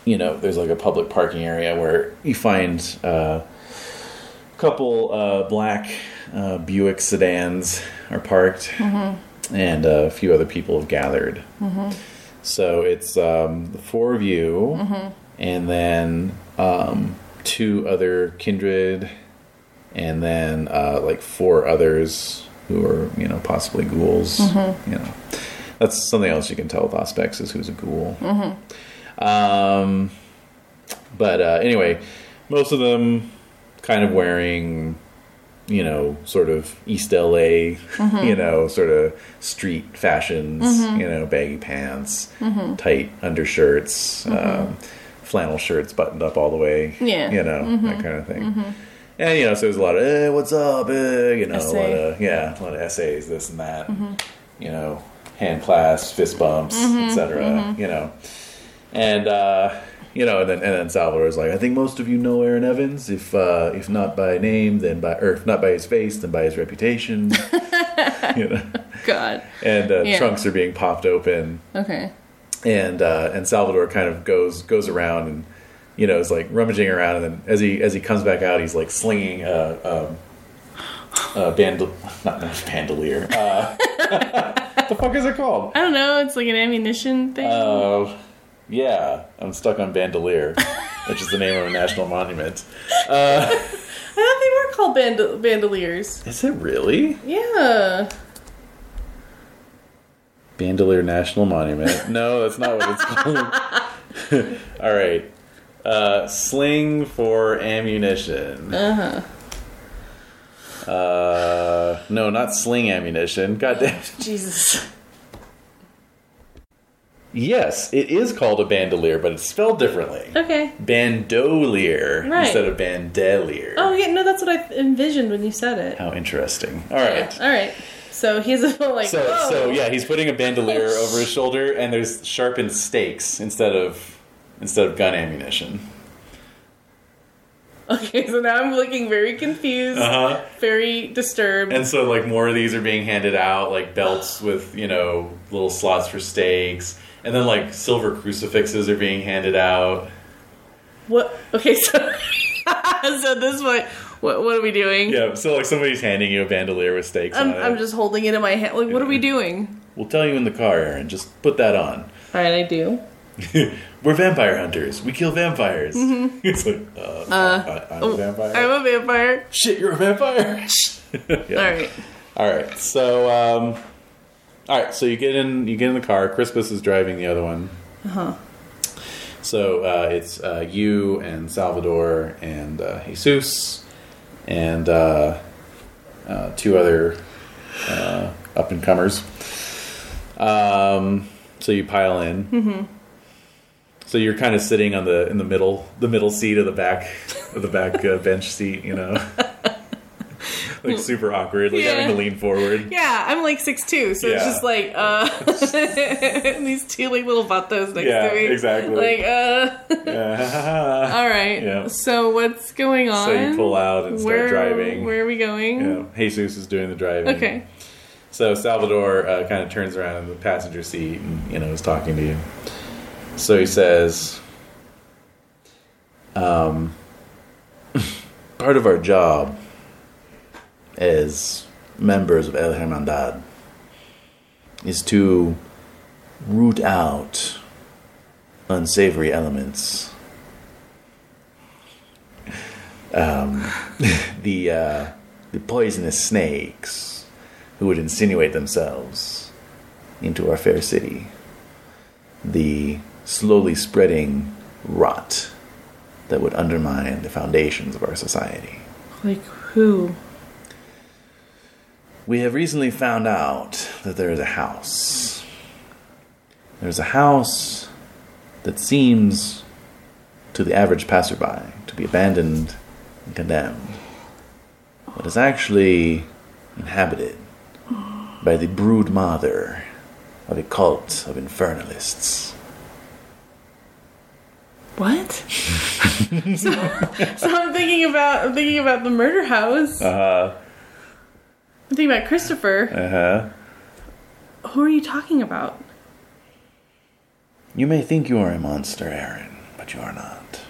[SPEAKER 4] you know, there's like a public parking area where you find. Uh, couple uh, black uh, Buick sedans are parked, and uh, a few other people have gathered. So it's um, the four of you, and then um, two other kindred, and then uh, like four others who are you know possibly ghouls. You know, that's something else you can tell with aspects is who's a ghoul. Um, but uh, anyway, most of them kind of wearing, you know, sort of East LA, you know, sort of street fashions, you know, baggy pants, tight undershirts, um, flannel shirts buttoned up all the way,
[SPEAKER 5] Yeah.
[SPEAKER 4] you know, that kind of thing. And you know, so there's a lot of eh, "What's up?" Eh, you know, a lot
[SPEAKER 5] Essay.
[SPEAKER 4] of yeah, a lot of essays, this and that. You know, hand clasps, fist bumps,
[SPEAKER 5] Mm-hmm,
[SPEAKER 4] etc. You know, and uh, you know, and then and then Salvador's like, I think most of you know Aaron Evans, if uh, if not by name, then by or if not by his face, then by his reputation. you know,
[SPEAKER 5] God.
[SPEAKER 4] and uh,
[SPEAKER 5] Yeah.
[SPEAKER 4] trunks are being popped open,
[SPEAKER 5] Okay.
[SPEAKER 4] and uh, and Salvador kind of goes goes around and you know is like rummaging around, and then as he as he comes back out, he's like slinging a, um a bandol not not bandolier. Uh, what the fuck is it called?
[SPEAKER 5] I don't know. It's like an ammunition thing.
[SPEAKER 4] Uh, yeah, I'm stuck on Bandolier, which is the name of a national monument.
[SPEAKER 5] I thought they were called bandol- bandoliers.
[SPEAKER 4] Is it really?
[SPEAKER 5] Yeah.
[SPEAKER 4] Bandolier National Monument. No, that's not what it's called. All right. Uh, sling for ammunition. Uh-huh. Uh, no, not sling ammunition. God damn.
[SPEAKER 5] Jesus.
[SPEAKER 4] Yes, it is called a bandolier, but it's spelled differently.
[SPEAKER 5] Okay.
[SPEAKER 4] Bandolier
[SPEAKER 5] Right.
[SPEAKER 4] instead of bandelier.
[SPEAKER 5] Oh yeah, no, that's what I envisioned when you said it.
[SPEAKER 4] How interesting. All right.
[SPEAKER 5] All right. So he's a like.
[SPEAKER 4] So,
[SPEAKER 5] whoa. Oh,
[SPEAKER 4] so yeah, he's putting a bandolier over his shoulder, and there's sharpened stakes instead of instead of gun ammunition.
[SPEAKER 5] Okay, so now I'm looking very confused,
[SPEAKER 4] Uh-huh.
[SPEAKER 5] very disturbed.
[SPEAKER 4] And so, like more of these are being handed out, like belts with you know little slots for stakes, and then like silver crucifixes are being handed out.
[SPEAKER 5] what? Okay, so so this what what what are we doing?
[SPEAKER 4] Yeah, so like somebody's handing you a bandolier with stakes
[SPEAKER 5] I'm
[SPEAKER 4] on it.
[SPEAKER 5] I'm just holding it in my hand. Like, what are
[SPEAKER 4] Mm-hmm.
[SPEAKER 5] we doing?
[SPEAKER 4] We'll tell you in the car, Aaron. Just put that on.
[SPEAKER 5] All right, I do.
[SPEAKER 4] We're vampire hunters. We kill vampires.
[SPEAKER 5] Mm-hmm.
[SPEAKER 4] it's like, uh, I,
[SPEAKER 5] oh,
[SPEAKER 4] am a vampire.
[SPEAKER 5] I'm a vampire.
[SPEAKER 4] Shit, you're a vampire. Yeah.
[SPEAKER 5] All right.
[SPEAKER 4] All right, so um, all right, so you get in, you get in the car. Crispus is driving the other one. So uh, it's uh, you and Salvador and uh, Jesus and uh, uh, two other uh, up and comers. Um, so you pile in. Mm-hmm. So you're kind of sitting on the in the middle, the middle seat of the back the back uh, bench seat, you know, like super awkward, like having
[SPEAKER 5] Yeah.
[SPEAKER 4] to lean forward.
[SPEAKER 5] Yeah, I'm like six two, so it's
[SPEAKER 4] Yeah.
[SPEAKER 5] just like uh and these two like little vatos next
[SPEAKER 4] Yeah,
[SPEAKER 5] to me.
[SPEAKER 4] exactly.
[SPEAKER 5] Like uh
[SPEAKER 4] Yeah.
[SPEAKER 5] all right.
[SPEAKER 4] Yeah.
[SPEAKER 5] So what's going on?
[SPEAKER 4] so you pull out and start
[SPEAKER 5] where,
[SPEAKER 4] driving.
[SPEAKER 5] Where are we going?
[SPEAKER 4] you know, Jesus is doing the driving.
[SPEAKER 5] Okay.
[SPEAKER 4] So Salvador uh, kind of turns around in the passenger seat and you know is talking to you. So he says, um, "Part of our job as members of El Hermandad is to root out unsavory elements." Um, the uh, the poisonous snakes who would insinuate themselves into our fair city. The slowly spreading rot that would undermine the foundations of our society.
[SPEAKER 5] Like who?
[SPEAKER 4] We have recently found out that there is a house. There's a house that seems to the average passerby to be abandoned and condemned, but is actually inhabited by the brood mother of a cult of infernalists.
[SPEAKER 5] What? so, so I'm thinking about I'm thinking about the murder house. Uh-huh. I'm thinking about Christopher. Uh-huh. Who are you talking about?
[SPEAKER 4] You may think you are a monster, Aaron, but you are not.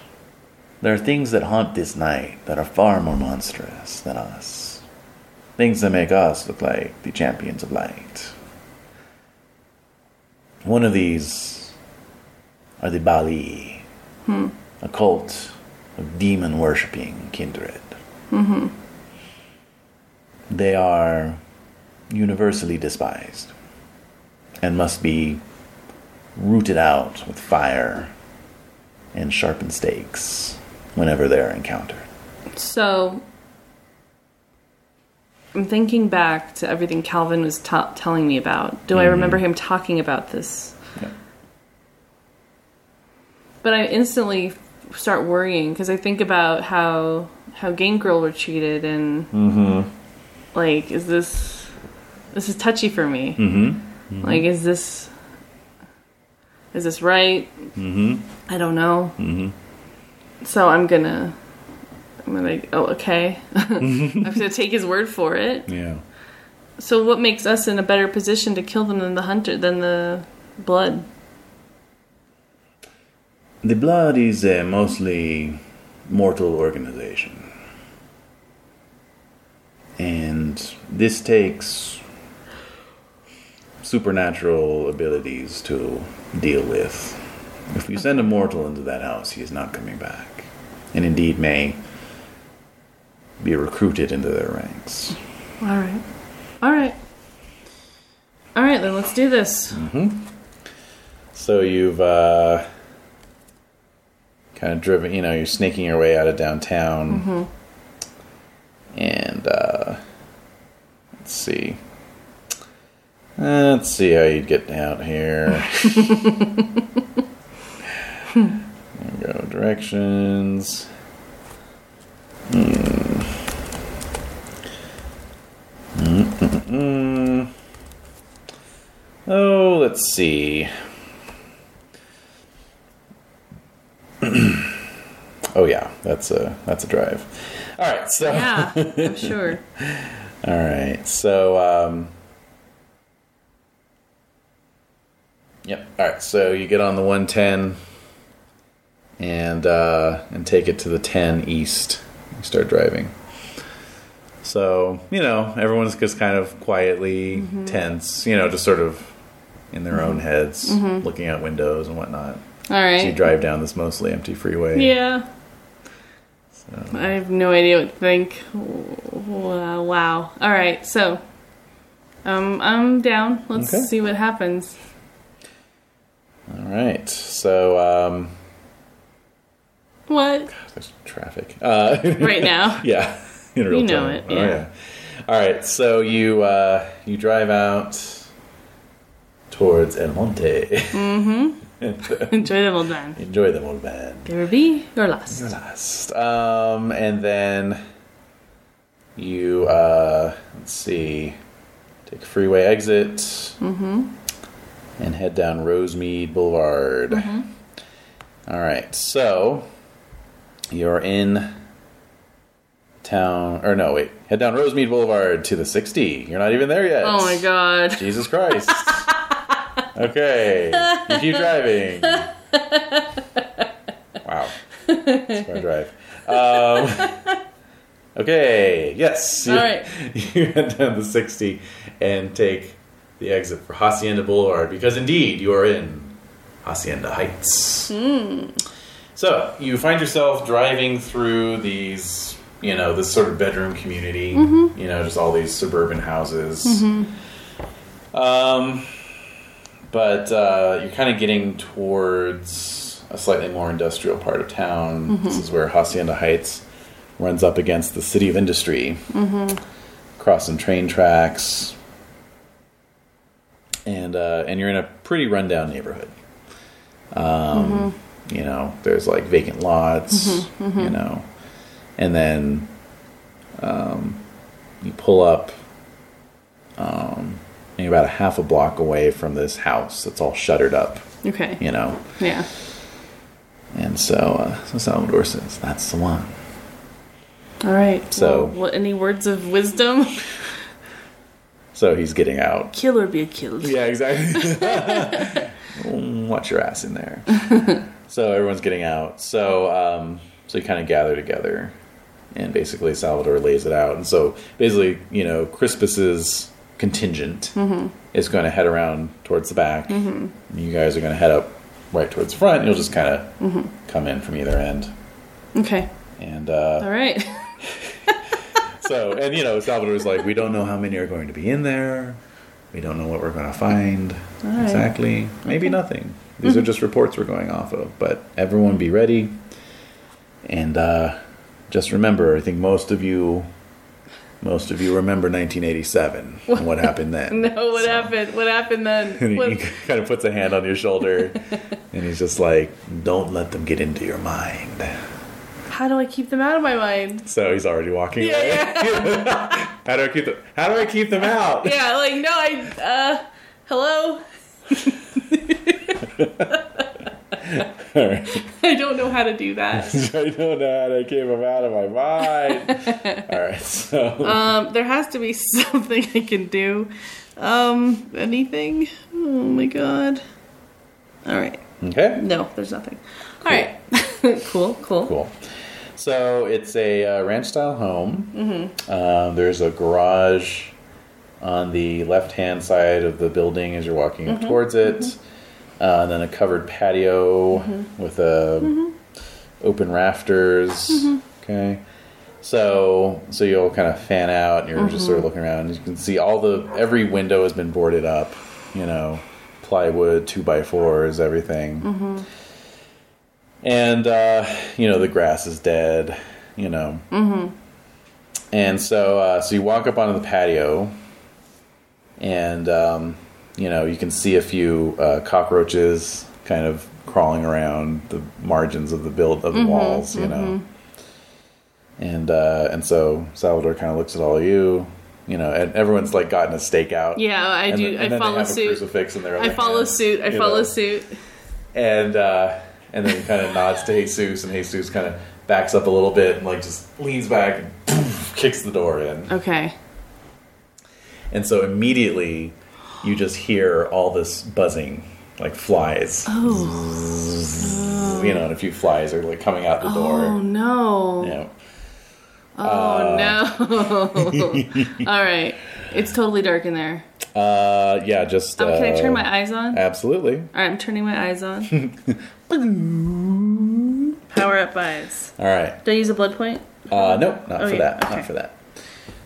[SPEAKER 4] There are things that haunt this night that are far more monstrous than us. Things that make us look like the champions of light. One of these are the Bali, a cult of demon worshipping kindred. They are universally despised and must be rooted out with fire and sharpened stakes whenever they are encountered.
[SPEAKER 5] So I'm thinking back to everything Calvin was ta- telling me about. Do I remember him talking about this? But I instantly start worrying because I think about how how Game Girl were treated and Mm-hmm. like is this this is touchy for me. Mm-hmm. Like is this is this right? Mm-hmm. I don't know. Mm-hmm. So I'm gonna I'm gonna like, oh, okay. I'm gonna take his word for it.
[SPEAKER 4] Yeah.
[SPEAKER 5] So, what makes us in a better position to kill them than the hunter, than the blood?
[SPEAKER 4] The Blood is a mostly mortal organization. And this takes supernatural abilities to deal with. If you send a mortal into that house, he is not coming back. And indeed may be recruited into their ranks.
[SPEAKER 5] All right, all right, all right. Then let's do this.
[SPEAKER 4] So you've uh, kind of driven, you know, you're snaking your way out of downtown. And uh, let's see. Uh, let's see how you'd get out here. there we go, directions. Hmm. Mm. Mm-mm-mm. Oh, let's see. Oh yeah, that's a that's a drive. All right, so
[SPEAKER 5] Yeah, I'm sure.
[SPEAKER 4] all right, so um, yep. All right, so you get on the one ten and uh, and take it to the ten east. You start driving. So you know everyone's just kind of quietly tense, you know, just sort of in their own heads, looking out windows and whatnot.
[SPEAKER 5] All
[SPEAKER 4] So you
[SPEAKER 5] right.
[SPEAKER 4] drive down this mostly empty freeway.
[SPEAKER 5] Eh. Yeah. I have no idea what to think. Wow. wow. All right. So, um, I'm down. Let's
[SPEAKER 4] Okay.
[SPEAKER 5] see what happens.
[SPEAKER 4] All right, so um,
[SPEAKER 5] What
[SPEAKER 4] there's traffic. Uh,
[SPEAKER 5] right now?
[SPEAKER 4] yeah, in real
[SPEAKER 5] You know
[SPEAKER 4] time.
[SPEAKER 5] it,
[SPEAKER 4] Oh,
[SPEAKER 5] yeah.
[SPEAKER 4] yeah. All right, so you uh, you drive out towards El Monte.
[SPEAKER 18] Enjoy the old man.
[SPEAKER 4] Enjoy them, old man.
[SPEAKER 18] They will be your last.
[SPEAKER 4] Last. Um, and then you, uh, let's see, take a freeway exit
[SPEAKER 5] Mm-hmm.
[SPEAKER 4] and head down Rosemead Boulevard.
[SPEAKER 5] Mm-hmm.
[SPEAKER 4] All right, so you're in town, or no, wait, head down Rosemead Boulevard to the 60. You're not even there yet.
[SPEAKER 5] Oh my god.
[SPEAKER 4] Jesus Christ. okay. You keep driving. Wow. That's my drive. Um, okay. Yes. You,
[SPEAKER 5] All right.
[SPEAKER 4] You head down the 60 and take the exit for Hacienda Boulevard because indeed you are in Hacienda Heights.
[SPEAKER 5] Hmm.
[SPEAKER 4] So you find yourself driving through these, you know, this sort of bedroom community.
[SPEAKER 5] Mm-hmm.
[SPEAKER 4] You know, just all these suburban houses. Um, but uh, you're kind of getting towards a slightly more industrial part of town. This is where Hacienda Heights runs up against the city of industry, mm-hmm. crossing train tracks, and uh, and you're in a pretty rundown neighborhood. Um, You know, there's like vacant lots. You know, and then um, you pull up and you're about a half a block away from this house that's all shuttered up,
[SPEAKER 18] Okay.
[SPEAKER 4] you know.
[SPEAKER 18] Yeah.
[SPEAKER 4] And so, uh, so Salvador says, "That's the one."
[SPEAKER 18] All right.
[SPEAKER 4] So-
[SPEAKER 18] Well, what, any words of wisdom?
[SPEAKER 4] So he's getting out.
[SPEAKER 18] Kill or be killed.
[SPEAKER 4] Yeah, exactly. Watch your ass in there. so everyone's getting out. So um, so you kind of gather together, and basically Salvador lays it out. And so basically, you know, Crispus's contingent is going to head around towards the back. And you guys are going to head up right towards the front. And you'll just kind of come in from either end.
[SPEAKER 18] Okay.
[SPEAKER 4] And uh,
[SPEAKER 18] All right.
[SPEAKER 4] So, and you know, Salvador's like, we don't know how many are going to be in there. We don't know what we're going to find exactly. Maybe nothing. These are just reports we're going off of. But everyone be ready. And uh, just remember, I think most of you, most of you remember 1987 and what happened then.
[SPEAKER 5] Oh, what happened? What happened
[SPEAKER 4] And
[SPEAKER 5] then?
[SPEAKER 4] he,
[SPEAKER 5] What-
[SPEAKER 4] he kind of puts a hand on your shoulder, and he's just like, "Don't let them get into your mind."
[SPEAKER 5] how do I keep them out of my mind?
[SPEAKER 4] So he's already walking away. how do I keep them? How do I keep them out?
[SPEAKER 5] Yeah, like no, I uh hello? I don't know how to do that.
[SPEAKER 4] I don't know how to keep them out of my mind. All right, so
[SPEAKER 5] Um, there has to be something I can do. Um, anything? Oh my god. All right.
[SPEAKER 4] okay,
[SPEAKER 5] No, there's nothing. All right. cool, cool.
[SPEAKER 4] cool. So it's a uh, ranch-style home. Mm-hmm. Um, there's a garage on the left-hand side of the building as you're walking up towards it, uh, and then a covered patio with a open rafters. Okay. So, so you'll kind of fan out, and you're just sort of looking around. You can see all the every window has been boarded up, you know, plywood, two by fours, everything. And uh, you know the grass is dead, you know. Mm-hmm. And so, uh, so you walk up onto the patio, and um, you know you can see a few uh, cockroaches kind of crawling around the margins of the build
[SPEAKER 5] Mm-hmm,
[SPEAKER 4] of the walls, you know. And uh, and so Salvador kind of looks at all you, you know, and everyone's like gotten a stakeout.
[SPEAKER 5] Yeah, I
[SPEAKER 4] And
[SPEAKER 5] do.
[SPEAKER 4] then- and then
[SPEAKER 5] I
[SPEAKER 4] they
[SPEAKER 5] follow
[SPEAKER 4] have a
[SPEAKER 5] suit.
[SPEAKER 4] crucifix in their
[SPEAKER 5] I
[SPEAKER 4] other
[SPEAKER 5] follow
[SPEAKER 4] hand,
[SPEAKER 5] suit. I
[SPEAKER 4] "Eh," you
[SPEAKER 5] follow
[SPEAKER 4] know.
[SPEAKER 5] suit.
[SPEAKER 4] And uh, and then he kind of nods to Jesus, and Jesus kind of backs up a little bit and like just leans back and kicks the door in.
[SPEAKER 18] Okay.
[SPEAKER 4] And so immediately you just hear all this buzzing, like flies. You know, and a few flies are like coming out the
[SPEAKER 18] Oh
[SPEAKER 4] door.
[SPEAKER 18] no.
[SPEAKER 4] You know.
[SPEAKER 18] Oh no. All right. It's totally dark in there.
[SPEAKER 4] Uh, yeah, just.
[SPEAKER 18] Um, can I turn
[SPEAKER 4] uh,
[SPEAKER 18] my eyes on?
[SPEAKER 4] Absolutely.
[SPEAKER 18] All right, I'm turning my eyes on.
[SPEAKER 5] Power up eyes.
[SPEAKER 4] All right.
[SPEAKER 18] Do I use a blood point?
[SPEAKER 4] Uh, nope, not
[SPEAKER 18] Oh,
[SPEAKER 4] for
[SPEAKER 18] yeah,
[SPEAKER 4] that.
[SPEAKER 18] okay.
[SPEAKER 4] Not for that.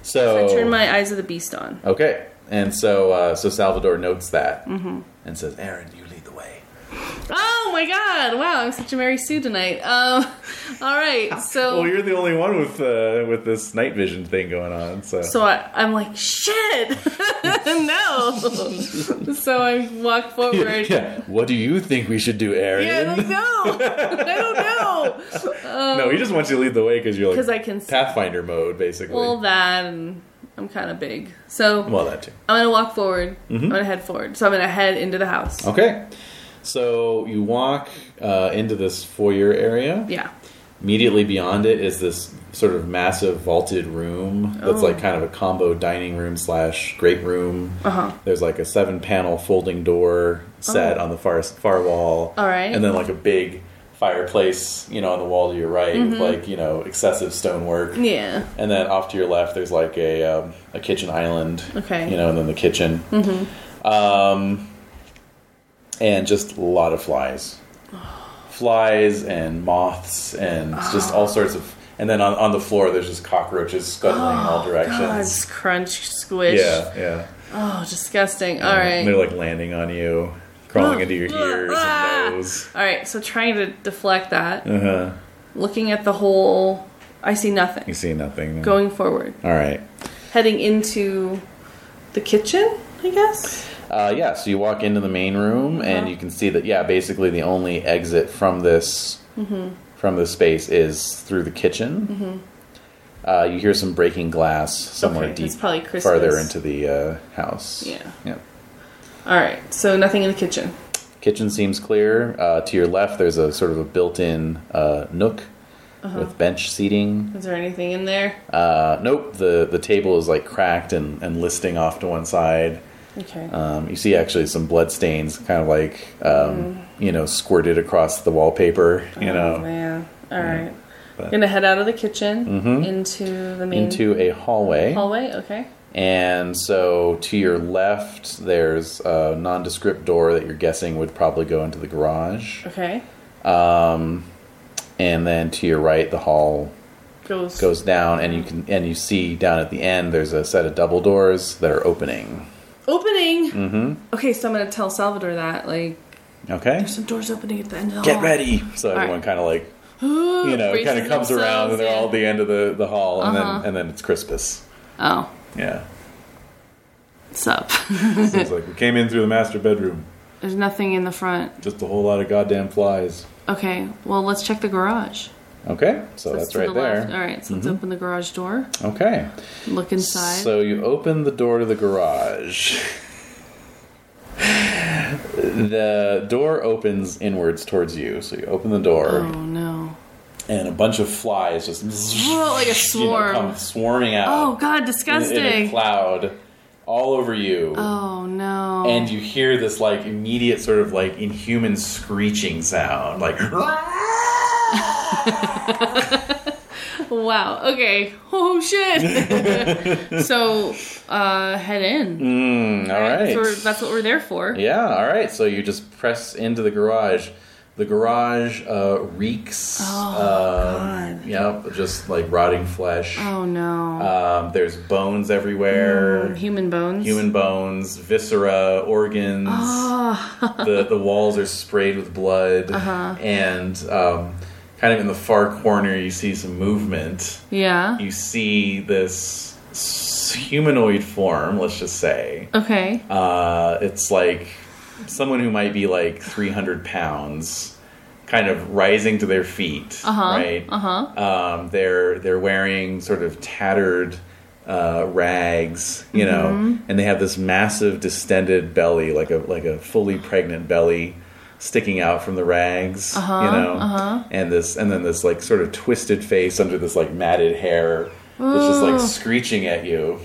[SPEAKER 4] So.
[SPEAKER 18] I turn my eyes of the beast on.
[SPEAKER 4] okay. And so, uh, so Salvador notes that
[SPEAKER 18] Mm-hmm.
[SPEAKER 4] and says, "Aaron, you lead the way."
[SPEAKER 5] Oh my god! Wow, I'm such a Mary Sue tonight. Um, all right. So,
[SPEAKER 4] Well, you're the only one with uh, with this night vision thing going on. So,
[SPEAKER 5] so I, I'm like, shit. no. so I walk forward.
[SPEAKER 4] Yeah. What do you think we should do, Aaron?
[SPEAKER 5] Yeah, like, no, I don't know.
[SPEAKER 4] no, he just wants you to lead the way because you're like
[SPEAKER 5] 'Cause I can see.
[SPEAKER 4] Pathfinder mode, basically.
[SPEAKER 5] Well, that and I'm kind of big, so
[SPEAKER 4] Well, Mm-hmm. that too.
[SPEAKER 5] I'm gonna walk forward. I'm gonna head forward. So I'm gonna head into the house.
[SPEAKER 4] Okay. So you walk uh, into this foyer area.
[SPEAKER 5] Yeah.
[SPEAKER 4] Immediately beyond it is this sort of massive vaulted room that's
[SPEAKER 5] Oh.
[SPEAKER 4] like kind of a combo dining room slash great room.
[SPEAKER 5] Uh-huh. Oh.
[SPEAKER 4] There's like a seven panel folding door set on the far far wall.
[SPEAKER 5] All right.
[SPEAKER 4] And then like a big fireplace, you know, on the wall to your right
[SPEAKER 5] Mm-hmm.
[SPEAKER 4] with like, you know, excessive stonework.
[SPEAKER 5] Yeah.
[SPEAKER 4] And then off to your left, there's like a um, a kitchen island.
[SPEAKER 5] Okay.
[SPEAKER 4] You know, and then the kitchen. Mm-hmm. Um, and just a lot of flies, flies and moths and just
[SPEAKER 5] Ah.
[SPEAKER 4] all sorts of. And then on, on the floor, there's just cockroaches scuttling in
[SPEAKER 5] Oh,
[SPEAKER 4] all
[SPEAKER 5] God,
[SPEAKER 4] directions.
[SPEAKER 5] just crunch, squish.
[SPEAKER 4] Yeah, yeah.
[SPEAKER 5] Oh, disgusting. All right.
[SPEAKER 4] And they're like landing on you, crawling into your ears
[SPEAKER 5] Ah.
[SPEAKER 4] and nose.
[SPEAKER 5] All right. So trying to deflect that. Uh-huh. Looking at the whole, I see nothing.
[SPEAKER 4] You see nothing.
[SPEAKER 5] Going forward,
[SPEAKER 4] All right.
[SPEAKER 5] heading into the kitchen. I guess.
[SPEAKER 4] Uh, yeah, so you walk into the main room
[SPEAKER 5] Uh-huh.
[SPEAKER 4] and you can see that yeah, basically the only exit from this
[SPEAKER 5] Mm-hmm.
[SPEAKER 4] from this space is through the kitchen. Uh, you hear some breaking glass somewhere
[SPEAKER 5] Mm-hmm. Okay,
[SPEAKER 4] deep,
[SPEAKER 5] it's probably Christmas.
[SPEAKER 4] farther into the uh, house.
[SPEAKER 5] Yeah.
[SPEAKER 4] Yep.
[SPEAKER 5] All right. So nothing in the kitchen.
[SPEAKER 4] Kitchen seems clear. Uh, to your left, there's a sort of a built-in uh, nook
[SPEAKER 5] Uh-huh.
[SPEAKER 4] with bench seating.
[SPEAKER 5] Is there anything in there?
[SPEAKER 4] Uh, nope, the the table is like cracked and, and listing off to one side.
[SPEAKER 5] Okay.
[SPEAKER 4] Um, you see actually some blood stains, kind of like um, you know squirted across the wallpaper. You
[SPEAKER 5] Oh,
[SPEAKER 4] know,
[SPEAKER 5] man. All right. I'm gonna head out of the kitchen into the main
[SPEAKER 4] Mm-hmm. into a hallway.
[SPEAKER 5] hallway. Okay.
[SPEAKER 4] And so to your left, there's a nondescript door that you're guessing would probably go into the garage.
[SPEAKER 5] Okay.
[SPEAKER 4] And then to your right, the hall
[SPEAKER 5] Goes.
[SPEAKER 4] goes down, and you can and you see down at the end there's a set of double doors that are opening.
[SPEAKER 5] Opening. Mm-hmm. Okay, so I'm gonna tell Salvador that like
[SPEAKER 4] Okay,
[SPEAKER 5] some doors opening at the end of the
[SPEAKER 4] get
[SPEAKER 5] hall.
[SPEAKER 4] ready. So
[SPEAKER 5] Oh. right.
[SPEAKER 4] everyone kind of like you know
[SPEAKER 5] Braces
[SPEAKER 4] kind of comes around, and they're all at
[SPEAKER 5] themselves, Uh-huh.
[SPEAKER 4] the end of the the hall, and then and then it's Crispus.
[SPEAKER 5] Oh,
[SPEAKER 4] Yeah.
[SPEAKER 5] what's up?
[SPEAKER 4] So it's like we came in through the master bedroom.
[SPEAKER 5] There's nothing in the front.
[SPEAKER 4] Just a whole lot of goddamn flies.
[SPEAKER 5] Okay, well let's check the garage.
[SPEAKER 4] Okay, so
[SPEAKER 5] Let's
[SPEAKER 4] Oh, that's
[SPEAKER 5] to
[SPEAKER 4] right
[SPEAKER 5] the
[SPEAKER 4] there. Mm-hmm.
[SPEAKER 5] Left. uh, All right, so let's open the garage door.
[SPEAKER 4] Okay,
[SPEAKER 5] Look inside.
[SPEAKER 4] so you open the door to the garage. the door opens inwards towards you, so you open the door,
[SPEAKER 5] oh no.
[SPEAKER 4] and a bunch of flies just
[SPEAKER 5] Oh, like a
[SPEAKER 4] you know,
[SPEAKER 5] swarm.
[SPEAKER 4] come swarming
[SPEAKER 5] oh
[SPEAKER 4] out
[SPEAKER 5] god,
[SPEAKER 4] in,
[SPEAKER 5] disgusting.
[SPEAKER 4] in a cloud all over you.
[SPEAKER 5] oh no.
[SPEAKER 4] and you hear this like immediate sort of like inhuman screeching sound like
[SPEAKER 5] Wow. Okay. Oh shit. so, uh, head in.
[SPEAKER 4] Mm, all right
[SPEAKER 5] That's, what we're- that's what we're there for.
[SPEAKER 4] yeah all right so you just press into the garage the garage uh, reeks um, yeah just like rotting flesh
[SPEAKER 5] Oh no.
[SPEAKER 4] um, there's bones everywhere
[SPEAKER 5] Human bones.
[SPEAKER 4] Uh, human bones viscera organs
[SPEAKER 5] Oh. Ah,
[SPEAKER 4] the, the walls are sprayed with blood and um, kind of in the far corner you see some movement
[SPEAKER 5] Yeah.
[SPEAKER 4] you see this s- humanoid form, let's just say.
[SPEAKER 5] Okay.
[SPEAKER 4] Uh, it's like someone who might be like 300 pounds, kind of rising to their feet, right? Uh-huh. Um, they're, they're wearing sort of tattered uh, rags, you know, and they have this massive distended belly, like a, like a fully pregnant belly. Sticking out from the rags, you know, and this, and then this like sort of twisted face under this like matted hair that's just like screeching at you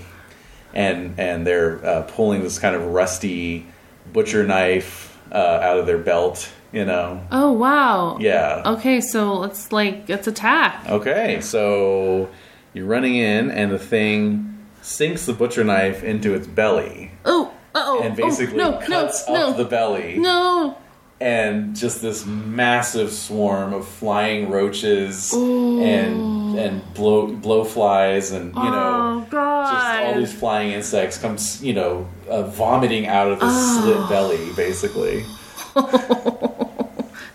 [SPEAKER 4] and and they're uh, pulling this kind of rusty butcher knife uh, out of their belt. You know,
[SPEAKER 5] oh wow.
[SPEAKER 4] yeah.
[SPEAKER 5] Okay, so let's like let's attack.
[SPEAKER 4] Okay, so you're running in, and the thing sinks the butcher knife into its belly,
[SPEAKER 5] Oh. Oh.
[SPEAKER 4] and basically
[SPEAKER 5] no,
[SPEAKER 4] cuts
[SPEAKER 5] no,
[SPEAKER 4] up
[SPEAKER 5] no,
[SPEAKER 4] the belly,
[SPEAKER 5] No.
[SPEAKER 4] and just this massive swarm of flying roaches and and blow blowflies, and you know.
[SPEAKER 5] oh god.
[SPEAKER 4] just all these flying insects come, s- you know, uh, vomiting out of this
[SPEAKER 5] Oh.
[SPEAKER 4] slit belly, basically.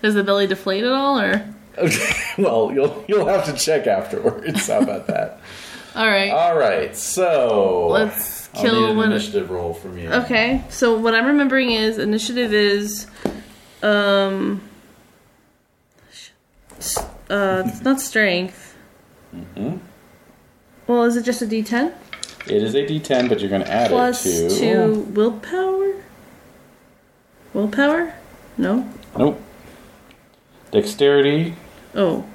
[SPEAKER 5] Does the belly deflate at all, or
[SPEAKER 4] Okay, well, you'll you'll have to check afterwards. How about that?
[SPEAKER 5] All right.
[SPEAKER 13] All right, so
[SPEAKER 5] Let's
[SPEAKER 13] I'll
[SPEAKER 5] kill
[SPEAKER 13] need an
[SPEAKER 5] one-
[SPEAKER 13] initiative roll from you.
[SPEAKER 5] Okay, so what I'm remembering is initiative is, um, sh- s- uh, it's not strength.
[SPEAKER 4] Mm-hmm.
[SPEAKER 5] Well, is it just a D10
[SPEAKER 4] It is a D10, but you're going to add
[SPEAKER 5] plus
[SPEAKER 4] it to.
[SPEAKER 5] two willpower? Willpower? No.
[SPEAKER 4] Nope. Dexterity
[SPEAKER 5] Oh,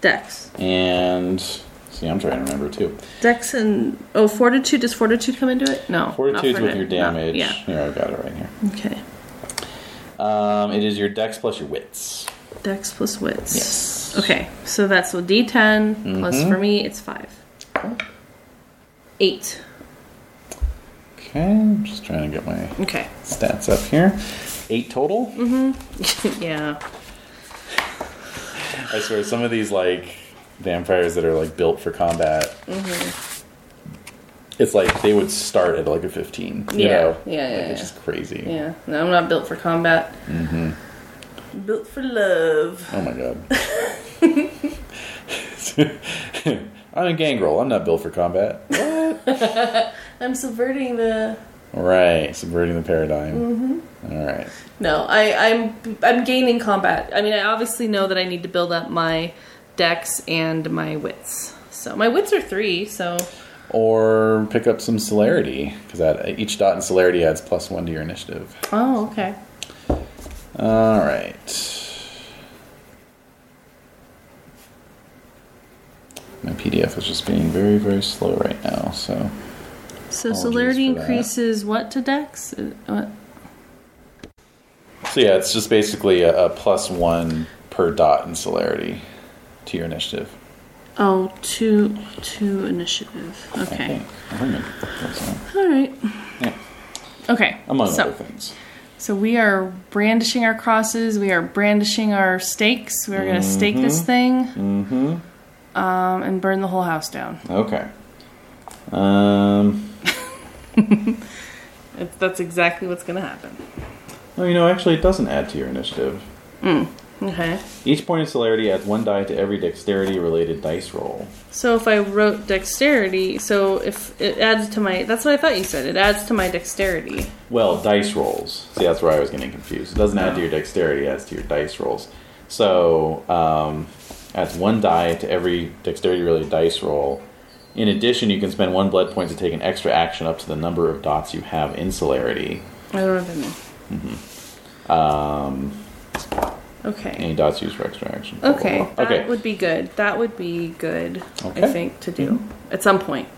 [SPEAKER 5] Dex.
[SPEAKER 4] and see, I'm trying to remember too.
[SPEAKER 5] Dex and oh, fortitude. Does fortitude come into it? No. not
[SPEAKER 4] Fortitude's with
[SPEAKER 5] fortitude.
[SPEAKER 4] your
[SPEAKER 5] No,
[SPEAKER 4] damage.
[SPEAKER 5] yeah.
[SPEAKER 4] Here, I got it right here.
[SPEAKER 5] Okay.
[SPEAKER 4] Um, it is your dex plus your wits.
[SPEAKER 5] Dex plus wits.
[SPEAKER 4] Yes.
[SPEAKER 5] Okay, so that's a D10 plus
[SPEAKER 4] Mm-hmm.
[SPEAKER 5] for me, it's five. Eight.
[SPEAKER 4] Okay, I'm just trying to get my
[SPEAKER 5] Okay.
[SPEAKER 4] stats up here. Eight total.
[SPEAKER 5] yeah.
[SPEAKER 4] I swear, some of these like vampires that are like built for combat, Mm-hmm. it's like they would start at like a 15. You know?
[SPEAKER 5] Yeah. Yeah, yeah,
[SPEAKER 4] Like,
[SPEAKER 5] yeah.
[SPEAKER 4] It's just crazy.
[SPEAKER 5] Yeah. No, I'm not built for combat. Mm-hmm. Built for love.
[SPEAKER 4] Oh my god. I'm a gangrel. I'm not built for combat.
[SPEAKER 5] I'm subverting the.
[SPEAKER 4] Right, subverting the paradigm. Mm-hmm. right.
[SPEAKER 5] No, I, I'm I'm gaining combat. I mean, I obviously know that I need to build up my dex and my wits. So my wits are three. So
[SPEAKER 4] Or pick up some celerity because that each dot in celerity adds plus one to your initiative.
[SPEAKER 5] oh, okay.
[SPEAKER 4] All right. My PDF is just being very, very slow right now. So
[SPEAKER 5] So
[SPEAKER 4] Apologies
[SPEAKER 5] celerity
[SPEAKER 4] for that.
[SPEAKER 5] increases what to dex? Uh, What?
[SPEAKER 4] So yeah, it's just basically a, a plus one per dot in celerity to your initiative.
[SPEAKER 8] Oh, two, two initiative.
[SPEAKER 4] I
[SPEAKER 8] Okay.
[SPEAKER 4] think. I think that's all.
[SPEAKER 5] All right.
[SPEAKER 4] Yeah.
[SPEAKER 5] Okay.
[SPEAKER 4] Among
[SPEAKER 5] so,
[SPEAKER 4] other things.
[SPEAKER 5] So we are brandishing our crosses. We are brandishing our stakes. We're going to stake this thing um, and burn the whole house down.
[SPEAKER 4] Okay. Um.
[SPEAKER 5] It's, that's exactly what's going to happen.
[SPEAKER 4] No, you know, actually, it doesn't add to your initiative.
[SPEAKER 5] Okay.
[SPEAKER 4] Each point of celerity adds one die to every dexterity-related dice roll.
[SPEAKER 5] So if I wrote dexterity, so if it adds to my, that's what I thought you said. It adds to my dexterity.
[SPEAKER 4] Well, dice rolls. See, that's where I was getting confused. It doesn't add to your dexterity, it adds to your dice rolls. So, um, adds one die to every dexterity related dice roll. In addition, you can spend one blood point to take an extra action up to the number of dots you have in celerity.
[SPEAKER 5] I don't know what that means. Um. Okay.
[SPEAKER 4] Any dots used for extra action. Oh, blah, blah,
[SPEAKER 5] Okay.
[SPEAKER 4] blah.
[SPEAKER 5] That would be good. That would be good. I
[SPEAKER 4] Okay.
[SPEAKER 5] think to do at some point.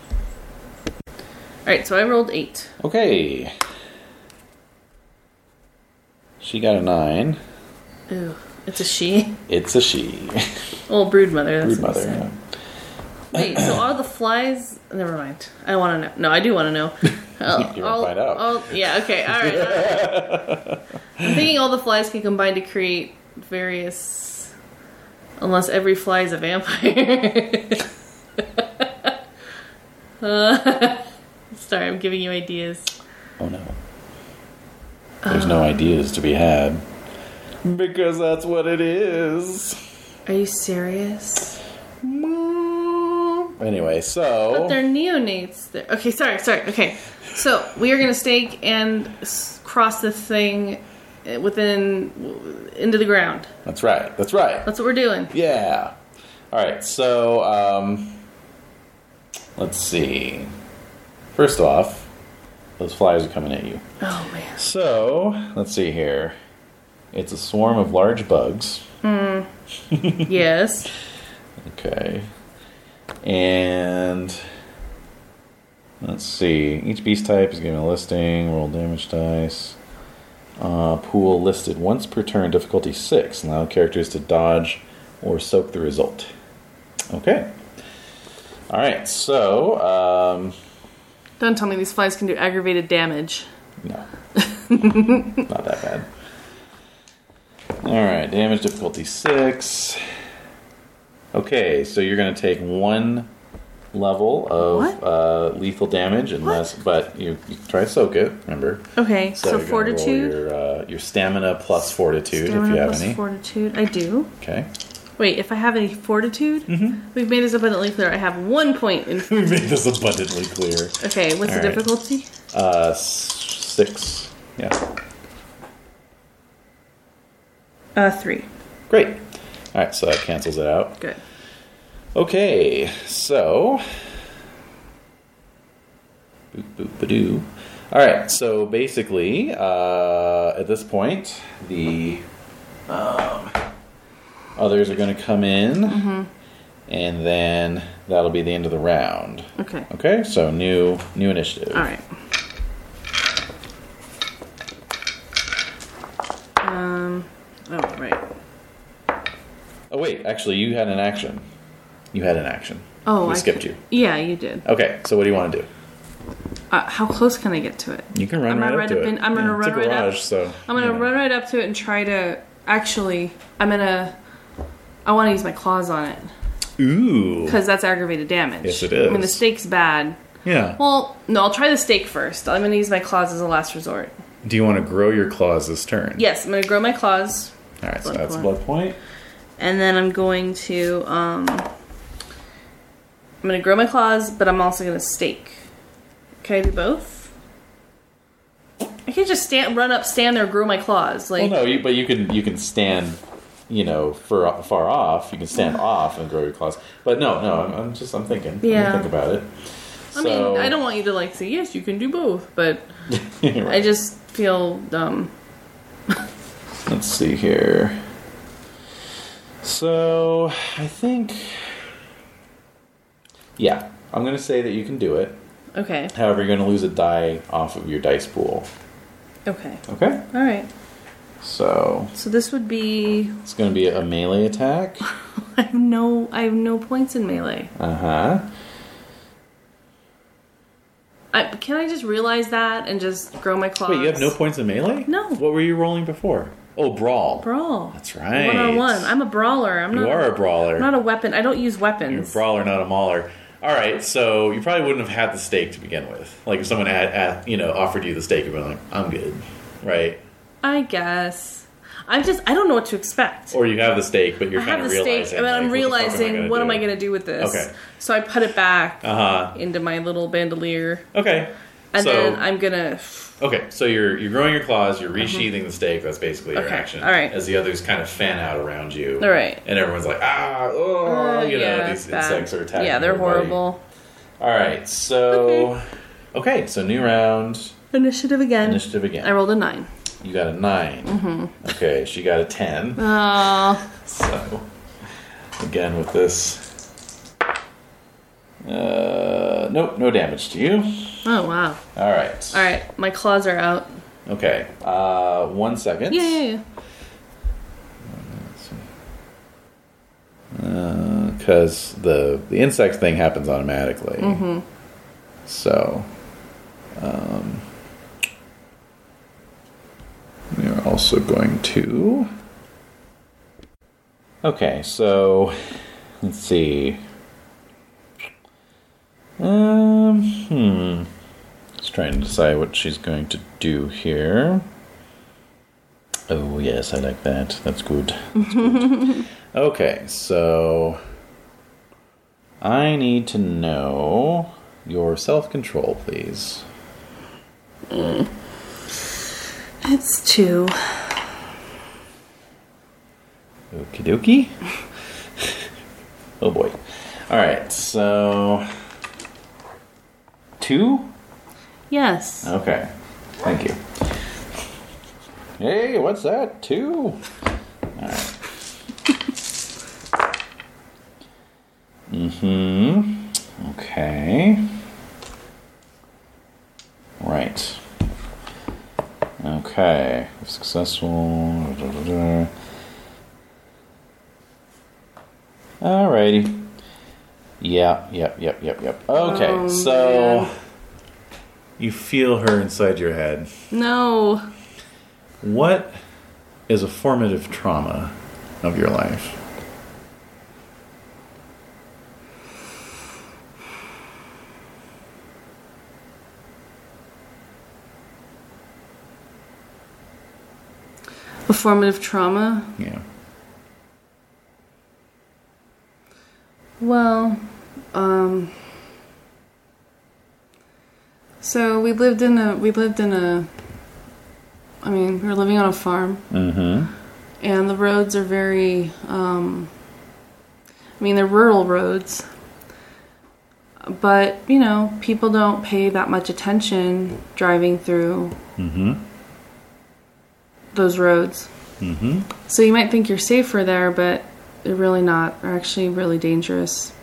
[SPEAKER 5] All right. So I rolled eight.
[SPEAKER 4] Okay. She got a nine.
[SPEAKER 5] Ooh, it's a she.
[SPEAKER 4] It's a she.
[SPEAKER 5] Well, brood mother. That's
[SPEAKER 4] Rude
[SPEAKER 5] what
[SPEAKER 4] mother.
[SPEAKER 5] mother.
[SPEAKER 4] yeah.
[SPEAKER 5] Wait, so are the flies? Never mind. I want to know. No, I do want to know. I'll,
[SPEAKER 4] You wanna find out.
[SPEAKER 5] I'll- yeah. Okay. All right. All right. I'm thinking all the flies can combine to create various, unless every fly is a vampire. Uh, sorry, I'm giving you ideas.
[SPEAKER 4] Oh no. There's no ideas to be had. Because that's what it is.
[SPEAKER 5] Are you serious?
[SPEAKER 4] Anyway,
[SPEAKER 5] But
[SPEAKER 4] so
[SPEAKER 5] they're neonates. They're, okay, sorry, sorry. Okay, so we are gonna stake and s- cross this thing uh, within into the ground.
[SPEAKER 4] that's right. That's right.
[SPEAKER 5] That's what we're doing.
[SPEAKER 4] Yeah. All right. So um, let's see. First off, those flies are coming at you.
[SPEAKER 5] Oh man.
[SPEAKER 4] So let's see here. It's a swarm of large bugs.
[SPEAKER 5] Yes.
[SPEAKER 4] Okay. And let's see. Each beast type is given a listing, roll damage dice. Uh, pool listed once per turn, difficulty six. Allow characters to dodge or soak the result. Okay. All right. So um,
[SPEAKER 5] Don't tell me these flies can do aggravated damage.
[SPEAKER 4] no, not that bad. All right. Damage difficulty six. Okay, so you're going to take one level of
[SPEAKER 5] What?
[SPEAKER 4] uh, lethal damage, unless, but you, you try to soak it. Remember,
[SPEAKER 5] Okay, so,
[SPEAKER 4] you're gonna roll
[SPEAKER 5] fortitude.
[SPEAKER 4] your, uh, your stamina plus fortitude, if
[SPEAKER 5] Stamina
[SPEAKER 4] you have
[SPEAKER 5] plus
[SPEAKER 4] any.
[SPEAKER 5] fortitude. I do.
[SPEAKER 4] okay,
[SPEAKER 5] Wait, if I have any fortitude, we've made this abundantly clear. I have one point in.
[SPEAKER 4] We made this abundantly clear.
[SPEAKER 5] Okay, what's the
[SPEAKER 4] All right.
[SPEAKER 5] difficulty?
[SPEAKER 4] Uh, s- six. Yeah.
[SPEAKER 5] Uh, three.
[SPEAKER 4] Great. All right, so that cancels it out.
[SPEAKER 5] Good.
[SPEAKER 4] Okay, so. Boop, boop, ba-doo. All right, so basically, uh, at this point, the um, others are going to come in,
[SPEAKER 5] Mm-hmm.
[SPEAKER 4] and then that'll be the end of the round.
[SPEAKER 5] Okay.
[SPEAKER 4] Okay, so new new initiative.
[SPEAKER 5] All right. Um. Oh, right.
[SPEAKER 4] Oh wait, actually, you had an action. You had an action.
[SPEAKER 5] Oh,
[SPEAKER 4] we
[SPEAKER 5] I
[SPEAKER 4] skipped
[SPEAKER 5] could-
[SPEAKER 4] you.
[SPEAKER 5] Yeah, you did.
[SPEAKER 4] Okay, so what do you want to do?
[SPEAKER 5] Uh, how close can I get to it?
[SPEAKER 4] You can run
[SPEAKER 5] I'm
[SPEAKER 4] right
[SPEAKER 5] gonna
[SPEAKER 4] up
[SPEAKER 5] run
[SPEAKER 4] to
[SPEAKER 5] up
[SPEAKER 4] it.
[SPEAKER 5] in- I'm gonna
[SPEAKER 4] Yeah, it's a
[SPEAKER 5] run right up.
[SPEAKER 4] garage, So
[SPEAKER 5] I'm gonna
[SPEAKER 4] you know.
[SPEAKER 5] run right up to it and try to. Actually, I'm gonna. I want to use my claws on it
[SPEAKER 4] Ooh.
[SPEAKER 5] because that's aggravated damage.
[SPEAKER 4] Yes, it
[SPEAKER 5] I mean, the
[SPEAKER 4] is.
[SPEAKER 5] stake's bad.
[SPEAKER 4] Yeah.
[SPEAKER 5] Well, no, I'll try the stake first. I'm gonna use my claws as a last resort.
[SPEAKER 4] Do you want to grow your claws this turn?
[SPEAKER 5] Yes, I'm gonna grow my claws,
[SPEAKER 4] All right, so
[SPEAKER 5] Blood
[SPEAKER 4] that's
[SPEAKER 5] point.
[SPEAKER 4] blood point.
[SPEAKER 5] and then I'm going to. Um, I'm gonna grow my claws, but I'm also gonna stake. Can I do both? I can't just stand, run up, stand there, grow my claws. Like,
[SPEAKER 4] Well, no, you, but you can you can stand, you know, for far off. You can stand off and grow your claws. But no, no, I'm, I'm just I'm thinking. I'm gonna
[SPEAKER 5] Yeah.
[SPEAKER 4] think about it.
[SPEAKER 5] I mean,
[SPEAKER 4] uh,
[SPEAKER 5] I don't want you to like say yes, you can do both, but
[SPEAKER 4] don't.
[SPEAKER 5] I just feel dumb.
[SPEAKER 4] Let's see here. So I think, yeah, I'm gonna say that you can do it.
[SPEAKER 5] Okay.
[SPEAKER 4] However, you're gonna lose a die off of your dice pool.
[SPEAKER 5] Okay.
[SPEAKER 4] Okay.
[SPEAKER 5] All right.
[SPEAKER 4] So
[SPEAKER 5] So this would be
[SPEAKER 4] it's gonna be a melee attack.
[SPEAKER 5] I have no I have no points in melee.
[SPEAKER 4] Uh huh.
[SPEAKER 5] I, can I just realize that and just grow my claws?
[SPEAKER 4] Wait, you have no points in melee?
[SPEAKER 5] No.
[SPEAKER 4] What were you rolling before? Oh, brawl.
[SPEAKER 5] brawl.
[SPEAKER 4] That's right.
[SPEAKER 5] One on one. I'm a brawler. I'm
[SPEAKER 4] You
[SPEAKER 5] not.
[SPEAKER 4] are a brawler.
[SPEAKER 5] I'm not a weapon. I don't use
[SPEAKER 4] You're a
[SPEAKER 5] weapons.
[SPEAKER 4] brawler, not a mauler. All right, so you probably wouldn't have had the stake to begin with. Like if someone had, had you know, offered you the stake, you'd been like, "I'm good," right?
[SPEAKER 5] I guess. I'm just. I don't know what to expect.
[SPEAKER 4] Or you have the stake, but you're
[SPEAKER 5] I
[SPEAKER 4] kind
[SPEAKER 5] have
[SPEAKER 4] of
[SPEAKER 5] the stake,
[SPEAKER 4] realizing.
[SPEAKER 5] and I'm realizing what am I going
[SPEAKER 4] to
[SPEAKER 5] to do with this?
[SPEAKER 4] Okay.
[SPEAKER 5] So I put it back
[SPEAKER 4] Uh huh.
[SPEAKER 5] into my little bandolier,
[SPEAKER 4] Okay.
[SPEAKER 5] and
[SPEAKER 4] so
[SPEAKER 5] then I'm gonna
[SPEAKER 4] okay, so you're you're growing your claws, you're resheathing the stake. That's basically your
[SPEAKER 5] Okay,
[SPEAKER 4] action.
[SPEAKER 5] all right.
[SPEAKER 4] As the others kind of fan out around you.
[SPEAKER 5] All right.
[SPEAKER 4] And everyone's like, ah, oh,
[SPEAKER 5] Uh,
[SPEAKER 4] you know,
[SPEAKER 5] yeah,
[SPEAKER 4] these
[SPEAKER 5] it's bad.
[SPEAKER 4] insects are attacking.
[SPEAKER 5] Yeah, they're
[SPEAKER 4] everybody.
[SPEAKER 5] horrible.
[SPEAKER 4] All right, so okay. so new round,
[SPEAKER 5] Initiative again.
[SPEAKER 4] initiative again.
[SPEAKER 5] I rolled a nine.
[SPEAKER 4] You got a 9 Okay, she got a ten.
[SPEAKER 5] Oh,
[SPEAKER 4] So again with this, uh, nope, no damage to you.
[SPEAKER 5] oh wow.
[SPEAKER 4] All right.
[SPEAKER 5] All right, my claws are out.
[SPEAKER 4] Okay. Uh, one second.
[SPEAKER 5] Yeah, yeah, yeah.
[SPEAKER 4] Because the the insect thing happens automatically. So, um, we are also going to. Okay, so let's see. Um, hmm. Just trying to decide what she's going to do here. Oh yes, I like that. That's good. Okay, so I need to know your self control, please.
[SPEAKER 19] It's two.
[SPEAKER 4] Okie dokie. oh boy. Alright, so. Two?
[SPEAKER 5] Yes.
[SPEAKER 4] Okay, thank you. Hey, what's that? Two? Alright. mm hmm. Okay. Right. Okay. Successful. da, da, da, da. Alrighty. Yep, yep, yep, yep, yep. Okay, so. You feel her inside your head.
[SPEAKER 5] No.
[SPEAKER 4] What is a formative trauma of your life?
[SPEAKER 5] A formative trauma.
[SPEAKER 4] Yeah.
[SPEAKER 20] Well,
[SPEAKER 5] Um, so we lived in a we lived in a. I mean, we were living on a farm, mm-hmm. and the roads are very. Um, I mean, they're rural roads, but you know, people don't pay that much attention driving through those roads. Mm-hmm. So you might think you're safer there, but they're really not. They're actually really dangerous.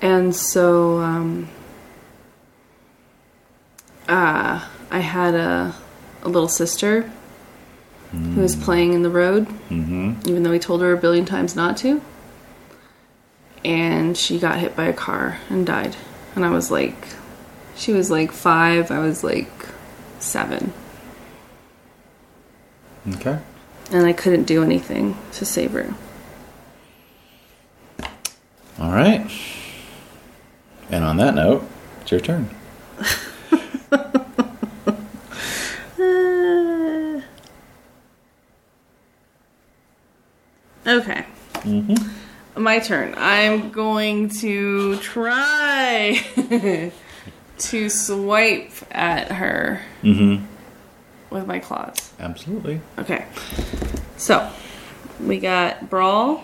[SPEAKER 5] And so um, uh, I had a, a little sister who was playing in the road, mm-hmm. even though we told her a billion times not to. And she got hit by a car and died. And I was like, she was like five, I was like seven.
[SPEAKER 21] Okay.
[SPEAKER 5] And I couldn't do anything to save her.
[SPEAKER 21] All right. And on that note, it's your turn.
[SPEAKER 22] Uh,
[SPEAKER 5] Okay.
[SPEAKER 4] Mm-hmm.
[SPEAKER 5] My turn. I'm going to try to swipe at her
[SPEAKER 4] Mm-hmm.
[SPEAKER 5] with my claws.
[SPEAKER 21] Absolutely.
[SPEAKER 5] Okay. So we got brawl,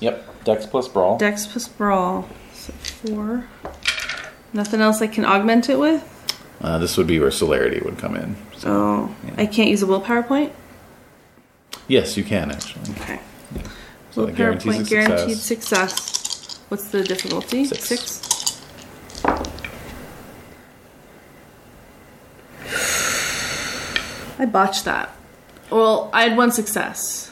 [SPEAKER 4] Yep. Dex plus brawl.
[SPEAKER 5] dex plus brawl. So four. Nothing else I can augment it with.
[SPEAKER 21] Uh, this would be where celerity would come in.
[SPEAKER 5] Oh, I can't use a willpower point.
[SPEAKER 21] Yes, you can actually.
[SPEAKER 5] Okay.
[SPEAKER 21] So that
[SPEAKER 5] willpower
[SPEAKER 21] guarantees a
[SPEAKER 5] point
[SPEAKER 21] success.
[SPEAKER 5] guaranteed success. What's the difficulty?
[SPEAKER 21] Six.
[SPEAKER 5] Six. I botched that. Well, I had one success.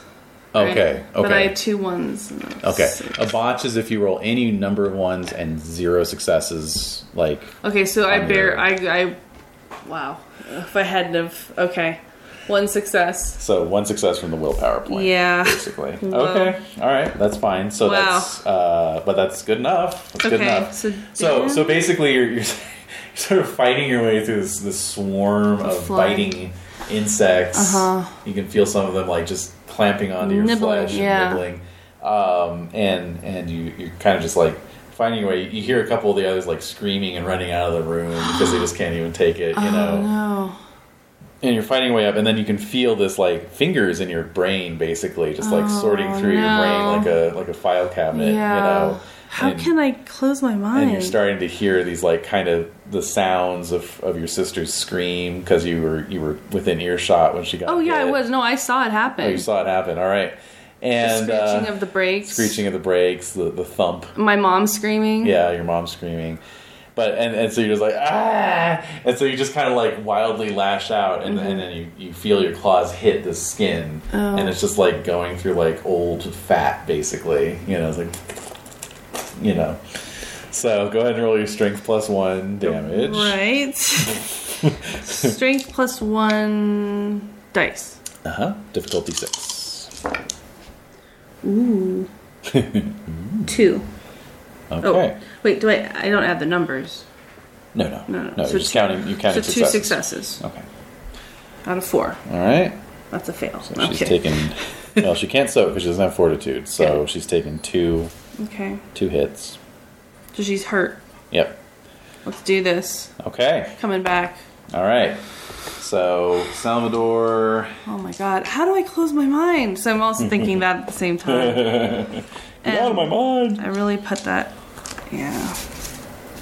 [SPEAKER 5] right?
[SPEAKER 21] Okay. Okay.
[SPEAKER 5] But I had two ones. and that was
[SPEAKER 21] Okay.
[SPEAKER 5] six.
[SPEAKER 21] A botch is if you roll any number of ones and zero successes. Like,
[SPEAKER 5] Okay, so I
[SPEAKER 21] On
[SPEAKER 5] bear.
[SPEAKER 21] your-
[SPEAKER 5] I, I. Wow. If I hadn't have. Okay. One success.
[SPEAKER 4] So one success from the willpower point.
[SPEAKER 5] Yeah.
[SPEAKER 4] Basically. Okay. All right. That's fine. So
[SPEAKER 5] Wow.
[SPEAKER 4] that's uh, but that's good enough. That's good
[SPEAKER 5] Okay,
[SPEAKER 4] enough.
[SPEAKER 5] so
[SPEAKER 4] so
[SPEAKER 5] damn.
[SPEAKER 4] so basically, you're, you're sort of fighting your way through this, this swarm of
[SPEAKER 5] fly.
[SPEAKER 4] biting insects. Uh-huh. You can feel some of them like just clamping onto your
[SPEAKER 5] Nibbling,
[SPEAKER 4] flesh and
[SPEAKER 5] yeah.
[SPEAKER 4] nibbling. Um, and and you you're kind of just like. Finding your way, you hear a couple of the others like screaming and running out of the room because they just can't even take it. You know,
[SPEAKER 5] No.
[SPEAKER 4] and you're fighting your way up, and then you can feel this like fingers in your brain, basically, just like sorting through your
[SPEAKER 5] Oh, no.
[SPEAKER 4] brain like a like a file cabinet, you know.
[SPEAKER 5] How
[SPEAKER 4] and,
[SPEAKER 5] can I close my mind?
[SPEAKER 4] and you're starting to hear these like kind of the sounds of, of your sister's scream because you were you were within earshot when she got.
[SPEAKER 5] Oh yeah, I
[SPEAKER 4] hit.
[SPEAKER 5] was. No, I saw it happen.
[SPEAKER 4] Oh, you saw it happen. All right, and
[SPEAKER 5] the screeching
[SPEAKER 4] uh,
[SPEAKER 5] of the brakes.
[SPEAKER 4] screeching of the brakes, the the thump.
[SPEAKER 5] My mom screaming.
[SPEAKER 4] Yeah, your mom's screaming. But and, and so you're just like ah, and so you just kind of like wildly lash out, and,
[SPEAKER 5] Mm-hmm.
[SPEAKER 4] and then you, you feel your claws hit the skin,
[SPEAKER 5] Oh.
[SPEAKER 4] and it's just like going through like old fat, basically. You know, it's like you know. So go ahead and roll your strength plus one damage.
[SPEAKER 5] Right. Strength plus one dice.
[SPEAKER 4] Uh huh. Difficulty six.
[SPEAKER 5] Ooh. Two. Oh,
[SPEAKER 4] Okay.
[SPEAKER 5] wait. Do I? I don't add the numbers.
[SPEAKER 4] No, no,
[SPEAKER 5] No, no.
[SPEAKER 4] You're
[SPEAKER 5] So
[SPEAKER 4] just
[SPEAKER 5] two-
[SPEAKER 4] counting. You
[SPEAKER 5] So
[SPEAKER 4] counted
[SPEAKER 5] two
[SPEAKER 4] successes.
[SPEAKER 5] successes
[SPEAKER 4] Okay.
[SPEAKER 5] out of four.
[SPEAKER 4] All right.
[SPEAKER 5] That's a fail.
[SPEAKER 4] So
[SPEAKER 5] okay.
[SPEAKER 4] she's taken. well, she can't soak because she doesn't have fortitude, so
[SPEAKER 5] Yeah.
[SPEAKER 4] she's taken two
[SPEAKER 5] okay.
[SPEAKER 4] two hits.
[SPEAKER 5] So she's hurt.
[SPEAKER 4] Yep.
[SPEAKER 5] Let's do this.
[SPEAKER 4] Okay.
[SPEAKER 5] Coming back.
[SPEAKER 4] All right. So Salvador.
[SPEAKER 5] Oh my god. How do I close my mind? So I'm also thinking that at the same time. And-
[SPEAKER 4] mind.
[SPEAKER 5] I really put that. Yeah.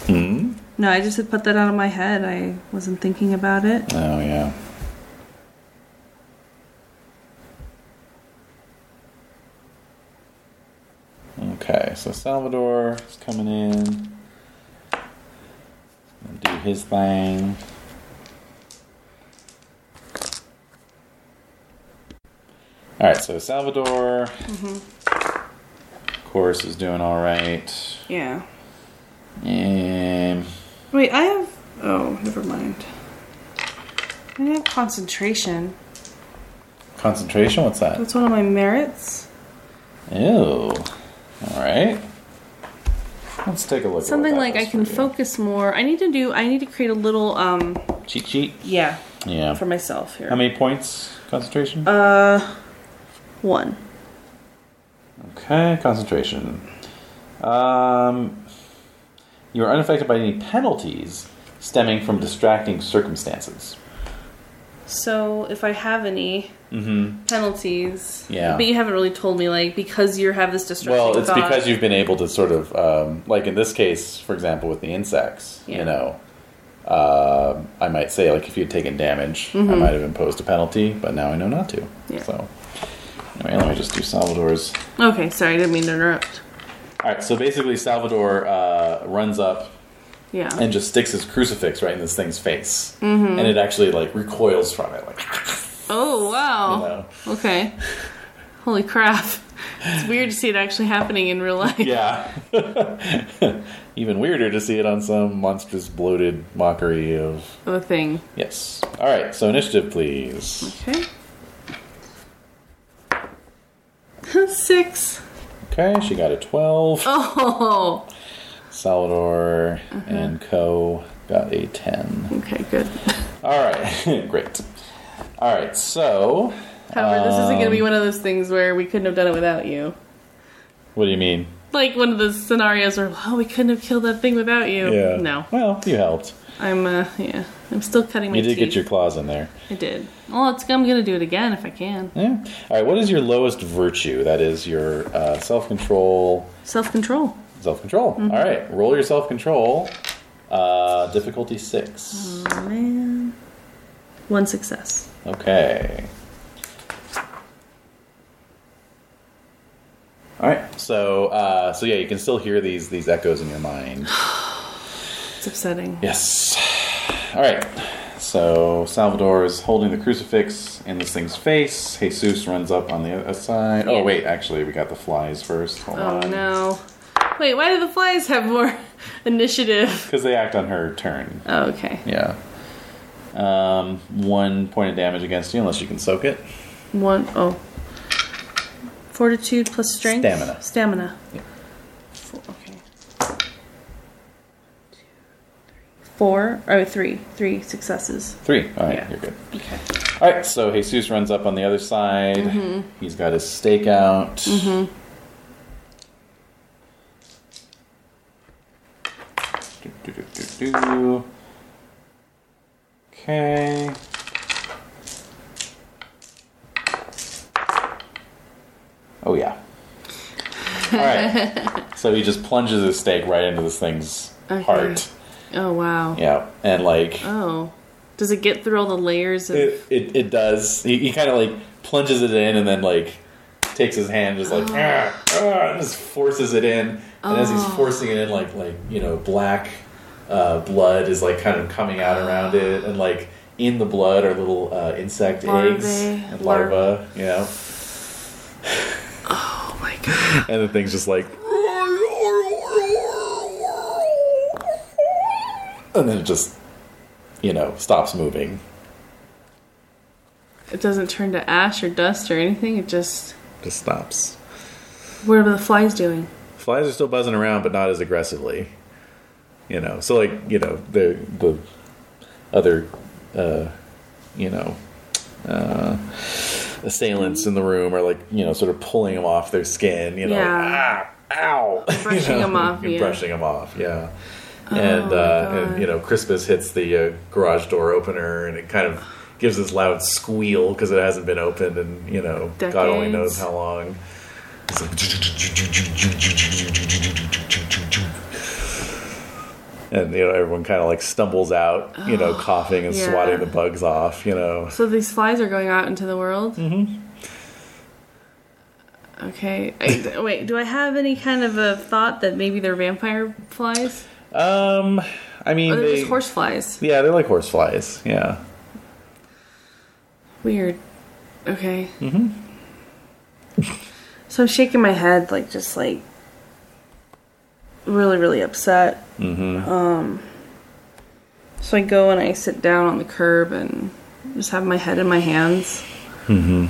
[SPEAKER 5] Hmm?
[SPEAKER 4] Hmm?
[SPEAKER 5] No, I just had put that out of my head. I wasn't thinking about it.
[SPEAKER 4] Oh yeah. Okay, so Salvador is coming in. Gonna do his thing. All right, so Salvador, of course, is doing all right.
[SPEAKER 5] Yeah.
[SPEAKER 4] Um,
[SPEAKER 5] Wait, I have. Oh, never mind. I have concentration.
[SPEAKER 4] concentration. What's that?
[SPEAKER 5] That's one of my merits.
[SPEAKER 4] Ew. All right. Let's take a look. at
[SPEAKER 5] Something
[SPEAKER 4] what that
[SPEAKER 5] like I
[SPEAKER 4] was
[SPEAKER 5] can
[SPEAKER 4] for you.
[SPEAKER 5] focus more. I need to do. I need to create a little. Um.
[SPEAKER 4] Cheat sheet.
[SPEAKER 5] Yeah.
[SPEAKER 4] Yeah.
[SPEAKER 5] For myself here.
[SPEAKER 4] Oh. How many points? Concentration.
[SPEAKER 5] Uh. One.
[SPEAKER 4] okay, concentration. Um, you are unaffected by any penalties stemming from distracting circumstances.
[SPEAKER 5] So if I have any penalties,
[SPEAKER 4] Mm-hmm. Yeah.
[SPEAKER 5] But you haven't really told me like because you have this distracting.
[SPEAKER 4] Well, it's
[SPEAKER 5] thought,
[SPEAKER 4] because you've been able to sort of, um, like in this case, for example, with the insects,
[SPEAKER 5] Yeah.
[SPEAKER 4] you know, uh, I might say, like, if you had taken damage, I might have imposed a penalty, but now I know not to.
[SPEAKER 23] Yeah.
[SPEAKER 4] So, anyway, let me just do Salvador's.
[SPEAKER 23] Okay, sorry, I didn't mean to interrupt.
[SPEAKER 4] All right, so basically, Salvador uh, runs up
[SPEAKER 23] Yeah.
[SPEAKER 4] and just sticks his crucifix right in this thing's face. And it actually, like, recoils from it. Like,
[SPEAKER 23] oh wow.
[SPEAKER 4] you know.
[SPEAKER 23] Okay. Holy crap. It's weird to see it actually happening in real life.
[SPEAKER 4] Yeah. Even weirder to see it on some monstrous, bloated mockery of
[SPEAKER 23] The thing.
[SPEAKER 4] Yes. All right. So initiative, please.
[SPEAKER 23] Okay. Six.
[SPEAKER 4] Okay. She got a twelve.
[SPEAKER 23] Oh.
[SPEAKER 4] Salvador and Co. got a ten.
[SPEAKER 23] Okay, good.
[SPEAKER 4] All right. Great. All right. So,
[SPEAKER 23] However, this isn't
[SPEAKER 4] Um.
[SPEAKER 23] going to be one of those things where we couldn't have done it without you.
[SPEAKER 4] what do you mean?
[SPEAKER 23] Like one of those scenarios where, well, we couldn't have killed that thing without you. No.
[SPEAKER 4] Well, you helped.
[SPEAKER 23] I'm, uh, yeah. I'm still cutting my
[SPEAKER 4] You did
[SPEAKER 23] teeth.
[SPEAKER 4] get your claws in there.
[SPEAKER 23] I did. Well, it's, I'm going to do it again if I can.
[SPEAKER 4] Yeah. All right. What is your lowest virtue? That is your uh, self-control.
[SPEAKER 23] Self control.
[SPEAKER 4] Self-control. All right. Roll your self-control. Uh, difficulty six.
[SPEAKER 23] Oh,
[SPEAKER 5] man, one success.
[SPEAKER 4] Okay. All right. So, uh, so yeah, you can still hear these these echoes in your mind.
[SPEAKER 23] It's upsetting.
[SPEAKER 4] Yes. All right. So Salvador is holding the crucifix in this thing's face. Jesus runs up on the other side. Oh wait, actually, we got the flies first. Hold
[SPEAKER 23] Oh, no. Wait, why do the flies have more initiative?
[SPEAKER 4] Because they act on her turn.
[SPEAKER 23] Oh, okay.
[SPEAKER 4] Yeah. Um, one point of damage against you, unless you can soak it.
[SPEAKER 5] One oh. Fortitude plus strength.
[SPEAKER 4] Stamina.
[SPEAKER 5] Stamina. Four, okay. Four oh three three successes.
[SPEAKER 4] Three. All right,
[SPEAKER 5] Yeah.
[SPEAKER 4] you're good.
[SPEAKER 5] Okay.
[SPEAKER 4] All right, so Jesus runs up on the other side. He's got his stake out. Do, do, do, do, do. Okay. Oh yeah. All right. so he just plunges his stake right into this thing's
[SPEAKER 23] Okay.
[SPEAKER 4] heart.
[SPEAKER 23] Oh, wow.
[SPEAKER 4] Yeah, and like
[SPEAKER 23] Oh. Does it get through all the layers of.
[SPEAKER 4] it, it, it does. He, he kind of like plunges it in and then like takes his hand, just like ah, ah, and just forces it in. And as he's forcing it in, like like you know, black uh, blood is like kind of coming out around it, and like in the blood are little uh, insect eggs
[SPEAKER 23] Larvae,
[SPEAKER 4] and larvae. You know. Oh my god! And the thing's just like. And then it just, you know, stops moving.
[SPEAKER 23] It doesn't turn to ash or dust or anything. It just.
[SPEAKER 4] Just stops.
[SPEAKER 23] What are the flies doing?
[SPEAKER 13] Flies are still buzzing around, but not as aggressively.
[SPEAKER 4] you know so like you know the the other uh you know uh assailants in the room are like you know sort of pulling them off their skin you know
[SPEAKER 23] Yeah.
[SPEAKER 4] ah, ow
[SPEAKER 23] Brushing 'em off,
[SPEAKER 4] and
[SPEAKER 23] yeah. Oh,
[SPEAKER 4] brushing them off yeah and uh and you know crispus hits the uh, garage door opener and it kind of gives this loud squeal because it hasn't been opened and you know god only
[SPEAKER 23] Decades.
[SPEAKER 4] knows how long It's like- and you know everyone kind of like stumbles out you know coughing and
[SPEAKER 23] Oh, yeah.
[SPEAKER 4] swatting the bugs off you know
[SPEAKER 23] So these flies are going out into the world? Mm hmm. Okay. I, wait, do I have any kind of a thought that maybe they're vampire flies?
[SPEAKER 4] um i mean
[SPEAKER 23] Or Oh, they're
[SPEAKER 4] they,
[SPEAKER 23] just horse flies.
[SPEAKER 4] yeah they're like horse flies yeah
[SPEAKER 23] Weird. Okay.
[SPEAKER 5] So I'm shaking my head, like just like really, really upset. Mm-hmm. Um, so I go and I sit down.
[SPEAKER 23] Down on the curb and just have my head in my hands. Mm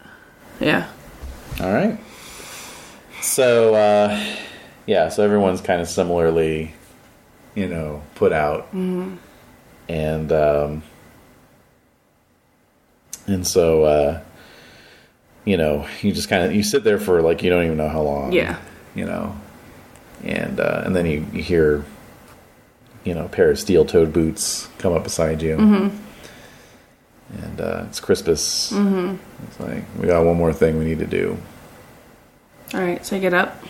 [SPEAKER 23] hmm. Yeah.
[SPEAKER 4] all right so uh yeah so everyone's kind of similarly you know put out and um and so uh you know, you just kind of you sit there for like you don't even know how long.
[SPEAKER 5] Yeah.
[SPEAKER 4] You know, and uh, and then you, you hear, you know, a pair of steel-toed boots come up beside you, and uh, it's Crispus. Mm-hmm. It's like we got one more thing we need to do.
[SPEAKER 5] All right, so I get up.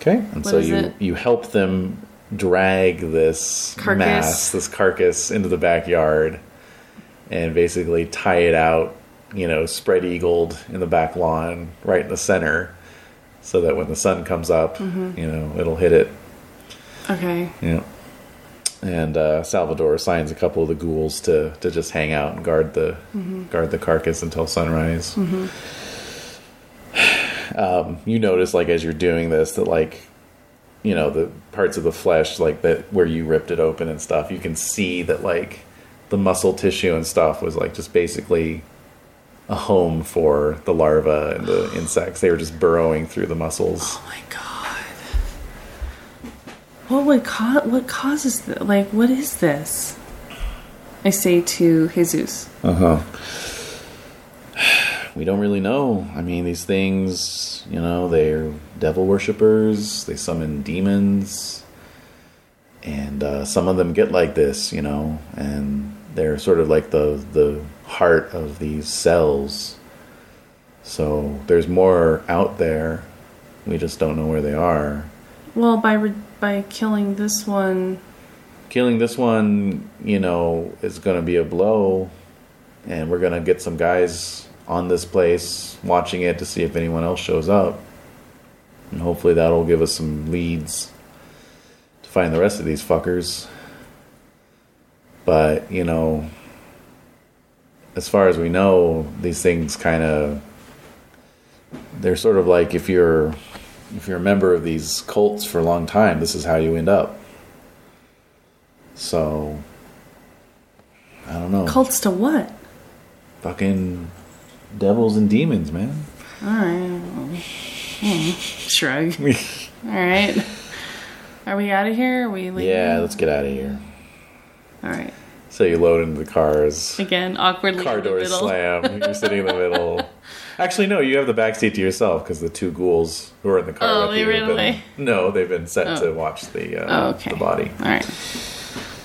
[SPEAKER 4] Okay, and so
[SPEAKER 5] is
[SPEAKER 4] you
[SPEAKER 5] it?
[SPEAKER 4] you help them drag this
[SPEAKER 5] Carcass.
[SPEAKER 4] mass, this carcass, into the backyard, and basically tie it out, you know, spread eagled in the back lawn, right in the center, so that when the sun comes up,
[SPEAKER 5] Mm-hmm.
[SPEAKER 4] you know, it'll hit it.
[SPEAKER 5] Okay.
[SPEAKER 4] Yeah. And uh, Salvador assigns a couple of the ghouls to, to just hang out and guard the guard the carcass until sunrise. Um, you notice, like as you're doing this, that like you know the parts of the flesh, like that where you ripped it open and stuff, you can see that like the muscle tissue and stuff was like just basically a home for the larvae and the insects. They were just burrowing through the muscles.
[SPEAKER 5] Oh my god. What would cause? What causes? Th- like, what is this? I say to Jesus.
[SPEAKER 4] we don't really know. I mean, these things, you know, they're devil worshippers, they summon demons, and uh, some of them get like this, you know, and they're sort of like the, the heart of these cells. So there's more out there. We just don't know where they are.
[SPEAKER 5] Well, by re- by killing this one,
[SPEAKER 4] killing this one, you know, is going to be a blow, and we're going to get some guys on this place watching it to see if anyone else shows up, and hopefully that'll give us some leads to find the rest of these fuckers. But you know, as far as we know, these things kind of they're sort of like if you're if you're a member of these cults for a long time, this is how you end up. So I don't know.
[SPEAKER 5] cults to what?
[SPEAKER 4] Fucking devils and demons, man.
[SPEAKER 5] All right. well, hmm, Shrug. All right. Are we out of here? Are we leaving?
[SPEAKER 4] Yeah, let's get out of here.
[SPEAKER 5] All right.
[SPEAKER 4] So you load into the cars.
[SPEAKER 5] Again, awkwardly.
[SPEAKER 4] Car
[SPEAKER 5] in the
[SPEAKER 4] doors
[SPEAKER 5] middle.
[SPEAKER 4] slam. You're sitting in the middle. Actually, no. You have the back seat to yourself because the two ghouls who are in the car
[SPEAKER 5] Oh,
[SPEAKER 4] with
[SPEAKER 5] they
[SPEAKER 4] you have been-
[SPEAKER 5] ran away.
[SPEAKER 4] no, they've been set to watch the uh,
[SPEAKER 5] Oh, okay.
[SPEAKER 4] the body.
[SPEAKER 5] All right.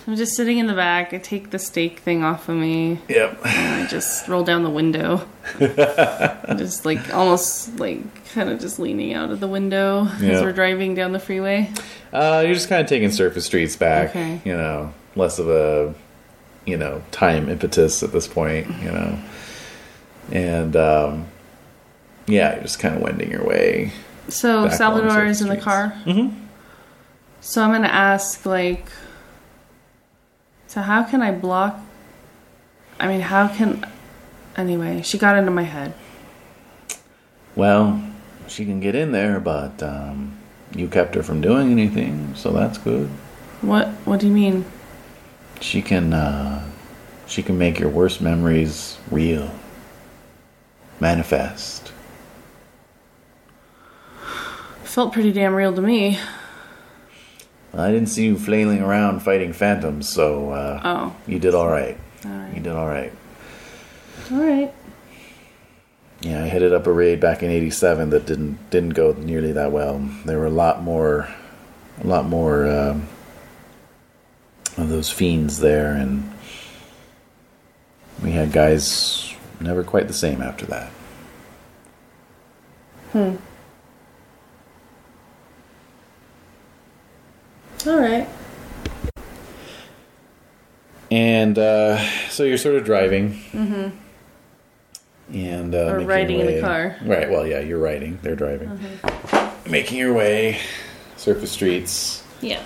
[SPEAKER 5] I'm just sitting in the back. I take the steak thing off of me.
[SPEAKER 4] Yep.
[SPEAKER 5] I just roll down the window. I'm just like almost like kind of just leaning out of the window
[SPEAKER 4] Yeah.
[SPEAKER 5] as we're driving down the freeway.
[SPEAKER 4] Uh, you're just kind of taking surface streets back.
[SPEAKER 5] Okay.
[SPEAKER 4] You know, less of a, you know, time impetus at this point. You know, and um, yeah, you're just kind of wending your way.
[SPEAKER 5] So
[SPEAKER 4] Back
[SPEAKER 5] Salvador
[SPEAKER 4] onto
[SPEAKER 5] is in the
[SPEAKER 4] streets.
[SPEAKER 5] car. Mm-hmm. So I'm gonna ask like, so how can I block? I mean, how can? Anyway, she got into my head.
[SPEAKER 4] Well, she can get in there, but um, you kept her from doing anything, so that's good.
[SPEAKER 5] What? What do you mean?
[SPEAKER 4] She can, uh, she can make your worst memories real, manifest.
[SPEAKER 5] Felt pretty damn real to me.
[SPEAKER 4] I didn't see you flailing around fighting phantoms, so uh,
[SPEAKER 5] Oh,
[SPEAKER 4] you did all right.
[SPEAKER 5] all right,
[SPEAKER 4] You did all right.
[SPEAKER 5] all right.
[SPEAKER 4] Yeah, I headed up a raid back in '87 that didn't didn't go nearly that well. There were a lot more, a lot more um, of those fiends there, and we had guys never quite the same after that.
[SPEAKER 5] All right.
[SPEAKER 4] And uh, so you're sort of driving, mm-hmm. and uh, making your
[SPEAKER 5] riding in the
[SPEAKER 4] way-
[SPEAKER 5] car. Uh-huh.
[SPEAKER 4] Right. Well, yeah, you're riding. They're driving, making your way, surface streets.
[SPEAKER 24] Yeah.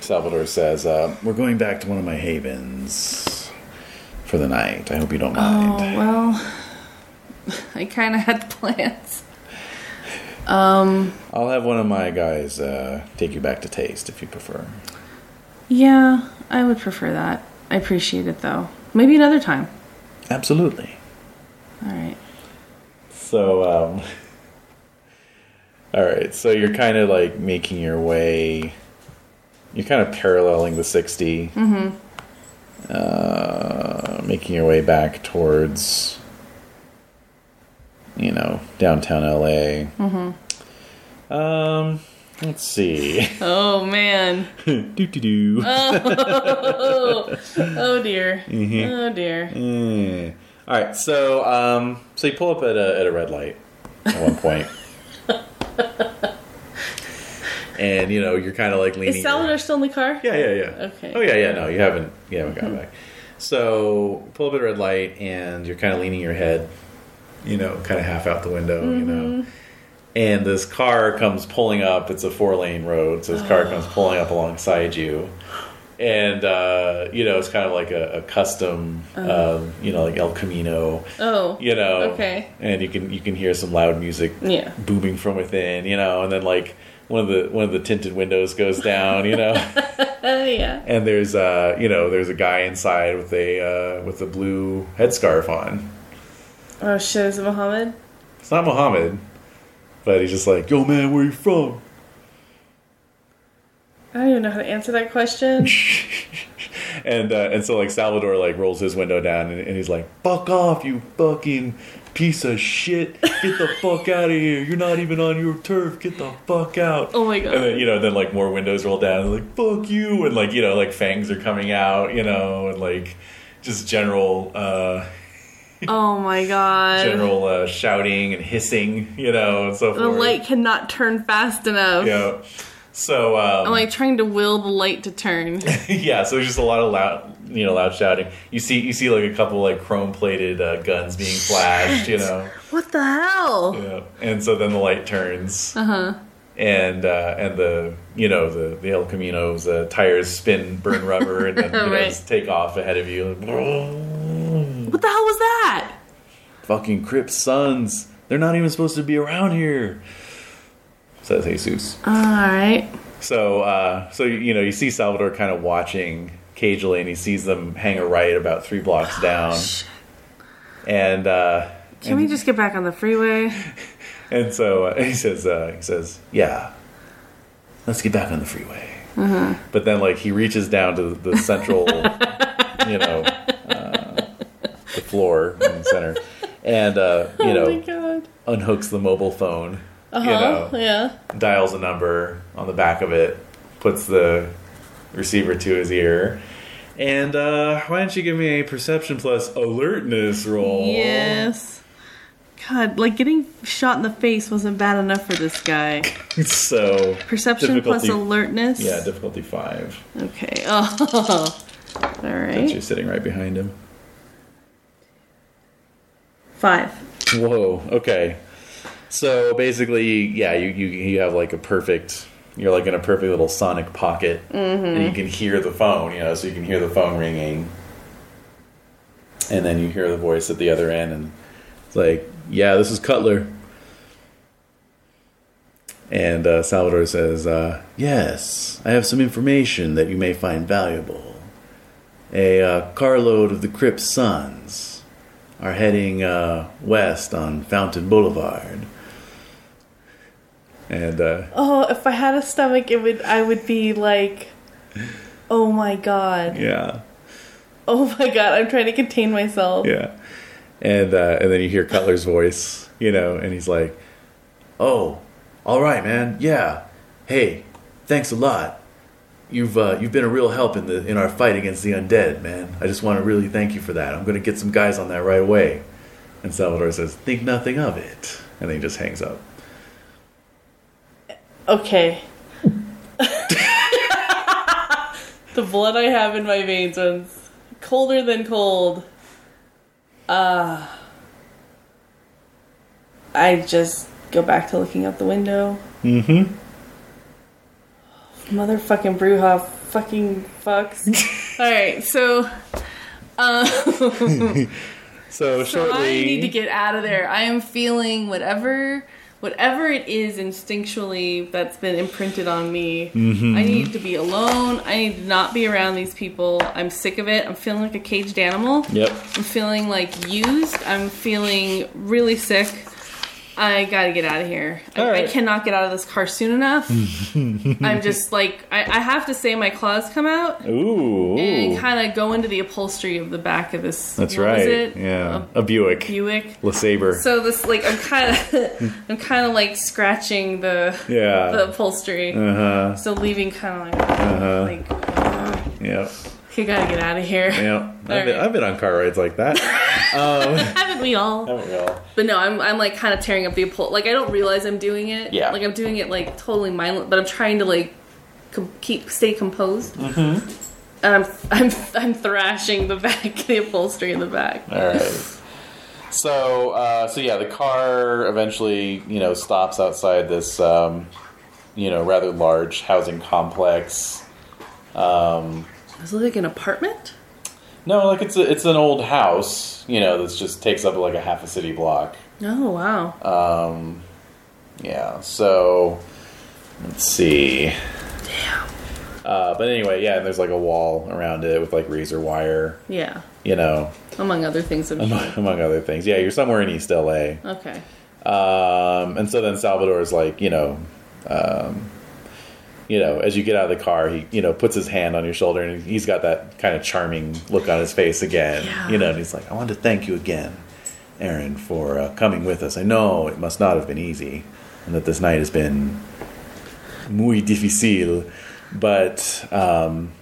[SPEAKER 4] Salvador says, uh, "We're going back to one of my havens for the night. I hope you don't
[SPEAKER 5] Oh
[SPEAKER 4] mind."
[SPEAKER 5] well, I kind of had plans.
[SPEAKER 4] I'll have one of my guys uh, take you back to Taste if you prefer.
[SPEAKER 5] Yeah, I would prefer that. I appreciate it though. Maybe another time.
[SPEAKER 4] Absolutely.
[SPEAKER 5] All right.
[SPEAKER 4] So, um, all right. So you're kind of like making your way. You're kind of paralleling the 60. Mm-hmm. Um,
[SPEAKER 13] Uh, making your way back towards, you know, downtown LA. Mm-hmm. Um, let's see.
[SPEAKER 5] Oh man.
[SPEAKER 13] do do do.
[SPEAKER 5] Oh dear. Oh dear.
[SPEAKER 13] Mm. All right, so um, so you pull up at a at a red light at one point, and you know you're kind of like leaning.
[SPEAKER 5] Is
[SPEAKER 13] your-
[SPEAKER 5] Salvador still in the car?
[SPEAKER 13] yeah, yeah, yeah.
[SPEAKER 5] Okay. Hmm.
[SPEAKER 13] Oh yeah, yeah. No, you haven't. You haven't gotten back. So pull up at a red light, and you're kind of leaning your head, you know, kind of half out the window, you know.
[SPEAKER 5] Mm-hmm.
[SPEAKER 13] And this car comes pulling up. It's a four lane road, so this car
[SPEAKER 5] Ah.
[SPEAKER 13] comes pulling up alongside you, and uh, you know it's kind of like a, a custom, um, you know, like El Camino,
[SPEAKER 5] Uh-huh. Oh.
[SPEAKER 13] you know.
[SPEAKER 5] Okay.
[SPEAKER 13] And you can you can hear some loud music
[SPEAKER 5] Yeah.
[SPEAKER 13] booming from within, you know, and then like one of the one of the tinted windows goes down, you know.
[SPEAKER 5] Uh, yeah.
[SPEAKER 13] and there's uh you know there's a guy inside with a uh, with a blue headscarf on.
[SPEAKER 5] Oh shit, is it Mohammed?
[SPEAKER 13] It's not Mohammed, but he's just like, "Yo, man, where you from?"
[SPEAKER 5] I don't even know how to answer that question.
[SPEAKER 13] And uh, and so like Salvador like rolls his window down and, and he's like, "Fuck off, you fucking piece of shit! Get the fuck out of here! You're not even on your turf! Get the fuck out!"
[SPEAKER 5] Oh my God.
[SPEAKER 13] And then you know then like more windows roll down and like, "Fuck you!" And like you know like fangs are coming out, you know, and like just general. uh
[SPEAKER 23] Oh my
[SPEAKER 5] Um,
[SPEAKER 23] god.
[SPEAKER 13] general uh, shouting and hissing, you know, and so forth.
[SPEAKER 23] The light cannot turn fast enough.
[SPEAKER 13] Yeah. So um,
[SPEAKER 23] I'm like trying to will the light to turn.
[SPEAKER 13] yeah, so there's just a lot of loud, you know, loud shouting. You see, you see like a couple like chrome plated uh, guns being flashed, you know.
[SPEAKER 23] what the hell?
[SPEAKER 13] Yeah. And so then the light turns. Uh-huh. And, uh and the you know the the El Camino's uh, tires spin, burn rubber, and then you know,
[SPEAKER 5] Right.
[SPEAKER 13] just take off ahead of you. Like,
[SPEAKER 23] What the hell was that?
[SPEAKER 13] Fucking Crip sons, they're not even supposed to be around here. Says Jesus.
[SPEAKER 23] Alright.
[SPEAKER 13] So, uh, so you know, you see Salvador kind of watching cagely, and he sees them hang a right about three blocks down. And uh,
[SPEAKER 23] Can we just get back on the freeway?
[SPEAKER 13] and so uh, he says, uh, he says, yeah, let's get back on the freeway.
[SPEAKER 5] Mm-hmm.
[SPEAKER 13] But then, like, he reaches down to the central, you know, uh, the floor in the center, and uh, you
[SPEAKER 5] Oh my
[SPEAKER 13] know,
[SPEAKER 5] god. Uh-huh.
[SPEAKER 13] unhooks the mobile phone. You
[SPEAKER 5] Huh?
[SPEAKER 23] Uh-huh.
[SPEAKER 13] know,
[SPEAKER 5] Yeah.
[SPEAKER 13] dials a number on the back of it, puts the receiver to his ear, and uh, why don't you give me a perception plus alertness roll?
[SPEAKER 23] Yes. God, like getting shot in the face wasn't bad enough for this guy.
[SPEAKER 13] So
[SPEAKER 23] Perception plus
[SPEAKER 13] Difficulty.
[SPEAKER 23] alertness.
[SPEAKER 13] yeah, difficulty five.
[SPEAKER 23] Okay. Oh. All
[SPEAKER 13] Since
[SPEAKER 23] right.
[SPEAKER 13] you're sitting right behind him.
[SPEAKER 23] Five.
[SPEAKER 13] Whoa. Okay. So basically, yeah, you you you have like a perfect. You're like in a perfect little sonic pocket, and you can hear the phone. You know, so you can hear the phone ringing, and then you hear the voice at the other end, and it's like, "Yeah, this is Cutler." And uh, Salvador says, uh, "Yes, I have some information that you may find valuable. A uh, carload of the Crips Sons." are heading uh, west on Fountain Boulevard. And uh,
[SPEAKER 5] Oh, if I had a stomach, it would. I would be like, oh my god,
[SPEAKER 13] yeah,
[SPEAKER 5] oh my god. I'm trying to contain myself.
[SPEAKER 13] yeah, and uh, and then you hear Cutler's voice, you know, and he's like, "Oh, all right, man. Yeah, hey, thanks a lot. You've uh, you've been a real help in the in our fight against the undead, man. I just want to really thank you for that. I'm going to get some guys on that right away." And Salvador says, "Think nothing of it," and then he just hangs up.
[SPEAKER 5] Okay. the blood I have in my veins runs colder than cold. Ah. I just go back to looking out the window. Mm-hmm. Motherfucking Bruja fucking fucks. Alright, so um,
[SPEAKER 13] So
[SPEAKER 5] I
[SPEAKER 13] shortly,
[SPEAKER 5] need to get out of there. I am feeling whatever whatever it is instinctually that's been imprinted on me. I need to be alone. I need to not be around these people. I'm sick of it. I'm feeling like a caged animal.
[SPEAKER 13] yep.
[SPEAKER 5] I'm feeling like used. I'm feeling really sick. I gotta get out of here. I,
[SPEAKER 25] All
[SPEAKER 5] I
[SPEAKER 25] right.
[SPEAKER 5] cannot get out of this car soon enough. I'm just like, I, I have to say my claws come out
[SPEAKER 26] Ooh.
[SPEAKER 5] and kind of go into the upholstery of the back of this.
[SPEAKER 26] That's
[SPEAKER 5] what was
[SPEAKER 26] right.
[SPEAKER 5] it?
[SPEAKER 26] Yeah.
[SPEAKER 5] A
[SPEAKER 26] A Buick.
[SPEAKER 5] Buick.
[SPEAKER 26] LeSabre.
[SPEAKER 5] So this, like, I'm kind of, I'm kind of like scratching the,
[SPEAKER 26] Yeah.
[SPEAKER 5] the upholstery.
[SPEAKER 26] uh-huh.
[SPEAKER 5] So leaving kind of like, like, "Ugh,
[SPEAKER 26] Yeah.
[SPEAKER 5] I gotta get out of here.
[SPEAKER 26] Yeah. I've,
[SPEAKER 5] All
[SPEAKER 26] been,
[SPEAKER 5] right.
[SPEAKER 26] I've been on car rides like that.
[SPEAKER 5] Haven't we all?
[SPEAKER 13] There we go.
[SPEAKER 5] But no, I'm, I'm like kind of tearing up the uphold. Like I don't realize I'm doing it.
[SPEAKER 13] Yeah.
[SPEAKER 5] Like I'm doing it like totally mindless, but I'm trying to like com- keep stay composed. Mm-hmm. And I'm I'm I'm thrashing the back, the upholstery in the back.
[SPEAKER 13] All right. So, uh, so yeah, the car eventually, you know, stops outside this, um, you know, rather large housing complex.
[SPEAKER 5] Is it like an apartment?
[SPEAKER 13] No, like it's a, it's an old house, you know, that's just takes up like a half a city block.
[SPEAKER 5] Oh wow.
[SPEAKER 13] Yeah. So, let's see. Damn. Uh, but anyway, yeah, and there's like a wall around it with like razor wire,
[SPEAKER 5] yeah.
[SPEAKER 13] you know,
[SPEAKER 5] Among other things, I'm sure.
[SPEAKER 13] among other things. Yeah, you're somewhere in East LA.
[SPEAKER 5] Okay.
[SPEAKER 13] Um, and so then Salvador's like, you know, um, you know, as you get out of the car, he, you know, puts his hand on your shoulder and he's got that kind of charming look on his face again,
[SPEAKER 5] Yeah.
[SPEAKER 13] you know, and he's like, I want to thank you again, Aaron, for uh, coming with us. I know it must not have been easy and that this night has been muy difícil, but, um,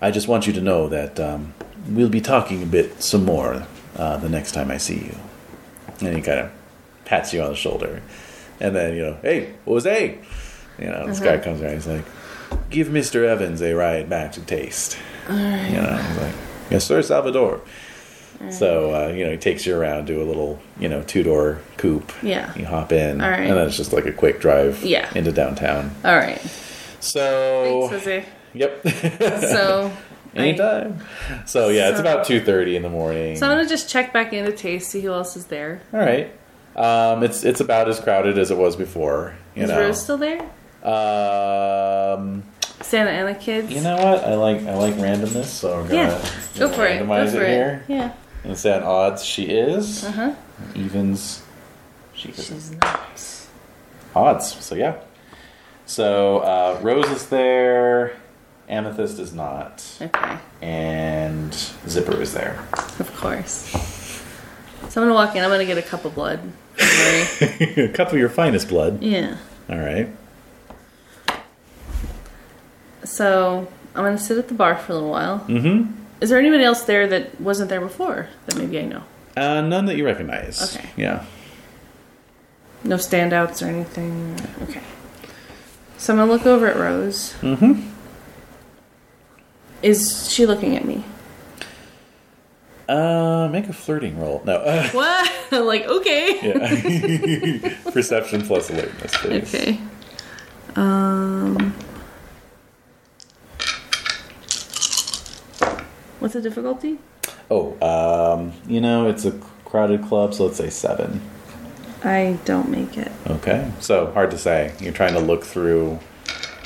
[SPEAKER 13] I just want you to know that, um, we'll be talking a bit some more, uh, the next time I see you. And he kind of pats you on the shoulder. And then, you know, hey, Jose! You know, this
[SPEAKER 5] Uh-huh.
[SPEAKER 13] guy comes around, he's like, give Mr. Evans a ride back to taste. You know, he's like, yes, sir, Salvador. So, uh, you know, he takes you around to a little, you know, two door coupe.
[SPEAKER 5] Yeah.
[SPEAKER 13] You hop in.
[SPEAKER 5] All right.
[SPEAKER 13] And then it's just like a quick drive
[SPEAKER 5] Yeah.
[SPEAKER 13] into downtown.
[SPEAKER 5] All right.
[SPEAKER 13] So,
[SPEAKER 5] Thanks, Jose.
[SPEAKER 13] yep.
[SPEAKER 5] So. I,
[SPEAKER 13] Oh. Anytime. So, yeah, it's
[SPEAKER 5] So-
[SPEAKER 13] about 2.30 in the morning.
[SPEAKER 5] so I'm gonna just check back into Taste, see who else is there.
[SPEAKER 13] All right. Um, it's it's about as crowded as it was before. You
[SPEAKER 5] Is
[SPEAKER 13] know.
[SPEAKER 5] Rose still there?
[SPEAKER 13] Um,
[SPEAKER 5] Santa Ana kids.
[SPEAKER 13] you know what? I like I like randomness, so we're gonna
[SPEAKER 5] Yeah. Go
[SPEAKER 13] gonna
[SPEAKER 5] for it. Go
[SPEAKER 13] randomize
[SPEAKER 5] for
[SPEAKER 13] it,
[SPEAKER 5] it.
[SPEAKER 13] here.
[SPEAKER 5] Yeah.
[SPEAKER 13] And say on odds she is.
[SPEAKER 5] Uh-huh.
[SPEAKER 13] Evens she is
[SPEAKER 5] She's nice.
[SPEAKER 13] odds. So yeah. So uh, Rose is there, Amethyst is not,
[SPEAKER 5] Okay.
[SPEAKER 13] and Zipper is there.
[SPEAKER 5] Of course. So I'm gonna walk in. I'm gonna get a cup of blood. Don't worry.
[SPEAKER 26] a cup of your finest blood.
[SPEAKER 5] yeah.
[SPEAKER 26] All right.
[SPEAKER 5] So I'm gonna sit at the bar for a little while. Mm-hmm. Is there anybody else there that wasn't there before that maybe I know?
[SPEAKER 26] Uh, none that you recognize.
[SPEAKER 5] Okay.
[SPEAKER 26] Yeah.
[SPEAKER 5] No standouts or anything. Okay. So I'm gonna look over at Rose. Mm-hmm. Is she looking at me?
[SPEAKER 26] Uh, make a flirting roll. No. Uh,
[SPEAKER 5] What? like okay.
[SPEAKER 26] perception plus alertness, please.
[SPEAKER 5] Okay. Um. What's the difficulty?
[SPEAKER 13] Oh, um, you know it's a crowded club, so let's say seven.
[SPEAKER 5] I don't make it.
[SPEAKER 13] Okay. So hard to say. You're trying to look through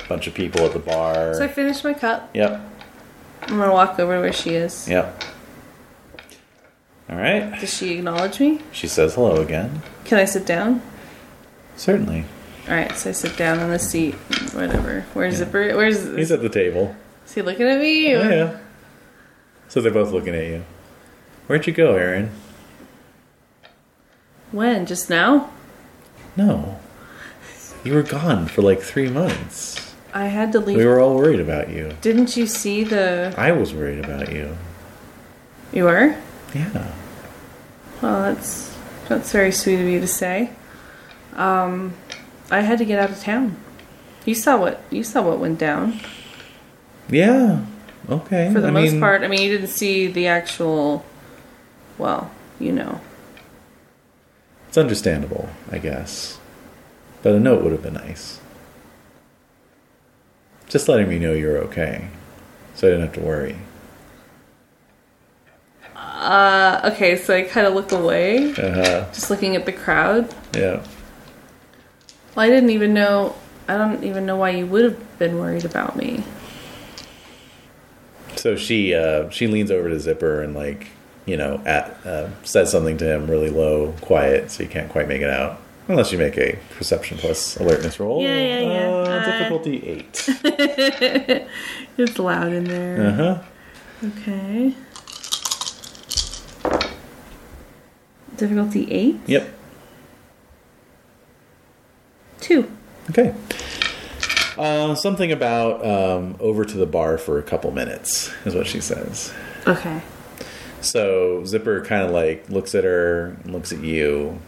[SPEAKER 13] a bunch of people at the bar.
[SPEAKER 5] So I finished my cup.
[SPEAKER 13] yep.
[SPEAKER 5] I'm gonna walk over to where she is.
[SPEAKER 13] Yep. All right.
[SPEAKER 5] Does she acknowledge me?
[SPEAKER 13] She says hello again.
[SPEAKER 5] Can I sit down?
[SPEAKER 13] Certainly.
[SPEAKER 5] All right, so I sit down on the seat, whatever. Where's Zipper? Where's
[SPEAKER 26] He's at the table.
[SPEAKER 5] is he looking at me?
[SPEAKER 26] Oh, yeah. So they're both looking at you. Where'd you go, Aaron?
[SPEAKER 5] When? Just now?
[SPEAKER 26] No. You were gone for like three months.
[SPEAKER 5] I had to leave.
[SPEAKER 26] We were all worried about you.
[SPEAKER 5] Didn't you see the?
[SPEAKER 26] I was worried about you.
[SPEAKER 5] You were?
[SPEAKER 26] Yeah.
[SPEAKER 5] Well, that's that's very sweet of you to say. Um, I had to get out of town. You saw what you saw what went down.
[SPEAKER 26] Yeah. Okay.
[SPEAKER 5] For the
[SPEAKER 26] I
[SPEAKER 5] most
[SPEAKER 26] mean,
[SPEAKER 5] part, I mean, you didn't see the actual. Well, you know.
[SPEAKER 26] It's understandable, I guess. But a note would have been nice. Just letting me know you're okay. So I didn't have to worry.
[SPEAKER 5] Uh, okay, so I kind of look away,
[SPEAKER 26] Uh-huh.
[SPEAKER 5] just looking at the crowd.
[SPEAKER 26] Yeah.
[SPEAKER 5] Well, I didn't even know. I don't even know why you would have been worried about me.
[SPEAKER 26] So she uh, she leans over to Zipper and like you know at, uh, says something to him really low, quiet, so you can't quite make it out.
[SPEAKER 13] Unless you make a perception plus alertness roll.
[SPEAKER 27] Yeah, yeah, yeah.
[SPEAKER 13] Uh,
[SPEAKER 27] Uh,
[SPEAKER 13] difficulty eight.
[SPEAKER 27] It's loud in there.
[SPEAKER 26] Uh-huh.
[SPEAKER 13] Uh huh.
[SPEAKER 27] Okay. Difficulty eight?
[SPEAKER 13] Yep.
[SPEAKER 27] Two.
[SPEAKER 13] Okay. Uh, something about um, over to the bar for a couple minutes is what she says.
[SPEAKER 27] Okay.
[SPEAKER 13] So Zipper kind of like looks at her, looks at you,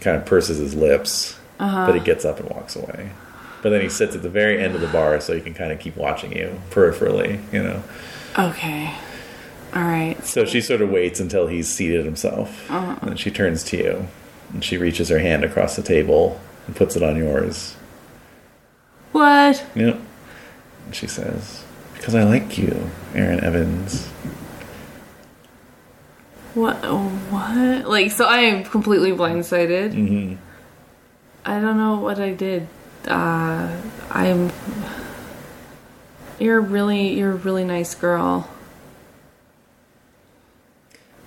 [SPEAKER 13] kind of purses his lips, but he gets up and walks away. But then he sits at the very end of the bar, so he can kind of keep watching you peripherally, you know.
[SPEAKER 5] Okay. All right.
[SPEAKER 13] So she sort of waits until he's seated himself, and then she turns to you, and she reaches her hand across the table and puts it on yours.
[SPEAKER 5] What?
[SPEAKER 13] Yep. And she says, "Because I like you, Aaron Evans."
[SPEAKER 5] What? What? Like, so I am completely blindsided. Mm-hmm. I don't know what I did. Uh, I'm. You're really, you're a really nice girl.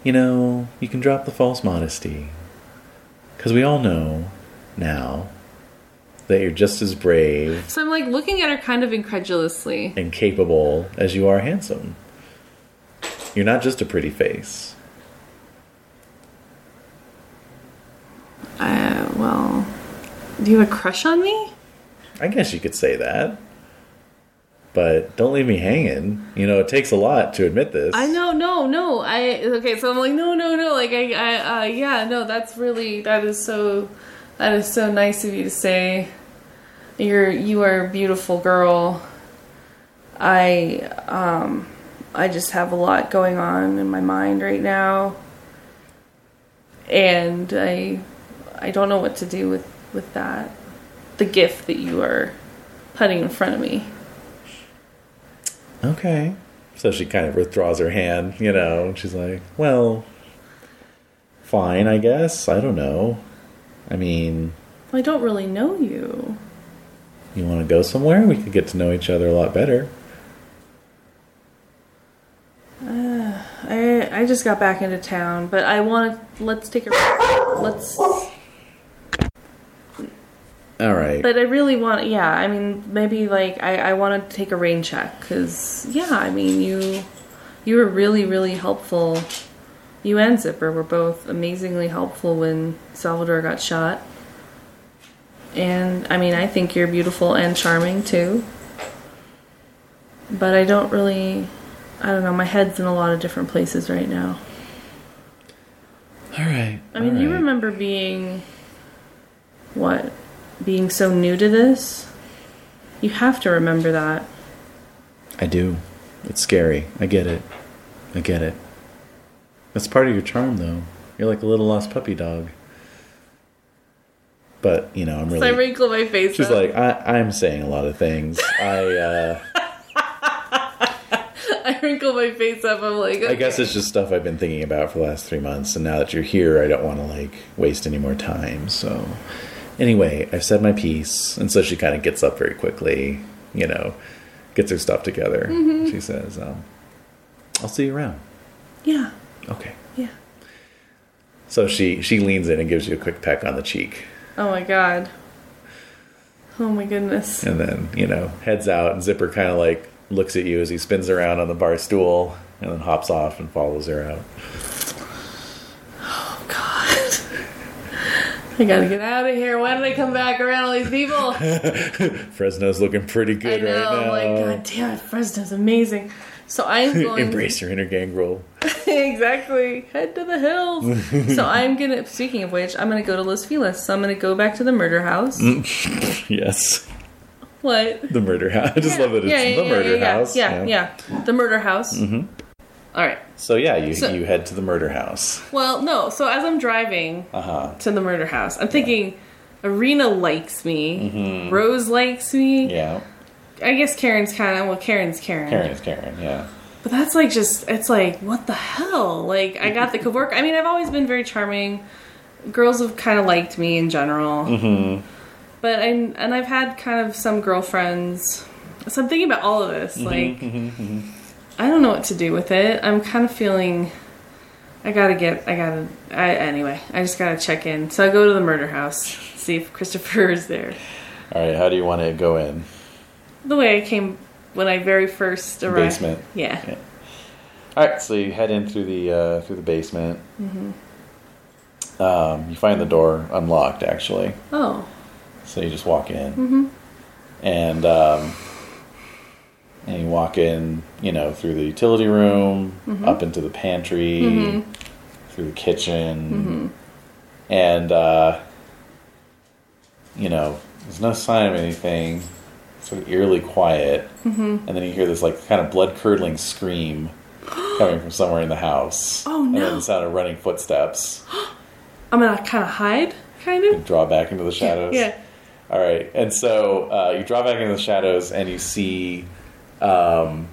[SPEAKER 13] You know, you can drop the false modesty. Because we all know now that you're just as brave
[SPEAKER 5] So I'm like looking at her kind of incredulously.
[SPEAKER 13] and capable as you are handsome. You're not just a pretty face.
[SPEAKER 5] Uh, well, do you have a crush on me?
[SPEAKER 13] I guess you could say that. But don't leave me hanging. You know, it takes a lot to admit this.
[SPEAKER 5] I know, no, no. I okay. So I'm like, no, no, no. Like I, I, uh, yeah, no. That's really that is so, that is so nice of you to say. You're you are a beautiful girl. I um, I just have a lot going on in my mind right now, and I, I don't know what to do with with that, the gift that you are putting in front of me.
[SPEAKER 13] Okay. So she kind of withdraws her hand, you know, and she's like, well, fine, I guess. I don't know. I mean,
[SPEAKER 5] I don't really know you.
[SPEAKER 13] You want to go somewhere? We could get to know each other a lot better.
[SPEAKER 5] I I just got back into town, but I want to let's take a let's.
[SPEAKER 13] All right.
[SPEAKER 5] But I really want, yeah. I mean, maybe like I I want to take a rain check because yeah. I mean, you you were really really helpful. You and Zipper were both amazingly helpful when Salvador got shot. And I mean, I think you're beautiful and charming too. But I don't really, I don't know. My head's in a lot of different places right now.
[SPEAKER 13] all right.
[SPEAKER 5] I mean, you remember being what? Being so new to this? You have to remember that.
[SPEAKER 13] I do. It's scary. I get it. I get it. That's part of your charm, though. You're like a little lost puppy dog. But you know, I'm
[SPEAKER 5] I
[SPEAKER 13] really.
[SPEAKER 5] wrinkle my face.
[SPEAKER 13] She's
[SPEAKER 5] up.
[SPEAKER 13] like, I, I'm saying a lot of things. I, uh,
[SPEAKER 5] I wrinkle my face up. I'm like,
[SPEAKER 13] I guess it's just stuff I've been thinking about for the last three months, and now that you're here, I don't want to like waste any more time. So, anyway, I've said my piece, and so she kind of gets up very quickly, you know, gets her stuff together.
[SPEAKER 5] Mm-hmm.
[SPEAKER 13] She says, um, "I'll see you around."
[SPEAKER 5] yeah,
[SPEAKER 13] Okay.
[SPEAKER 5] yeah.
[SPEAKER 13] So she she leans in and gives you a quick peck on the cheek,
[SPEAKER 5] Oh my god. Oh my goodness.
[SPEAKER 13] and then you know heads out. And Zipper kind of like looks at you as he spins around on the bar stool, and then hops off and follows her out.
[SPEAKER 5] God. I gotta get out of here. Why did I come back around all these people?
[SPEAKER 13] Fresno's looking pretty
[SPEAKER 5] I
[SPEAKER 13] good
[SPEAKER 5] know.
[SPEAKER 13] right now.
[SPEAKER 5] I'm like, god damn it, Fresno's amazing. So I'm going
[SPEAKER 13] Embrace your inner gangrel.
[SPEAKER 5] exactly. Head to the hills. so I'm gonna. Speaking of which, I'm gonna go to Los Feliz. So I'm gonna go back to the murder house.
[SPEAKER 13] Mm. Yes.
[SPEAKER 5] What?
[SPEAKER 13] The murder house. I just love that it's the murder
[SPEAKER 5] yeah,
[SPEAKER 13] house. Mm-hmm.
[SPEAKER 5] Yeah, yeah, The murder house. All right.
[SPEAKER 13] So yeah, you
[SPEAKER 5] So-
[SPEAKER 13] you head to the murder house.
[SPEAKER 5] Well, no. So as I'm driving
[SPEAKER 13] Uh-huh.
[SPEAKER 5] to the murder house, I'm thinking. Arena likes me.
[SPEAKER 13] Mm-hmm.
[SPEAKER 5] Rose likes me.
[SPEAKER 28] Yeah.
[SPEAKER 5] I guess Karen's kind of well. Karen's Karen.
[SPEAKER 28] Karen's Karen, yeah.
[SPEAKER 5] But that's like just it's like what the hell? Like I got the coworker. I mean, I've always been very charming. Girls have kind of liked me in general. Mm-hmm. But I and I've had kind of some girlfriends. So I'm thinking about all of this.
[SPEAKER 13] Mm-hmm,
[SPEAKER 5] like I don't know what to do with it. I'm kind of feeling. I gotta get. I gotta. I anyway. I just gotta check in. So I go to the murder house. see if Christopher is there.
[SPEAKER 13] All right, how do you want to go in?
[SPEAKER 5] The way I came when I very first arrived.
[SPEAKER 13] Basement.
[SPEAKER 5] Yeah.
[SPEAKER 13] Yeah. All right, so you head in through the uh, through the basement. Um, you find the door unlocked, actually.
[SPEAKER 5] Oh.
[SPEAKER 13] So you just walk in,
[SPEAKER 5] Mm-hmm.
[SPEAKER 13] and um, and you walk in, you know, through the utility room,
[SPEAKER 5] Mm-hmm.
[SPEAKER 13] up into the pantry, through the
[SPEAKER 5] Mm-hmm.
[SPEAKER 13] kitchen, and uh, you know, there's no sign of anything. It's sort of eerily quiet,
[SPEAKER 5] Mm-hmm.
[SPEAKER 13] and then you hear this like kind of blood curdling scream coming from somewhere in the house.
[SPEAKER 5] Oh,
[SPEAKER 13] And
[SPEAKER 5] no.
[SPEAKER 13] then the sound of running footsteps.
[SPEAKER 5] I'm gonna kind of hide, kind of.
[SPEAKER 13] Draw back into the shadows.
[SPEAKER 5] Yeah.
[SPEAKER 13] All right, and so uh, you draw back into the shadows, and you see, um,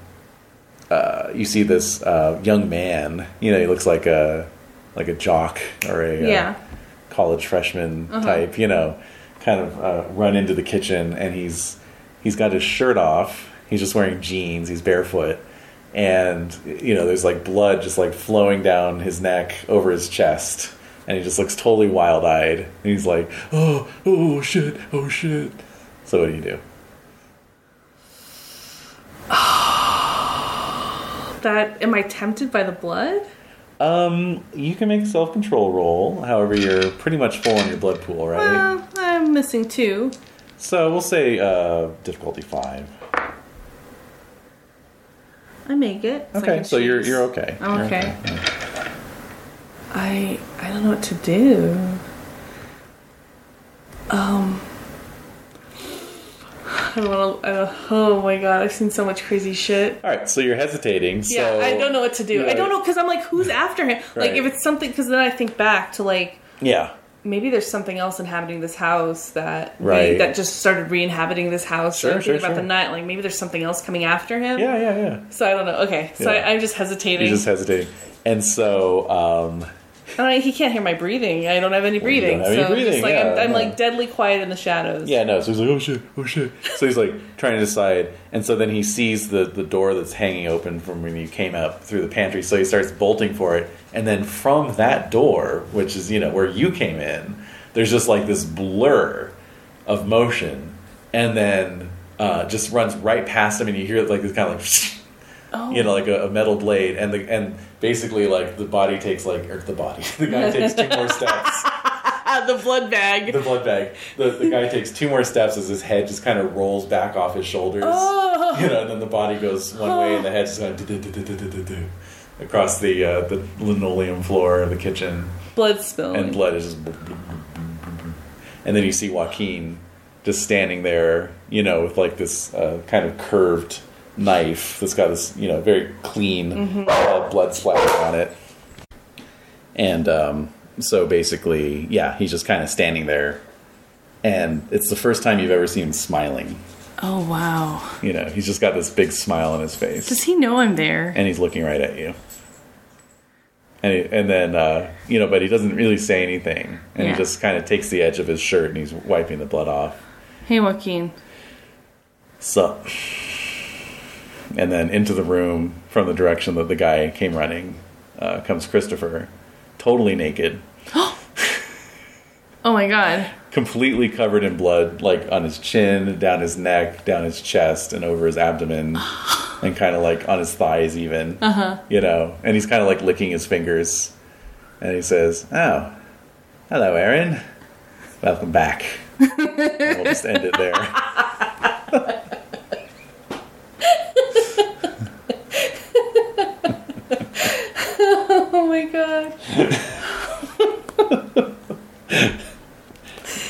[SPEAKER 13] uh, you see this uh, young man. You know, he looks like a like a jock or a uh,
[SPEAKER 5] Yeah.
[SPEAKER 13] college freshman type. You know, kind of uh, run into the kitchen, and he's he's got his shirt off. He's just wearing jeans. He's barefoot, and you know, there's like blood just like flowing down his neck over his chest. And he just looks totally wild eyed. And he's like, oh, oh, shit, oh, shit. So, what do you do?
[SPEAKER 5] That am I tempted by the blood?
[SPEAKER 13] Um, you can make a self control roll. However, you're pretty much full on your blood pool, right?
[SPEAKER 5] Uh, I'm missing two.
[SPEAKER 13] So we'll say uh, difficulty five.
[SPEAKER 5] I make it. so I
[SPEAKER 13] Okay,
[SPEAKER 5] can
[SPEAKER 13] so you're
[SPEAKER 5] choose.
[SPEAKER 13] you're okay.
[SPEAKER 5] I'm
[SPEAKER 13] You're
[SPEAKER 5] okay. I I don't know what to do. Um, I want to. Oh my god! I've seen so much crazy shit.
[SPEAKER 13] All right, so you're hesitating. So
[SPEAKER 5] yeah, I don't know what to do. I
[SPEAKER 13] Yeah.
[SPEAKER 5] don't know because I'm like, who's after him? Like,
[SPEAKER 13] Right.
[SPEAKER 5] if it's something, because then I think back to like
[SPEAKER 13] Yeah,
[SPEAKER 5] maybe there's something else inhabiting this house that
[SPEAKER 13] Right.
[SPEAKER 5] that just started re-inhabiting this house.
[SPEAKER 13] Sure,
[SPEAKER 5] and I think
[SPEAKER 13] sure,
[SPEAKER 5] about
[SPEAKER 13] sure.
[SPEAKER 5] the night, like maybe there's something else coming after him.
[SPEAKER 13] yeah, yeah, yeah.
[SPEAKER 5] So I don't know. Okay, so
[SPEAKER 13] Yeah.
[SPEAKER 5] I, I'm just hesitating.
[SPEAKER 13] You're just hesitating, and so um,
[SPEAKER 5] And I, he can't hear my breathing. I don't have any breathing.
[SPEAKER 13] don't have any
[SPEAKER 5] so
[SPEAKER 13] breathing,
[SPEAKER 5] just like I'm,
[SPEAKER 13] yeah,
[SPEAKER 5] I'm
[SPEAKER 13] yeah.
[SPEAKER 5] like deadly quiet in the shadows.
[SPEAKER 13] Yeah, no. So he's like, oh shit, oh shit. So he's like trying to decide, and so then he sees the the door that's hanging open from when you came up through the pantry. So he starts bolting for it, and then from that door, which is you know where you came in, there's just like this blur of motion, and then uh, just runs right past him, and you hear like this kind of like. You know, like a, a metal blade, and the and basically like the body takes like or the body, the guy takes two more steps,
[SPEAKER 5] Ah, the blood bag.
[SPEAKER 13] the blood bag. The, the guy takes two more steps as his head just kind of rolls back off his shoulders. You know, and then the body goes one way and the head's just kind of do-do-do-do-do-do-do across the uh, the linoleum floor of the kitchen,
[SPEAKER 5] blood spill.
[SPEAKER 13] and blood is just. And then you see Joaquin just standing there, you know, with like this uh, kind of curved knife that's got this, you know, very clean uh, blood splatter on it. And um, so basically, yeah, he's just kind of standing there. And it's the first time you've ever seen him smiling.
[SPEAKER 23] Oh wow.
[SPEAKER 13] You know, he's just got this big smile on his face.
[SPEAKER 23] Does he know I'm there?
[SPEAKER 13] and he's looking right at you. And, he, and then, uh, you know, but he doesn't really say anything. And
[SPEAKER 23] Yeah.
[SPEAKER 13] he just kind of takes the edge of his shirt and he's wiping the blood off.
[SPEAKER 23] Hey Joaquin.
[SPEAKER 13] Sup? And then into the room from the direction that the guy came running uh, comes Christopher, totally naked,
[SPEAKER 23] Oh my god.
[SPEAKER 13] completely covered in blood, like on his chin, down his neck, down his chest, and over his abdomen, and kind of like on his thighs, even.
[SPEAKER 5] Uh-huh.
[SPEAKER 13] You know, and he's kind of like licking his fingers. And he says, Oh, hello, Aaron. Welcome back. and we'll just end it there.
[SPEAKER 5] oh my god.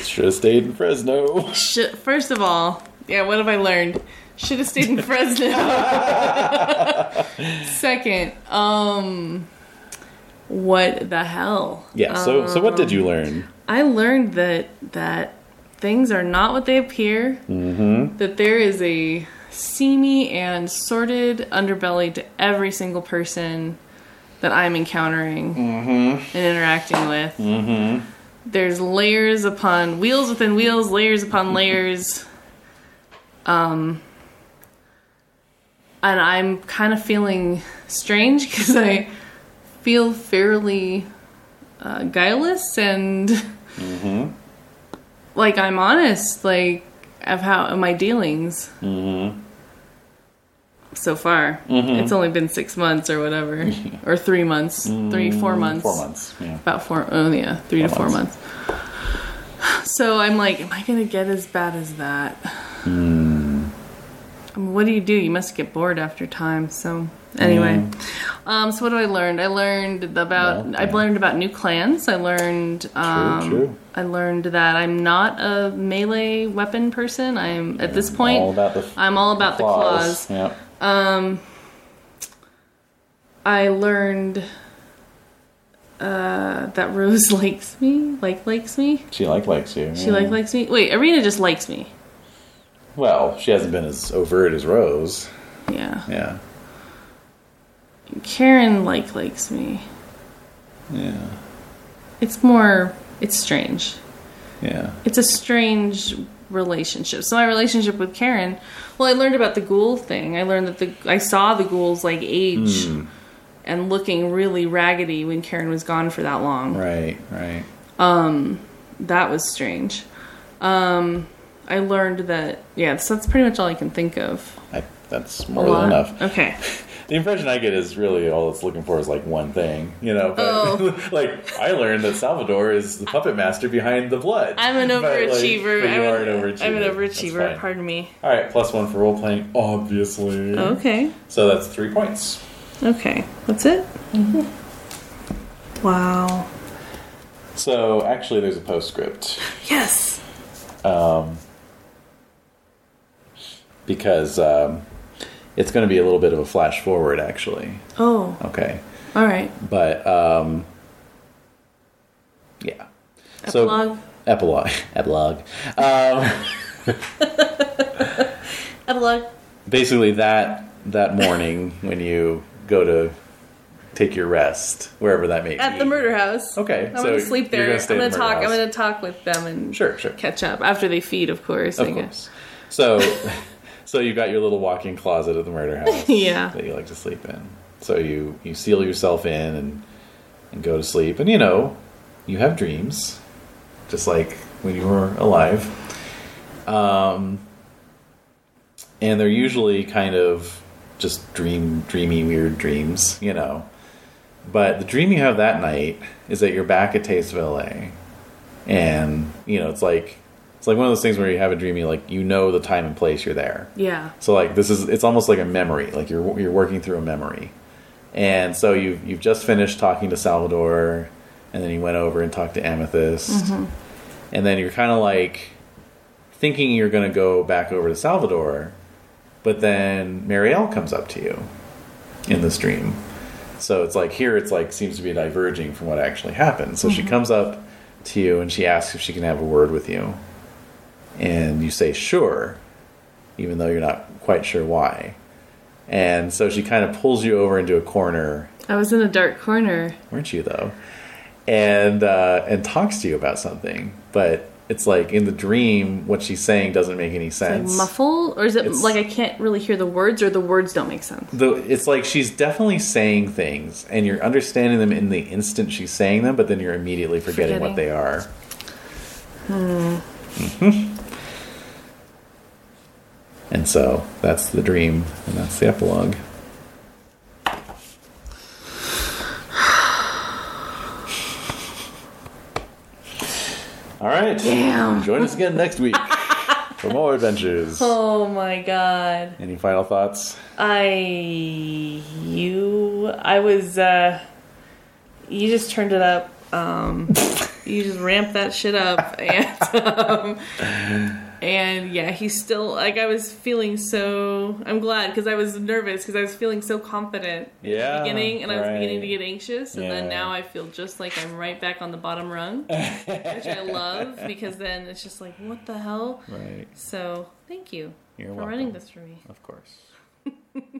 [SPEAKER 13] Should have stayed in Fresno.
[SPEAKER 23] Shit. First of all, yeah. What have I learned? Should have stayed in Fresno. Second, um, what the hell?
[SPEAKER 13] Yeah, so, so what
[SPEAKER 5] Um,
[SPEAKER 13] did you learn?
[SPEAKER 23] I learned that that things are not what they appear. That there is a seamy and sordid underbelly to every single person that I'm encountering and interacting with. Mm-hmm. There's layers upon wheels within wheels, layers upon layers. Um,
[SPEAKER 5] Um,
[SPEAKER 23] and I'm kind of feeling strange because I feel
[SPEAKER 5] Mm-hmm.
[SPEAKER 23] fairly uh, guileless and
[SPEAKER 5] like I'm honest, like of how of my dealings. Mm-hmm. So far, it's only been six months or whatever, or three months, three Mm, four months,
[SPEAKER 13] Four months. Yeah.
[SPEAKER 5] about four. Oh yeah, three to four
[SPEAKER 13] Four
[SPEAKER 5] months. So I'm like, am I gonna get as bad as that?
[SPEAKER 13] Hmm.
[SPEAKER 5] I mean, what do you do? You must get bored after time. So anyway, um, so what do I learned? I learned about
[SPEAKER 13] Hmm. Well,
[SPEAKER 5] I've
[SPEAKER 13] yeah.
[SPEAKER 5] learned about new clans. I learned um,
[SPEAKER 13] true.
[SPEAKER 5] I learned that I'm not a melee weapon person. I'm at this point.
[SPEAKER 13] all about the
[SPEAKER 5] I'm all about the claws.
[SPEAKER 13] Yeah.
[SPEAKER 5] I learned uh, that Rose likes me. Like likes me.
[SPEAKER 13] She like likes you.
[SPEAKER 5] She like likes me. Wait, Arena just likes me.
[SPEAKER 13] Well, she hasn't been as overt as Rose.
[SPEAKER 5] Yeah.
[SPEAKER 13] Yeah.
[SPEAKER 5] Karen like likes me.
[SPEAKER 13] Yeah.
[SPEAKER 5] It's more. It's strange.
[SPEAKER 13] Yeah.
[SPEAKER 5] It's a strange relationship. So my relationship with Karen. Well, I learned about the ghoul thing. I learned that the I saw the ghouls like age.
[SPEAKER 13] Hmm.
[SPEAKER 5] And looking really raggedy when Karen was gone for that long.
[SPEAKER 13] Right. Right.
[SPEAKER 5] that was strange. Um, I learned that, yeah, so that's pretty much all I can think of.
[SPEAKER 13] I, that's
[SPEAKER 5] A
[SPEAKER 13] more than
[SPEAKER 5] lot.
[SPEAKER 13] enough.
[SPEAKER 5] Okay.
[SPEAKER 13] The impression I get is really all it's looking for is like one thing, you know. But
[SPEAKER 5] Oh.
[SPEAKER 13] like I learned that Salvador is the puppet master behind the blood.
[SPEAKER 5] I'm an
[SPEAKER 13] But, like,
[SPEAKER 5] overachiever.
[SPEAKER 13] but you
[SPEAKER 5] I'm,
[SPEAKER 13] are an overachiever.
[SPEAKER 5] I'm an
[SPEAKER 13] That's
[SPEAKER 5] overachiever.
[SPEAKER 13] fine.
[SPEAKER 5] Pardon me.
[SPEAKER 13] All right, plus one for role playing, obviously.
[SPEAKER 5] Okay.
[SPEAKER 13] So that's three points.
[SPEAKER 5] Okay. That's it? Mm-hmm. Wow.
[SPEAKER 13] So actually, there's a postscript
[SPEAKER 5] Yes.
[SPEAKER 13] because um, it's going to be a little bit of a flash forward, actually.
[SPEAKER 5] Oh,
[SPEAKER 13] Okay,
[SPEAKER 5] all right.
[SPEAKER 13] but um, yeah.
[SPEAKER 5] Epilogue?
[SPEAKER 13] epilogue. Epilogue. Um,
[SPEAKER 5] Epilogue.
[SPEAKER 13] basically, that that morning when you go to take your rest, wherever that may be.
[SPEAKER 5] At the murder house.
[SPEAKER 13] Okay,
[SPEAKER 5] I'm
[SPEAKER 13] so
[SPEAKER 5] going to sleep
[SPEAKER 13] you're
[SPEAKER 5] there.
[SPEAKER 13] gonna stay
[SPEAKER 5] I'm going
[SPEAKER 13] at
[SPEAKER 5] to
[SPEAKER 13] the murder
[SPEAKER 5] talk. I'm
[SPEAKER 13] house.
[SPEAKER 5] going to talk with them and
[SPEAKER 13] Sure, sure.
[SPEAKER 5] catch up after they feed, of course. I
[SPEAKER 13] Of
[SPEAKER 5] guess.
[SPEAKER 13] course. So, so you got your little walk-in closet at the murder house.
[SPEAKER 5] Yeah.
[SPEAKER 13] that you like to sleep in. So you you seal yourself in and and go to sleep. And you know, you have dreams, just like when you were alive. Um, and they're usually kind of just dream, dreamy, weird dreams, you know. But the dream you have that night is that you're back at Taste of LA, and you know it's like it's like one of those things where you have a dream, you like you know the time and place you're there.
[SPEAKER 5] Yeah.
[SPEAKER 13] So like this is it's almost like a memory. Like you're you're working through a memory, and so you you've just finished talking to Salvador, and then you went over and talked to Amethyst, and then you're kind of like thinking you're going to go back over to Salvador, but then Marielle comes up to you in this dream. So it's like here it's like seems to be diverging from what actually happened. So she comes up to you and she asks if she can have a word with you. And you say sure, even though you're not quite sure why. And so she kind of pulls you over into a corner,
[SPEAKER 5] I was in a dark corner.
[SPEAKER 13] weren't you though? And uh, and talks to you about something, but it's like in the dream, what she's saying doesn't make any
[SPEAKER 5] Like
[SPEAKER 13] sense.
[SPEAKER 5] muffle? Or is it
[SPEAKER 13] it's- Mm.
[SPEAKER 5] like I can't really hear the words or the words don't make sense?
[SPEAKER 13] the, it's like she's definitely saying things, and you're understanding them in the instant she's saying them, but then you're immediately forgetting, what
[SPEAKER 5] Forgetting.
[SPEAKER 13] they are. Hmm. and so that's the dream, and that's the epilogue. All right. Join us again next week for more adventures.
[SPEAKER 5] Oh my god.
[SPEAKER 13] Any final thoughts?
[SPEAKER 5] I you I was uh you just turned it up. Um you just ramped that shit up and um, and yeah, he's still like I was feeling so I'm glad cuz I was nervous cuz I was feeling so confident
[SPEAKER 13] Yeah.
[SPEAKER 5] beginning and I was beginning to
[SPEAKER 13] right.
[SPEAKER 5] get anxious and then
[SPEAKER 13] Yeah.
[SPEAKER 5] now I feel just like I'm right back on the bottom rung, which I love because then it's just like what the hell?
[SPEAKER 13] Right.
[SPEAKER 5] So, thank you
[SPEAKER 13] You're
[SPEAKER 5] for
[SPEAKER 13] welcome.
[SPEAKER 5] running this for me.
[SPEAKER 13] Of course.